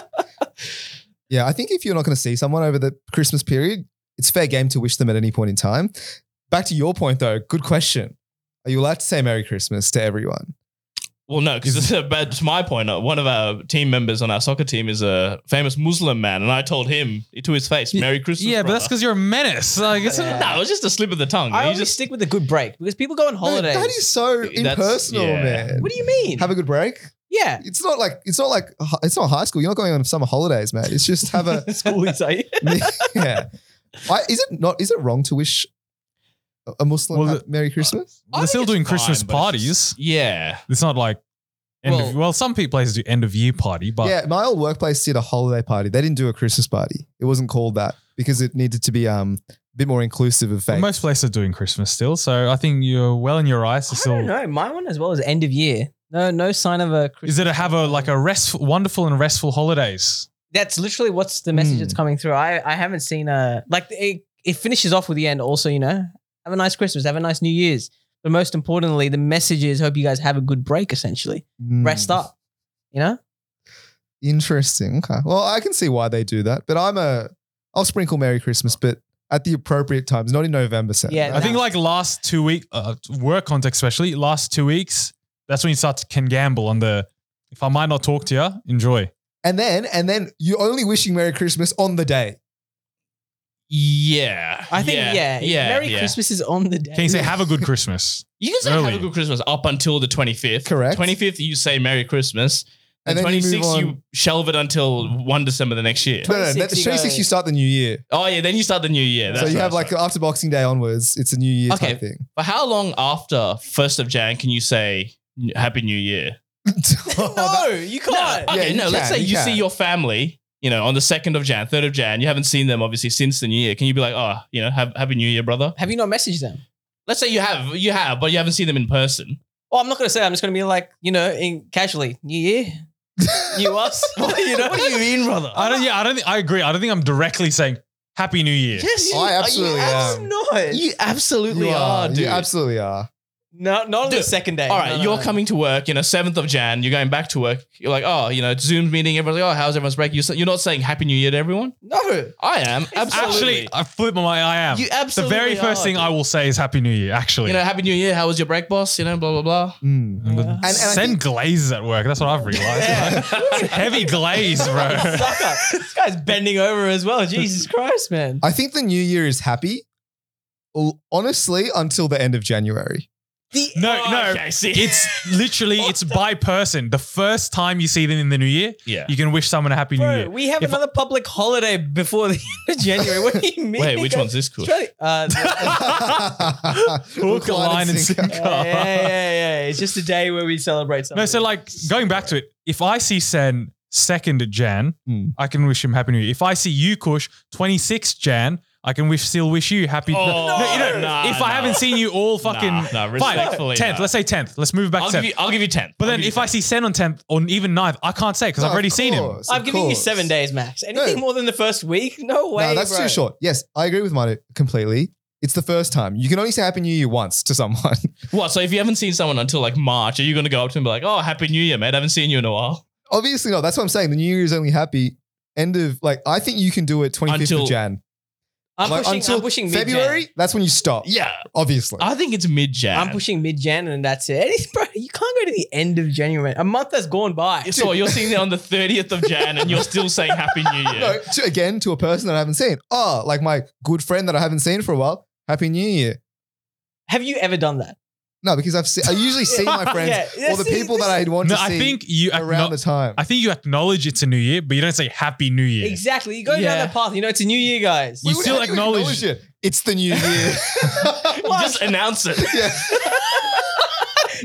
[SPEAKER 3] yeah, I think if you're not going to see someone over the Christmas period, it's fair game to wish them at any point in time. Back to your point though, good question. Are you allowed to say Merry Christmas to everyone?
[SPEAKER 2] Well, no, because to my point, uh, one of our team members on our soccer team is a famous Muslim man, and I told him to his face, "Merry Christmas."
[SPEAKER 4] yeah, but that's
[SPEAKER 2] brother."
[SPEAKER 4] because you're a menace. Like it's
[SPEAKER 1] Yeah.
[SPEAKER 2] Nah, it was just a slip of the tongue.
[SPEAKER 1] I
[SPEAKER 2] You
[SPEAKER 1] always
[SPEAKER 2] just
[SPEAKER 1] stick with a good break because people go on holidays.
[SPEAKER 3] Man, that is so
[SPEAKER 2] That's-
[SPEAKER 3] impersonal,
[SPEAKER 2] yeah.
[SPEAKER 3] man.
[SPEAKER 1] what do you mean?
[SPEAKER 3] Have a good break.
[SPEAKER 1] yeah.
[SPEAKER 3] It's not like it's not like it's not high school. You're not going on summer holidays, man. It's just have a
[SPEAKER 1] School is like,
[SPEAKER 3] *laughs* yeah. I, is it not? Is it wrong to wish a- a Muslim
[SPEAKER 4] Well,
[SPEAKER 3] a Merry Christmas?
[SPEAKER 2] I
[SPEAKER 4] they're
[SPEAKER 2] think
[SPEAKER 4] still
[SPEAKER 2] it's
[SPEAKER 4] doing
[SPEAKER 2] fine,
[SPEAKER 4] Christmas
[SPEAKER 2] but it's
[SPEAKER 4] parties.
[SPEAKER 2] just- *laughs* yeah.
[SPEAKER 4] It's not like end
[SPEAKER 1] Well-
[SPEAKER 4] of well, some people places do end of year party, but
[SPEAKER 3] yeah, my old workplace did a holiday party. They didn't do a Christmas party. It wasn't called that because it needed to be um a bit more inclusive of faith.
[SPEAKER 4] most places are doing Christmas still. So I think you're well in your rights.
[SPEAKER 1] I
[SPEAKER 4] to
[SPEAKER 1] don't
[SPEAKER 4] Still,
[SPEAKER 1] know. My one as well is end of year. No, no sign of a. Christmas
[SPEAKER 4] is it a have a like a restful, wonderful and restful holidays?
[SPEAKER 1] that's literally what's the message that's coming through. I, I haven't seen a like it, it finishes off with the end also, you know. Have a nice Christmas, have a nice New Year's. But most importantly, the message is hope you guys have a good break essentially.
[SPEAKER 3] Mm,
[SPEAKER 1] Rest up. You know?
[SPEAKER 3] Interesting. Okay. Well, I can see why they do that, but I'm a I'll sprinkle Merry Christmas, but at the appropriate times, not in November. Sam.
[SPEAKER 1] Yeah,
[SPEAKER 4] I think
[SPEAKER 1] No.
[SPEAKER 4] like last two week uh, work context especially last two weeks. That's when you start to can gamble on the. If I might not talk to you, enjoy.
[SPEAKER 3] and then and then you're only wishing Merry Christmas on the day.
[SPEAKER 2] Yeah.
[SPEAKER 1] I think yeah.
[SPEAKER 2] Yeah.
[SPEAKER 1] Merry
[SPEAKER 2] yeah.
[SPEAKER 1] Christmas is on the day.
[SPEAKER 4] Can you say have a good Christmas?
[SPEAKER 2] You can say have
[SPEAKER 4] Early.
[SPEAKER 2] a good Christmas up until the 25th.
[SPEAKER 3] Correct.
[SPEAKER 2] 25th, you say Merry Christmas.
[SPEAKER 3] And
[SPEAKER 2] And,
[SPEAKER 3] then you move
[SPEAKER 2] 26th, you,
[SPEAKER 3] on.
[SPEAKER 2] shelve it until 1 December the next year.
[SPEAKER 3] No, no, no.
[SPEAKER 1] 26, you
[SPEAKER 3] 26,
[SPEAKER 1] go-
[SPEAKER 3] you start the new year.
[SPEAKER 2] Oh, yeah. Then you start the new year.
[SPEAKER 3] so
[SPEAKER 2] That's
[SPEAKER 3] you
[SPEAKER 2] right,
[SPEAKER 3] have
[SPEAKER 2] that's
[SPEAKER 3] like
[SPEAKER 2] right.
[SPEAKER 3] after Boxing Day onwards, it's a new year
[SPEAKER 2] Okay.
[SPEAKER 3] type thing.
[SPEAKER 2] But how long after 1st of Jan can you say Happy New Year?
[SPEAKER 1] *laughs*
[SPEAKER 3] *laughs*
[SPEAKER 1] no, you can't.
[SPEAKER 2] No, okay,
[SPEAKER 3] Yeah, you
[SPEAKER 2] no. let's
[SPEAKER 3] can,
[SPEAKER 2] say
[SPEAKER 3] you
[SPEAKER 2] you,
[SPEAKER 3] can.
[SPEAKER 2] see your family, you know, on the 2nd of Jan, 3rd of Jan. You haven't seen them, obviously, since the new year. Can you be like, oh, you know, have, Happy New Year, brother?
[SPEAKER 1] Have you not messaged them?
[SPEAKER 2] Let's say you have, you have, but you haven't seen them in person.
[SPEAKER 1] Well, I'm not gonna say I'm just gonna be like, you know, in casually, New Year, New Us. *laughs* you know?
[SPEAKER 2] do you mean, brother?
[SPEAKER 4] I don't. Yeah, I don't. Think, I agree. I don't think I'm directly saying Happy New Year.
[SPEAKER 2] Yes, you,
[SPEAKER 3] I absolutely
[SPEAKER 1] That's
[SPEAKER 3] am.
[SPEAKER 1] not.
[SPEAKER 2] you absolutely
[SPEAKER 3] You
[SPEAKER 2] are, dude.
[SPEAKER 3] You absolutely are.
[SPEAKER 1] no, not on the
[SPEAKER 2] Dude,
[SPEAKER 1] second day.
[SPEAKER 2] All right,
[SPEAKER 1] No, no,
[SPEAKER 2] you're
[SPEAKER 1] no.
[SPEAKER 2] coming to work, you know, 7th of Jan, you're going back to work. You're like, oh, you know, it's Zoom meeting. Everyone's like, oh, how's everyone's break? You're, you're not saying Happy New Year to everyone?
[SPEAKER 1] No.
[SPEAKER 2] I am. Absolutely.
[SPEAKER 4] Actually, I flip my mind. I am.
[SPEAKER 2] you
[SPEAKER 4] Um, the
[SPEAKER 2] absolutely
[SPEAKER 4] very first
[SPEAKER 2] are,
[SPEAKER 4] thing
[SPEAKER 2] dude.
[SPEAKER 4] I will say is Happy New Year. Actually,
[SPEAKER 2] You know, Happy New Year. How was your break, boss? You know, blah, blah, blah.
[SPEAKER 3] Mm.
[SPEAKER 4] And with-
[SPEAKER 3] and I
[SPEAKER 4] send
[SPEAKER 3] think-
[SPEAKER 4] glazes at work. That's what I've realized. It's *laughs* heavy glaze,
[SPEAKER 2] *laughs*
[SPEAKER 4] bro.
[SPEAKER 1] Sucker. this guy's bending over as well. Jesus Christ, *laughs* man.
[SPEAKER 3] I think the new year is happy, l- honestly, until the end of
[SPEAKER 4] *laughs*
[SPEAKER 3] January. *laughs*
[SPEAKER 4] No, no.
[SPEAKER 2] Oh, Okay, see.
[SPEAKER 4] It's
[SPEAKER 2] *laughs*
[SPEAKER 4] literally it's by person. The first time you see them in the new year,
[SPEAKER 2] yeah.
[SPEAKER 4] you can wish someone a happy new
[SPEAKER 1] Bro,
[SPEAKER 4] year.
[SPEAKER 1] we have
[SPEAKER 4] If-
[SPEAKER 1] another public holiday before the *laughs* end of January. What do you mean?
[SPEAKER 2] Wait, which one's this cool?
[SPEAKER 1] Australia- Uh,
[SPEAKER 2] *laughs*
[SPEAKER 4] Hook, a line,
[SPEAKER 3] *laughs*
[SPEAKER 4] and sinker.
[SPEAKER 1] yeah, yeah, yeah, yeah. It's just a day where we celebrate something.
[SPEAKER 4] No, so like going back to it, if I see Sen second of Jan,
[SPEAKER 3] Hmm.
[SPEAKER 4] I can wish him happy new year. If I see you, Kush, twenty sixth Jan, I can wish still wish you happy.
[SPEAKER 2] Oh,
[SPEAKER 4] you know, *laughs*
[SPEAKER 2] nah,
[SPEAKER 4] if
[SPEAKER 2] nah.
[SPEAKER 4] I haven't seen you all fucking
[SPEAKER 2] Nah, nah, respectfully,
[SPEAKER 4] fine, tenth.
[SPEAKER 2] nah.
[SPEAKER 4] Let's say tenth. Let's move back
[SPEAKER 2] I'll
[SPEAKER 4] to
[SPEAKER 2] give,
[SPEAKER 4] tenth.
[SPEAKER 2] you, I'll give you 10.
[SPEAKER 4] But then if I see Sen on 10th or even 9th, I can't say because I've already seen him.
[SPEAKER 1] I'm giving you seven days max. Anything
[SPEAKER 3] No.
[SPEAKER 1] more than the first week? No way.
[SPEAKER 3] No, that's
[SPEAKER 1] bro.
[SPEAKER 3] too short. Yes, I agree with Manu completely. It's the first time. You can only say Happy New Year once to someone. *laughs*
[SPEAKER 2] What? So if you haven't seen someone until like March, are you going to go up to them and be like, oh, Happy New Year, mate? I haven't seen you in a while.
[SPEAKER 3] Obviously not. That's what I'm saying. The New Year is only happy end of like I think you can do it 25th
[SPEAKER 2] Until-
[SPEAKER 3] of Jan.
[SPEAKER 1] I'm
[SPEAKER 3] Like,
[SPEAKER 1] pushing,
[SPEAKER 3] until
[SPEAKER 1] I'm pushing mid-Jan.
[SPEAKER 3] February. That's when you stop.
[SPEAKER 2] Yeah.
[SPEAKER 3] obviously.
[SPEAKER 2] I think it's mid Jan.
[SPEAKER 1] I'm pushing mid Jan and that's it. *laughs* Anything- Bro, you can't go to the end of January. A month has gone by.
[SPEAKER 2] So you're seeing it on the 30th of Jan and you're still saying Happy New Year.
[SPEAKER 3] No, to, again, to a person that I haven't seen. Oh, like my good friend that I haven't seen for a while. Happy New Year.
[SPEAKER 1] Have you ever done that?
[SPEAKER 3] No, because I've se- I usually see my friends
[SPEAKER 1] Yeah,
[SPEAKER 3] or the
[SPEAKER 1] see,
[SPEAKER 3] people
[SPEAKER 1] this
[SPEAKER 3] that I want
[SPEAKER 4] No,
[SPEAKER 3] to
[SPEAKER 4] I
[SPEAKER 3] see
[SPEAKER 4] think you
[SPEAKER 3] around
[SPEAKER 4] acknow-
[SPEAKER 3] the time.
[SPEAKER 4] I think you acknowledge it's a new year, but you don't say happy new year.
[SPEAKER 1] Exactly. You go
[SPEAKER 2] Yeah.
[SPEAKER 1] down that path. You know, it's a new year, guys.
[SPEAKER 4] You
[SPEAKER 3] Wait, wait,
[SPEAKER 4] still
[SPEAKER 3] how do
[SPEAKER 4] acknowledge-
[SPEAKER 3] it. It's the new year.
[SPEAKER 2] Just announce it.
[SPEAKER 3] yeah.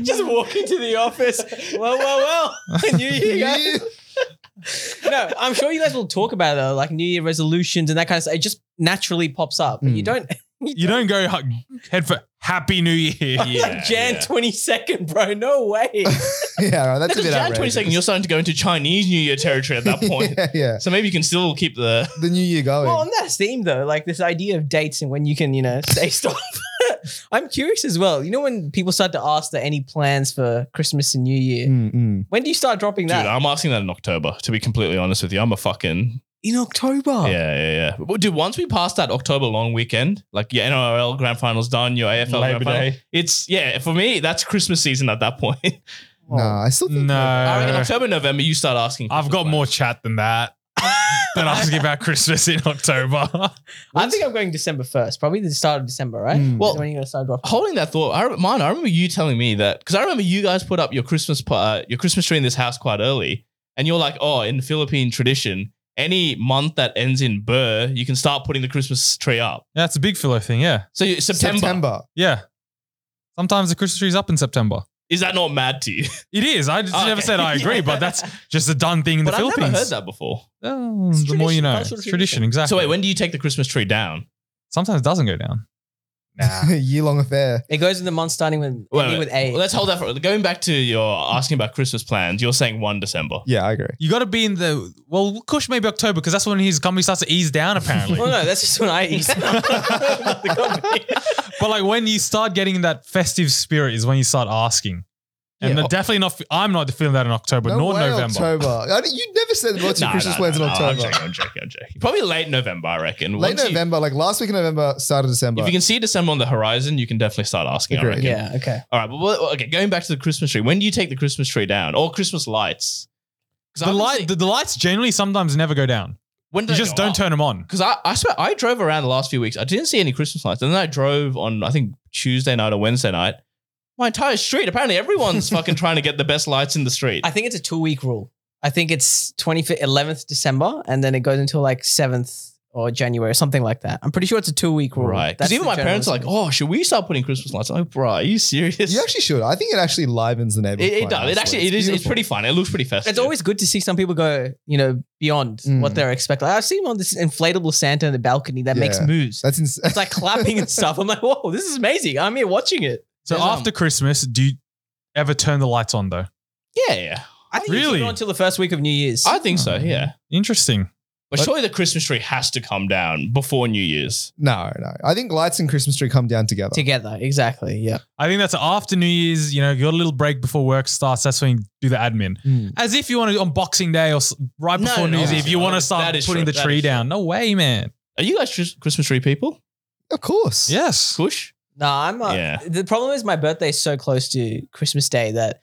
[SPEAKER 1] Just walk into the office. Well, well, well. New Year,
[SPEAKER 3] New
[SPEAKER 1] guys.
[SPEAKER 3] year.
[SPEAKER 1] No, I'm sure you guys will talk about it, though, like New Year resolutions and that kind of stuff. It just naturally pops up.
[SPEAKER 3] Mm.
[SPEAKER 1] You don't. *laughs*
[SPEAKER 4] You don't go hu- head for Happy New Year.
[SPEAKER 2] *laughs* Yeah,
[SPEAKER 1] Jan 22nd, bro. No way.
[SPEAKER 3] Yeah, right, that's a bit
[SPEAKER 2] Jan
[SPEAKER 3] outrageous.
[SPEAKER 2] 22nd, you're starting to go into Chinese New Year territory
[SPEAKER 4] *laughs*
[SPEAKER 2] at that point.
[SPEAKER 3] *laughs* yeah, yeah.
[SPEAKER 2] So maybe you can still keep the.
[SPEAKER 3] The new year going.
[SPEAKER 1] Well, on that theme though, like this idea of dates and when you can, you know, *laughs* say stop. I'm curious as well. You know, when people start to ask there any plans for Christmas and New Year,
[SPEAKER 3] Mm, mm.
[SPEAKER 1] when do you start dropping
[SPEAKER 2] Dude,
[SPEAKER 1] that?
[SPEAKER 2] I'm asking that in October, to be completely honest with you. I'm a fucking.
[SPEAKER 1] In October.
[SPEAKER 2] Yeah, yeah, yeah. But dude, once we pass that October long weekend, like your NRL grand final's done, your
[SPEAKER 4] Labor
[SPEAKER 2] AFL grand final,
[SPEAKER 4] Day. Uh,
[SPEAKER 2] it's, yeah, for me, that's Christmas season at that point.
[SPEAKER 3] No, I still think.
[SPEAKER 2] *laughs* I reckon
[SPEAKER 4] No.
[SPEAKER 2] October, November, you start asking.
[SPEAKER 4] I've got more chat than that. than asking about Christmas in October.
[SPEAKER 1] I think I'm going December 1st, probably the start of December, right?
[SPEAKER 3] Mm.
[SPEAKER 1] Well,
[SPEAKER 2] Well-
[SPEAKER 1] when you going to start dropping.
[SPEAKER 2] holding that thought, I rem- mine. I remember you telling me that because I remember you guys put up your Christmas pa- uh, your Christmas tree in this house quite early, and you're like, oh, in Philippine tradition, any month that ends in burr, you can start putting the Christmas tree up.
[SPEAKER 4] *laughs* Yeah, it's a big filler thing. Yeah.
[SPEAKER 2] So you- September,
[SPEAKER 3] September.
[SPEAKER 4] Yeah. Sometimes the Christmas tree's up in September.
[SPEAKER 2] is that not mad to you?
[SPEAKER 4] It is. I just
[SPEAKER 2] Oh,
[SPEAKER 4] never
[SPEAKER 2] okay.
[SPEAKER 4] said I agree,
[SPEAKER 2] Yeah.
[SPEAKER 4] but *laughs* that's just a done thing in
[SPEAKER 2] but
[SPEAKER 4] the
[SPEAKER 2] I've
[SPEAKER 4] Philippines.
[SPEAKER 2] never heard that before.
[SPEAKER 4] Oh,
[SPEAKER 1] It's
[SPEAKER 4] the more
[SPEAKER 1] tradition,
[SPEAKER 4] you know. It's
[SPEAKER 1] cultural
[SPEAKER 4] tradition,
[SPEAKER 1] tradition.
[SPEAKER 4] exactly.
[SPEAKER 2] So wait, when do you take the Christmas tree down?
[SPEAKER 4] Sometimes it doesn't go down.
[SPEAKER 3] *laughs* year long affair.
[SPEAKER 1] It goes in the month starting with,
[SPEAKER 2] Wait,
[SPEAKER 1] ending
[SPEAKER 2] wait.
[SPEAKER 1] with A.
[SPEAKER 2] Let's hold that for going back to your asking about Christmas plans. You're saying one December.
[SPEAKER 3] Yeah, I agree.
[SPEAKER 4] You got to be in the well, Kush maybe October because that's when his company starts to ease down
[SPEAKER 1] *laughs*
[SPEAKER 4] apparently.
[SPEAKER 1] well, no, that's just
[SPEAKER 2] *laughs*
[SPEAKER 1] when I eat. The company.
[SPEAKER 4] *laughs* but like when you start getting in that festive spirit is when you start asking, and
[SPEAKER 2] Yeah.
[SPEAKER 4] they're definitely not. I'm not feeling that in October
[SPEAKER 3] No
[SPEAKER 4] nor
[SPEAKER 3] way
[SPEAKER 4] November.
[SPEAKER 3] October. I, don't- you never said what's your
[SPEAKER 2] *laughs* Nah,
[SPEAKER 3] Christmas
[SPEAKER 2] nah,
[SPEAKER 3] plans
[SPEAKER 2] nah,
[SPEAKER 3] in
[SPEAKER 2] nah,
[SPEAKER 3] October.
[SPEAKER 2] I'm joking. I'm joking. I'm joking. Probably late November, I reckon.
[SPEAKER 3] Late
[SPEAKER 2] Once you-
[SPEAKER 3] November, like last week in November, start of December.
[SPEAKER 2] if you can see December on the horizon, you can definitely start asking. I
[SPEAKER 3] Agreed.
[SPEAKER 2] reckon.
[SPEAKER 1] yeah, okay.
[SPEAKER 2] All right, but what, okay, going back to the Christmas tree. When do you take the Christmas tree down or Christmas lights?
[SPEAKER 4] The light, the, the lights generally sometimes never go down.
[SPEAKER 2] when
[SPEAKER 4] You just don't turn them on.
[SPEAKER 2] Because I, I swear, I drove around the last few weeks. I didn't see any Christmas lights, and then I drove on I think Tuesday night or Wednesday night. My entire street. Apparently, everyone's fucking trying to get the best lights in the street.
[SPEAKER 1] I think it's a two week rule. I think it's 25th, 11th December, and then it goes until like 7th or January, something like that. I'm pretty sure it's a two week rule.
[SPEAKER 2] right?
[SPEAKER 1] That's
[SPEAKER 2] Because even
[SPEAKER 1] the
[SPEAKER 2] my parents are like,
[SPEAKER 1] general-
[SPEAKER 2] "Oh, should we start putting Christmas lights?" I'm like, bro, are you serious?
[SPEAKER 3] you actually should. I think it actually livens the neighborhood.
[SPEAKER 2] it, it
[SPEAKER 3] quite
[SPEAKER 2] does. It
[SPEAKER 3] nicely.
[SPEAKER 2] actually it is. It's
[SPEAKER 3] beautiful.
[SPEAKER 2] pretty fun. It looks pretty festive.
[SPEAKER 1] It's always good to see some people go, you know, beyond
[SPEAKER 3] Mm.
[SPEAKER 1] what they're expecting. Like, I've seen on this inflatable Santa in the balcony that makes
[SPEAKER 3] Yeah.
[SPEAKER 1] moves.
[SPEAKER 3] That's ins-
[SPEAKER 1] It's like clapping and stuff. I'm like, whoa, this is amazing. I'm here watching it.
[SPEAKER 4] So
[SPEAKER 2] There's, um,
[SPEAKER 4] after Christmas, do you ever turn the lights on though?
[SPEAKER 2] yeah, yeah.
[SPEAKER 1] I think it's
[SPEAKER 4] Really?
[SPEAKER 1] not until the first week of New Year's.
[SPEAKER 2] I think so.
[SPEAKER 4] Oh.
[SPEAKER 2] Yeah,
[SPEAKER 4] Interesting.
[SPEAKER 2] but
[SPEAKER 3] But-
[SPEAKER 2] surely the Christmas tree has to come down before New Year's.
[SPEAKER 3] *laughs* no, no. I think lights and Christmas tree come down together.
[SPEAKER 1] Together, exactly. Yeah.
[SPEAKER 4] I think that's after New Year's. You know, you got a little break before work starts. That's when you do the admin.
[SPEAKER 3] Mm.
[SPEAKER 4] As if you want to on Boxing Day or s- right
[SPEAKER 2] No,
[SPEAKER 4] before
[SPEAKER 2] no,
[SPEAKER 4] New Year's
[SPEAKER 2] no.
[SPEAKER 4] Eve, you want to
[SPEAKER 2] That
[SPEAKER 4] start
[SPEAKER 2] is
[SPEAKER 4] putting
[SPEAKER 2] true.
[SPEAKER 4] the
[SPEAKER 2] That
[SPEAKER 4] tree
[SPEAKER 2] is true.
[SPEAKER 4] down. No way, man.
[SPEAKER 2] Are you guys Tris- Christmas tree people?
[SPEAKER 3] Of course.
[SPEAKER 4] Yes.
[SPEAKER 2] Kush?
[SPEAKER 1] No, I'm. Uh,
[SPEAKER 2] Yeah.
[SPEAKER 1] The problem is my birthday's so close to Christmas Day that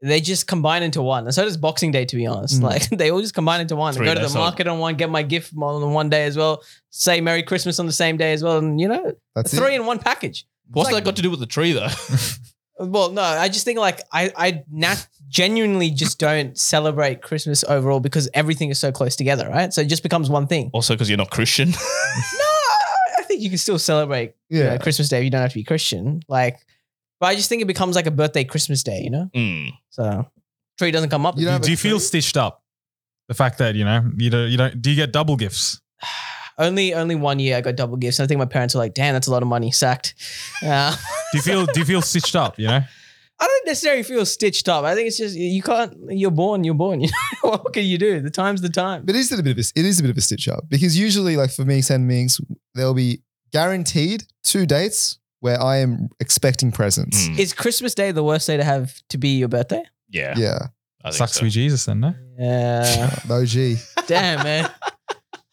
[SPEAKER 1] they just combine into one. And so does Boxing Day, to be honest.
[SPEAKER 3] Mm.
[SPEAKER 1] Like *laughs* they all just combine into one. I
[SPEAKER 2] Three
[SPEAKER 1] go to the
[SPEAKER 2] days old.
[SPEAKER 1] market on one, get my gift on the one day as well. Say Merry Christmas on the same day as well, and you know,
[SPEAKER 3] That's
[SPEAKER 1] three
[SPEAKER 3] it.
[SPEAKER 1] in one package.
[SPEAKER 2] What's
[SPEAKER 1] It's like-
[SPEAKER 2] that got to do with the tree, though? *laughs*
[SPEAKER 1] Well, no, I just think like I, I nat- genuinely just don't celebrate Christmas overall because everything is so close together, right? So it just becomes one
[SPEAKER 2] *laughs*
[SPEAKER 1] thing.
[SPEAKER 2] also, because you're not Christian. *laughs*
[SPEAKER 1] No, I- I think you can still celebrate you know,
[SPEAKER 3] Yeah.
[SPEAKER 1] Christmas Day. if You don't have to be Christian, like. But I just think it becomes like a birthday Christmas Day, you know.
[SPEAKER 2] Mm.
[SPEAKER 1] So tree doesn't come up.
[SPEAKER 3] You don't have
[SPEAKER 4] Do
[SPEAKER 3] a
[SPEAKER 4] you feel
[SPEAKER 3] tree?
[SPEAKER 4] stitched up? The fact that you know you don't you don't do you get double gifts?
[SPEAKER 1] only only one year I got double gifts. And I think my parents were like, "Damn, that's a lot of money sacked." Uh,
[SPEAKER 4] Do you feel do you feel stitched up? You know,
[SPEAKER 1] I don't necessarily feel stitched up. I think it's just you can't. You're born. You're born. *laughs* You know what can you do? The time's the time.
[SPEAKER 3] But it is a bit of a, it is a bit of a stitch up because usually, like for me, San Mings, there'll be guaranteed two dates where I am expecting presents.
[SPEAKER 2] Mm.
[SPEAKER 1] Is Christmas Day the worst day to have to be your birthday?
[SPEAKER 2] Yeah.
[SPEAKER 3] Yeah.
[SPEAKER 2] *laughs* I think
[SPEAKER 4] sucks
[SPEAKER 2] so.
[SPEAKER 4] sweet Jesus then. No,
[SPEAKER 1] Yeah.
[SPEAKER 3] *laughs* No G.
[SPEAKER 1] Damn man.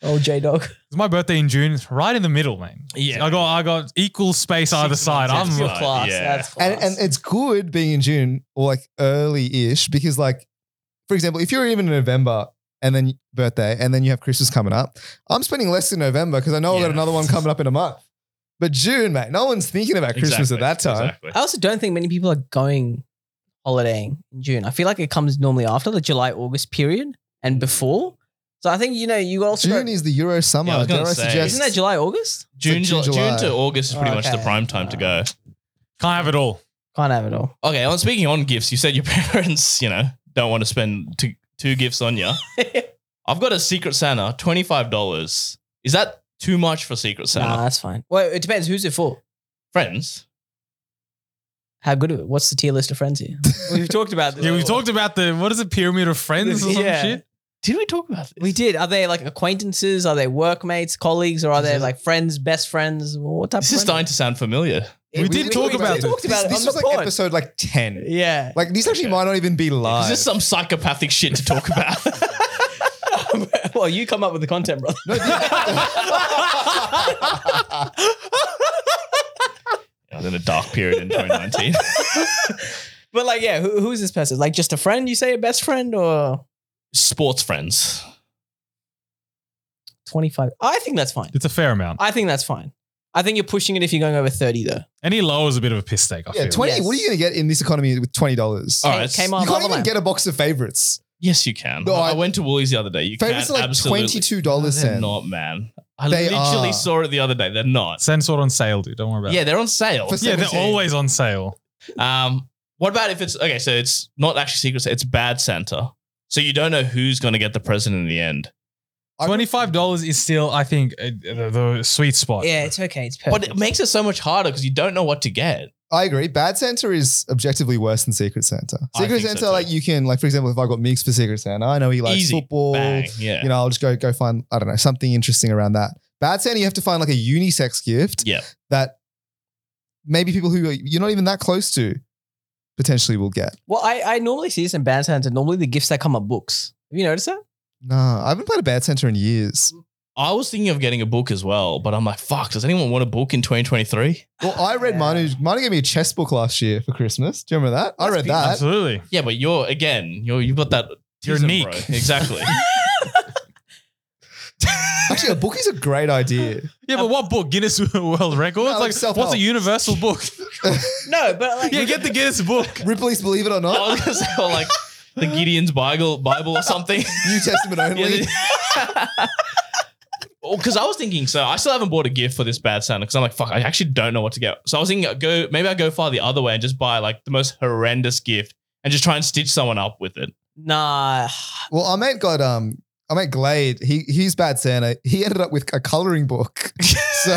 [SPEAKER 1] Oh J Dog.
[SPEAKER 4] it's my birthday in June. It's right in the middle, man.
[SPEAKER 2] Yeah.
[SPEAKER 4] I got I got equal space either side. I'm
[SPEAKER 1] That's your
[SPEAKER 2] right,
[SPEAKER 1] class.
[SPEAKER 2] yeah.
[SPEAKER 1] That's class.
[SPEAKER 3] And, and it's good being in June or like early ish because, like, for example, if you're even in November and then birthday and then you have Christmas coming up, I'm spending less in November because I know I've got
[SPEAKER 2] Yeah.
[SPEAKER 3] another one coming up in a month. But June, mate, no one's thinking about Christmas
[SPEAKER 2] Exactly,
[SPEAKER 3] at that time.
[SPEAKER 2] exactly.
[SPEAKER 1] I also don't think many people are going Mm. holidaying in June. I feel like it comes normally after the July August period and before. So I think you know you also
[SPEAKER 3] June is the Euro summer.
[SPEAKER 2] Yeah, I was
[SPEAKER 3] Dare
[SPEAKER 2] gonna
[SPEAKER 3] I
[SPEAKER 2] say.
[SPEAKER 3] suggest
[SPEAKER 1] isn't that July August?
[SPEAKER 2] June,
[SPEAKER 3] June,
[SPEAKER 2] June,
[SPEAKER 3] July.
[SPEAKER 2] to August is pretty much the
[SPEAKER 1] Okay.
[SPEAKER 2] prime time to go.
[SPEAKER 4] Can't have it all.
[SPEAKER 1] Can't have it all.
[SPEAKER 2] Okay, on speaking on gifts, you said your *laughs* parents, you know, don't want to spend two, two gifts on you. I've got a Secret Santa, twenty five dollars. Is that too much for Secret Santa?
[SPEAKER 1] Nah, that's fine. Well, it depends who's it for.
[SPEAKER 2] Friends,
[SPEAKER 1] How good of it? What's the tier list of friends here? *laughs* We've talked about this.
[SPEAKER 4] Yeah, we've
[SPEAKER 1] before.
[SPEAKER 4] talked about the what is it, pyramid of friends or some
[SPEAKER 1] Yeah.
[SPEAKER 4] shit?
[SPEAKER 2] did we talk about this?
[SPEAKER 1] We did. Are they like acquaintances? Are they workmates, colleagues, or are they like friends, best friends? What type
[SPEAKER 2] This
[SPEAKER 1] of
[SPEAKER 2] is
[SPEAKER 1] friends?
[SPEAKER 2] starting to sound familiar.
[SPEAKER 1] Yeah,
[SPEAKER 4] We did talk about
[SPEAKER 1] we
[SPEAKER 4] it.
[SPEAKER 1] talked about
[SPEAKER 3] this,
[SPEAKER 1] it on
[SPEAKER 3] this was
[SPEAKER 1] the
[SPEAKER 3] like
[SPEAKER 1] pod.
[SPEAKER 3] episode like ten.
[SPEAKER 1] Yeah.
[SPEAKER 3] Like these actually might not even be
[SPEAKER 2] Is
[SPEAKER 3] live.
[SPEAKER 2] this some psychopathic shit to talk about?
[SPEAKER 1] *laughs*
[SPEAKER 2] *laughs*
[SPEAKER 1] well, you come up with the content, brother. *laughs*
[SPEAKER 3] No, this-
[SPEAKER 2] I was in a dark period in 2019.
[SPEAKER 1] But like, yeah, who, who's this person? Like, just a friend? You say a best friend or
[SPEAKER 2] *laughs* Sports friends.
[SPEAKER 1] twenty five? I think that's fine.
[SPEAKER 4] It's a fair amount.
[SPEAKER 1] I think that's fine. I think you're pushing it if you're going over thirty though.
[SPEAKER 4] Any lower is a bit of a piss take. I
[SPEAKER 3] *laughs* yeah,
[SPEAKER 4] feel.
[SPEAKER 3] twenty.
[SPEAKER 1] Yes. Oh,
[SPEAKER 3] What are you gonna get in this economy with twenty dollars?
[SPEAKER 2] All
[SPEAKER 1] Hey,
[SPEAKER 2] right,
[SPEAKER 1] Kmart,
[SPEAKER 3] You can't
[SPEAKER 1] Mama
[SPEAKER 3] even
[SPEAKER 1] Lamb.
[SPEAKER 3] get a box of favorites.
[SPEAKER 2] Yes, you can.
[SPEAKER 3] No, I-
[SPEAKER 2] I, I went to Woolies the other day. You
[SPEAKER 3] Favorites
[SPEAKER 2] can
[SPEAKER 3] are like
[SPEAKER 2] absolutely.
[SPEAKER 3] twenty-two dollars.
[SPEAKER 2] They're not, man. I
[SPEAKER 3] They
[SPEAKER 2] literally
[SPEAKER 3] are.
[SPEAKER 2] saw it the other day. They're not.
[SPEAKER 4] Send sort on sale, dude. Don't worry about
[SPEAKER 2] Yeah,
[SPEAKER 4] it.
[SPEAKER 2] they're on sale.
[SPEAKER 3] For-
[SPEAKER 4] Yeah, they're
[SPEAKER 3] 17.
[SPEAKER 4] always on sale.
[SPEAKER 2] Um, what about if it's okay? So it's not actually secret. Santa, It's bad Santa. So you don't know who's going to get the present in the end.
[SPEAKER 4] Twenty five dollars is still, I think, uh, the, the sweet spot.
[SPEAKER 1] Yeah, it's okay. It's perfect.
[SPEAKER 2] But it makes it so much harder because you don't know what to get.
[SPEAKER 3] I agree. Bad Santa is objectively worse than Secret Santa.
[SPEAKER 2] I
[SPEAKER 3] Secret
[SPEAKER 2] think so
[SPEAKER 3] Santa,
[SPEAKER 2] too.
[SPEAKER 3] like you can, like for example, if I got Meeks for Secret Santa, I know he likes
[SPEAKER 2] Easy.
[SPEAKER 3] football.
[SPEAKER 2] Bang. Yeah.
[SPEAKER 3] You know, I'll just go go find I don't know something interesting around that. Bad Santa, you have to find like a unisex gift
[SPEAKER 2] Yeah.
[SPEAKER 3] that maybe people who you're not even that close to potentially will get.
[SPEAKER 1] well, I, I normally see this in band stands, and normally the gifts that come are books. Have you noticed that?
[SPEAKER 3] Nah, I haven't played a Bad Santa in years.
[SPEAKER 2] I was thinking of getting a book as well, but I'm like, fuck, does anyone want a book in 2023?
[SPEAKER 3] Well, I read
[SPEAKER 1] Yeah.
[SPEAKER 3] Manu. Manu gave me a chess book last year for Christmas. Do you remember that? I
[SPEAKER 1] That's
[SPEAKER 3] read
[SPEAKER 1] beautiful.
[SPEAKER 3] that.
[SPEAKER 4] Absolutely.
[SPEAKER 2] Yeah, but you're, again, you're, you've got that.
[SPEAKER 4] You're
[SPEAKER 2] teasing,
[SPEAKER 4] neat.
[SPEAKER 2] bro.
[SPEAKER 4] *laughs*
[SPEAKER 2] Exactly.
[SPEAKER 3] Actually, a book is a
[SPEAKER 1] *laughs*
[SPEAKER 3] great idea.
[SPEAKER 4] Yeah, but what book? Guinness *laughs* World Records?
[SPEAKER 3] No, like
[SPEAKER 4] like,
[SPEAKER 3] self-help.
[SPEAKER 4] what's a
[SPEAKER 1] *laughs*
[SPEAKER 4] universal book?
[SPEAKER 1] No, but like,
[SPEAKER 4] yeah, get the Guinness book.
[SPEAKER 3] Ripley's Believe It or
[SPEAKER 2] I
[SPEAKER 3] Not,
[SPEAKER 2] was going to say, or like, the Gideon's Bible, Bible
[SPEAKER 1] *laughs*
[SPEAKER 2] or something. *laughs*
[SPEAKER 3] New Testament only.
[SPEAKER 2] Because I was thinking, so I still haven't bought a gift for this bad Santa because I'm like, fuck, I actually don't know what to get. So I was thinking, go maybe I go far the other way and just buy like the most horrendous gift and just try and stitch someone up with it.
[SPEAKER 1] nah.
[SPEAKER 3] Well, our mate got um, our mate Glade. He he's bad Santa. He ended up with a coloring
[SPEAKER 2] *laughs*
[SPEAKER 3] book. so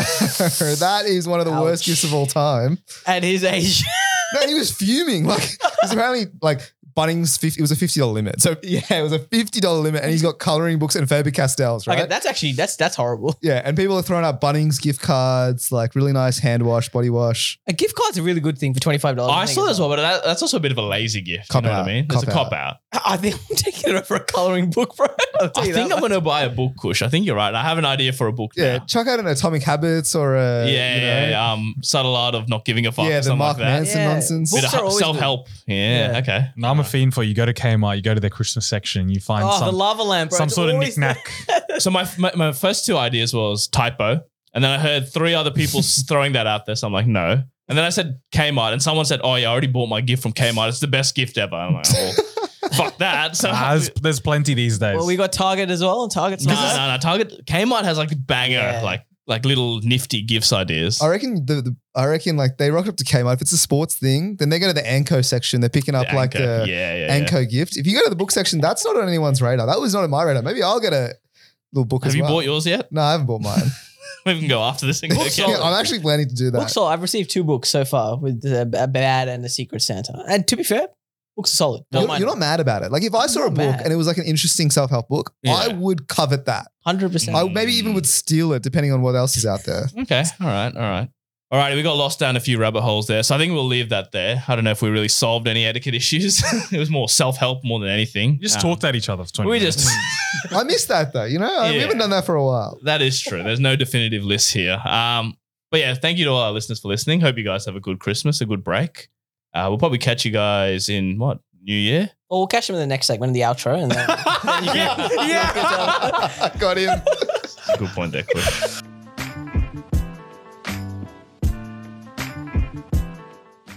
[SPEAKER 3] that is one of the worst
[SPEAKER 1] Ouch.
[SPEAKER 3] gifts of all time.
[SPEAKER 1] At his age, *laughs*
[SPEAKER 3] No, he was fuming. Like because apparently like Bunnings, 50, it was a fifty dollar limit. So yeah, it was a fifty dollar limit, and he's got coloring books and Faber Castells, right?
[SPEAKER 1] okay, that's actually that's that's horrible.
[SPEAKER 3] yeah, and people are throwing out Bunnings gift cards, like really nice hand wash, body wash.
[SPEAKER 1] A gift card's a really good thing for twenty five dollars.
[SPEAKER 2] I saw that as well, but that, that's also a bit of a lazy gift.
[SPEAKER 3] Cop
[SPEAKER 2] you know
[SPEAKER 3] out.
[SPEAKER 2] what I mean? There's
[SPEAKER 3] Cop
[SPEAKER 2] a cop out.
[SPEAKER 1] *laughs* I think I'm taking it over a coloring book, bro. I'll tell
[SPEAKER 2] I
[SPEAKER 1] you
[SPEAKER 2] think
[SPEAKER 1] that
[SPEAKER 2] I'm
[SPEAKER 1] much.
[SPEAKER 2] going to buy a book, Kush. I think you're right. I have an idea for a book
[SPEAKER 3] Yeah,
[SPEAKER 2] now.
[SPEAKER 3] chuck out an Atomic Habits or a
[SPEAKER 2] Yeah,
[SPEAKER 3] you know,
[SPEAKER 2] yeah, yeah. Um, subtle art of not giving a fuck.
[SPEAKER 3] yeah,
[SPEAKER 2] Yeah,
[SPEAKER 3] the
[SPEAKER 2] something
[SPEAKER 3] Mark
[SPEAKER 2] like that.
[SPEAKER 3] Manson
[SPEAKER 1] Yeah.
[SPEAKER 3] nonsense.
[SPEAKER 1] Books
[SPEAKER 2] Bit
[SPEAKER 1] are
[SPEAKER 2] of
[SPEAKER 1] always
[SPEAKER 2] self help. Yeah,
[SPEAKER 1] Yeah.
[SPEAKER 2] okay.
[SPEAKER 4] No, I'm a fiend for you. Go to Kmart, you go to their Christmas section, you find
[SPEAKER 1] Oh, the
[SPEAKER 4] some,
[SPEAKER 1] lava lamp, bro.
[SPEAKER 4] some
[SPEAKER 1] It's
[SPEAKER 4] sort of
[SPEAKER 1] always
[SPEAKER 4] knickknack.
[SPEAKER 2] *laughs*
[SPEAKER 1] *laughs*
[SPEAKER 2] So my, my my first two ideas was typo, and then I heard three other *laughs* people s- throwing that out there. So I'm like, no. And then I said Kmart, and someone said, oh yeah, I already bought my gift from Kmart. It's the best gift ever. I'm like, *laughs* oh, fuck that. So
[SPEAKER 4] Nah, there's, there's plenty these days.
[SPEAKER 1] Well, we got Target as well, and Target's
[SPEAKER 2] *laughs* no,
[SPEAKER 1] nice.
[SPEAKER 2] no, no. Target Kmart has like banger,
[SPEAKER 1] Yeah.
[SPEAKER 2] like like little nifty gifts ideas.
[SPEAKER 3] I reckon the, the I reckon like they rock up to Kmart. If it's a sports thing, then they go to the Anko section. They're picking
[SPEAKER 2] The
[SPEAKER 3] up like
[SPEAKER 2] uh, anchor.
[SPEAKER 3] the
[SPEAKER 2] yeah, yeah, yeah.
[SPEAKER 3] Anko gift. If you go to the book section, that's not on anyone's radar. That was not on my radar. Maybe I'll get a little book.
[SPEAKER 2] Have
[SPEAKER 3] as
[SPEAKER 2] you
[SPEAKER 3] well.
[SPEAKER 2] bought yours yet? *laughs*
[SPEAKER 3] No, I haven't bought mine.
[SPEAKER 2] We can go after this thing.
[SPEAKER 3] *laughs* Yeah, I'm actually planning to do that.
[SPEAKER 1] Books sold. I've received two books so far with the a bad and the Secret Santa. And to be fair, books are solid.
[SPEAKER 3] you're,
[SPEAKER 1] Don't mind.
[SPEAKER 3] you're not mad about it. Like if I saw a
[SPEAKER 1] not
[SPEAKER 3] book
[SPEAKER 1] mad.
[SPEAKER 3] and it was like an interesting self help book,
[SPEAKER 2] Yeah.
[SPEAKER 3] I would covet that.
[SPEAKER 1] hundred percent.
[SPEAKER 3] I maybe even would steal it, depending on what else is out
[SPEAKER 2] *laughs*
[SPEAKER 3] there.
[SPEAKER 2] Okay. All right. All right. All right. We got lost down a few rabbit holes there. So I think we'll leave that there. I don't know if we really solved any etiquette issues. *laughs* it was more self help more than anything.
[SPEAKER 4] You just
[SPEAKER 2] Um,
[SPEAKER 4] talked at each other for 20
[SPEAKER 2] We
[SPEAKER 4] minutes.
[SPEAKER 2] just, *laughs*
[SPEAKER 3] I miss that though. You know, I- we
[SPEAKER 2] Yeah.
[SPEAKER 3] haven't done that for a while.
[SPEAKER 2] that is true. There's no definitive list here. Um, but yeah, thank you to all our listeners for listening. Hope you guys have a good Christmas, a good break. Uh, we'll probably catch you guys in what? New Year?
[SPEAKER 1] Well, we'll catch them in the next segment, in the outro, and
[SPEAKER 2] *laughs*
[SPEAKER 1] then, then you can-
[SPEAKER 3] Got him.
[SPEAKER 2] Good point there, Chris.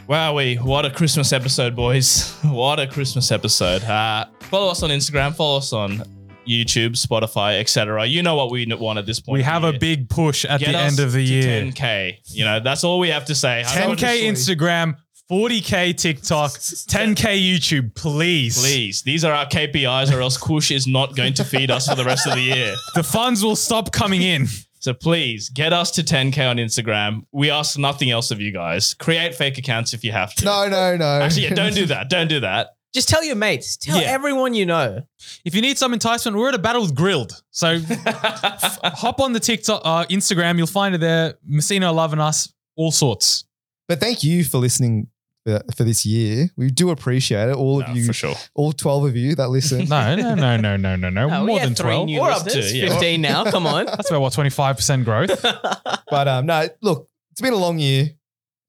[SPEAKER 2] Wowee, what a Christmas episode, boys. What a Christmas episode. Uh, follow us on Instagram, follow us on YouTube, Spotify, etc. You know what we n- want at this point.
[SPEAKER 4] We
[SPEAKER 2] in
[SPEAKER 4] have
[SPEAKER 2] the
[SPEAKER 4] a
[SPEAKER 2] year.
[SPEAKER 4] big push at
[SPEAKER 2] Get
[SPEAKER 4] the
[SPEAKER 2] us
[SPEAKER 4] end of the
[SPEAKER 2] to
[SPEAKER 4] year.
[SPEAKER 2] 10k. You know, that's all we have to say. I don't-
[SPEAKER 4] 10K Instagram, 40K TikTok, *laughs* 10K YouTube, please.
[SPEAKER 2] Please, these are our KPIs, or else Kush is not going to feed us for the rest of the year.
[SPEAKER 4] The funds will stop coming in.
[SPEAKER 2] So please get us to 10k on Instagram. We ask nothing else of you guys. Create fake accounts if you have to.
[SPEAKER 3] No, no, no.
[SPEAKER 2] Actually, yeah, don't do that. Don't do that.
[SPEAKER 3] *laughs*
[SPEAKER 1] Just tell your mates. Tell
[SPEAKER 2] Yeah.
[SPEAKER 1] everyone you know.
[SPEAKER 4] If you need some enticement, we're at a battle with Grilled. *laughs* So hop on the TikTok, uh, Instagram. You'll find it there. Messina loving us, all sorts.
[SPEAKER 3] But thank you for listening uh, for this year. We do appreciate it. All
[SPEAKER 2] No,
[SPEAKER 3] of you,
[SPEAKER 2] for sure.
[SPEAKER 3] all 12 of you that
[SPEAKER 2] *laughs*
[SPEAKER 3] listen.
[SPEAKER 4] No, no, no, no, no,
[SPEAKER 1] *laughs*
[SPEAKER 4] no, no.
[SPEAKER 1] Oh, we
[SPEAKER 4] More
[SPEAKER 1] had
[SPEAKER 4] than
[SPEAKER 1] three
[SPEAKER 4] 12.
[SPEAKER 1] new
[SPEAKER 2] We're up
[SPEAKER 1] listeners,
[SPEAKER 2] to, yeah.
[SPEAKER 1] 15 now. Come on.
[SPEAKER 4] That's about what, 25% growth?
[SPEAKER 3] But um, no, look, it's been a long year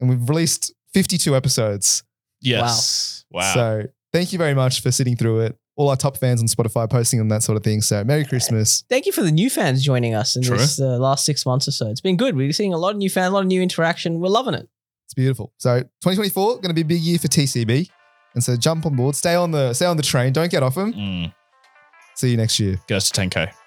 [SPEAKER 3] and we've released 52 episodes.
[SPEAKER 2] Yes. Wow.
[SPEAKER 3] So thank you very much for sitting through it. All our top fans on Spotify posting on that sort of thing. So Merry Christmas.
[SPEAKER 1] *laughs* Thank you for the new fans joining us in
[SPEAKER 2] True.
[SPEAKER 1] this uh, last six months or so. It's been good. We're seeing a lot of new fans, a lot of new interaction. We're loving it.
[SPEAKER 3] It's beautiful. So 2024 going to be a big year for TCB. And so jump on board, stay on the stay on the train, don't get off them.
[SPEAKER 2] Mm,
[SPEAKER 3] See you next year.
[SPEAKER 2] get us to 10k.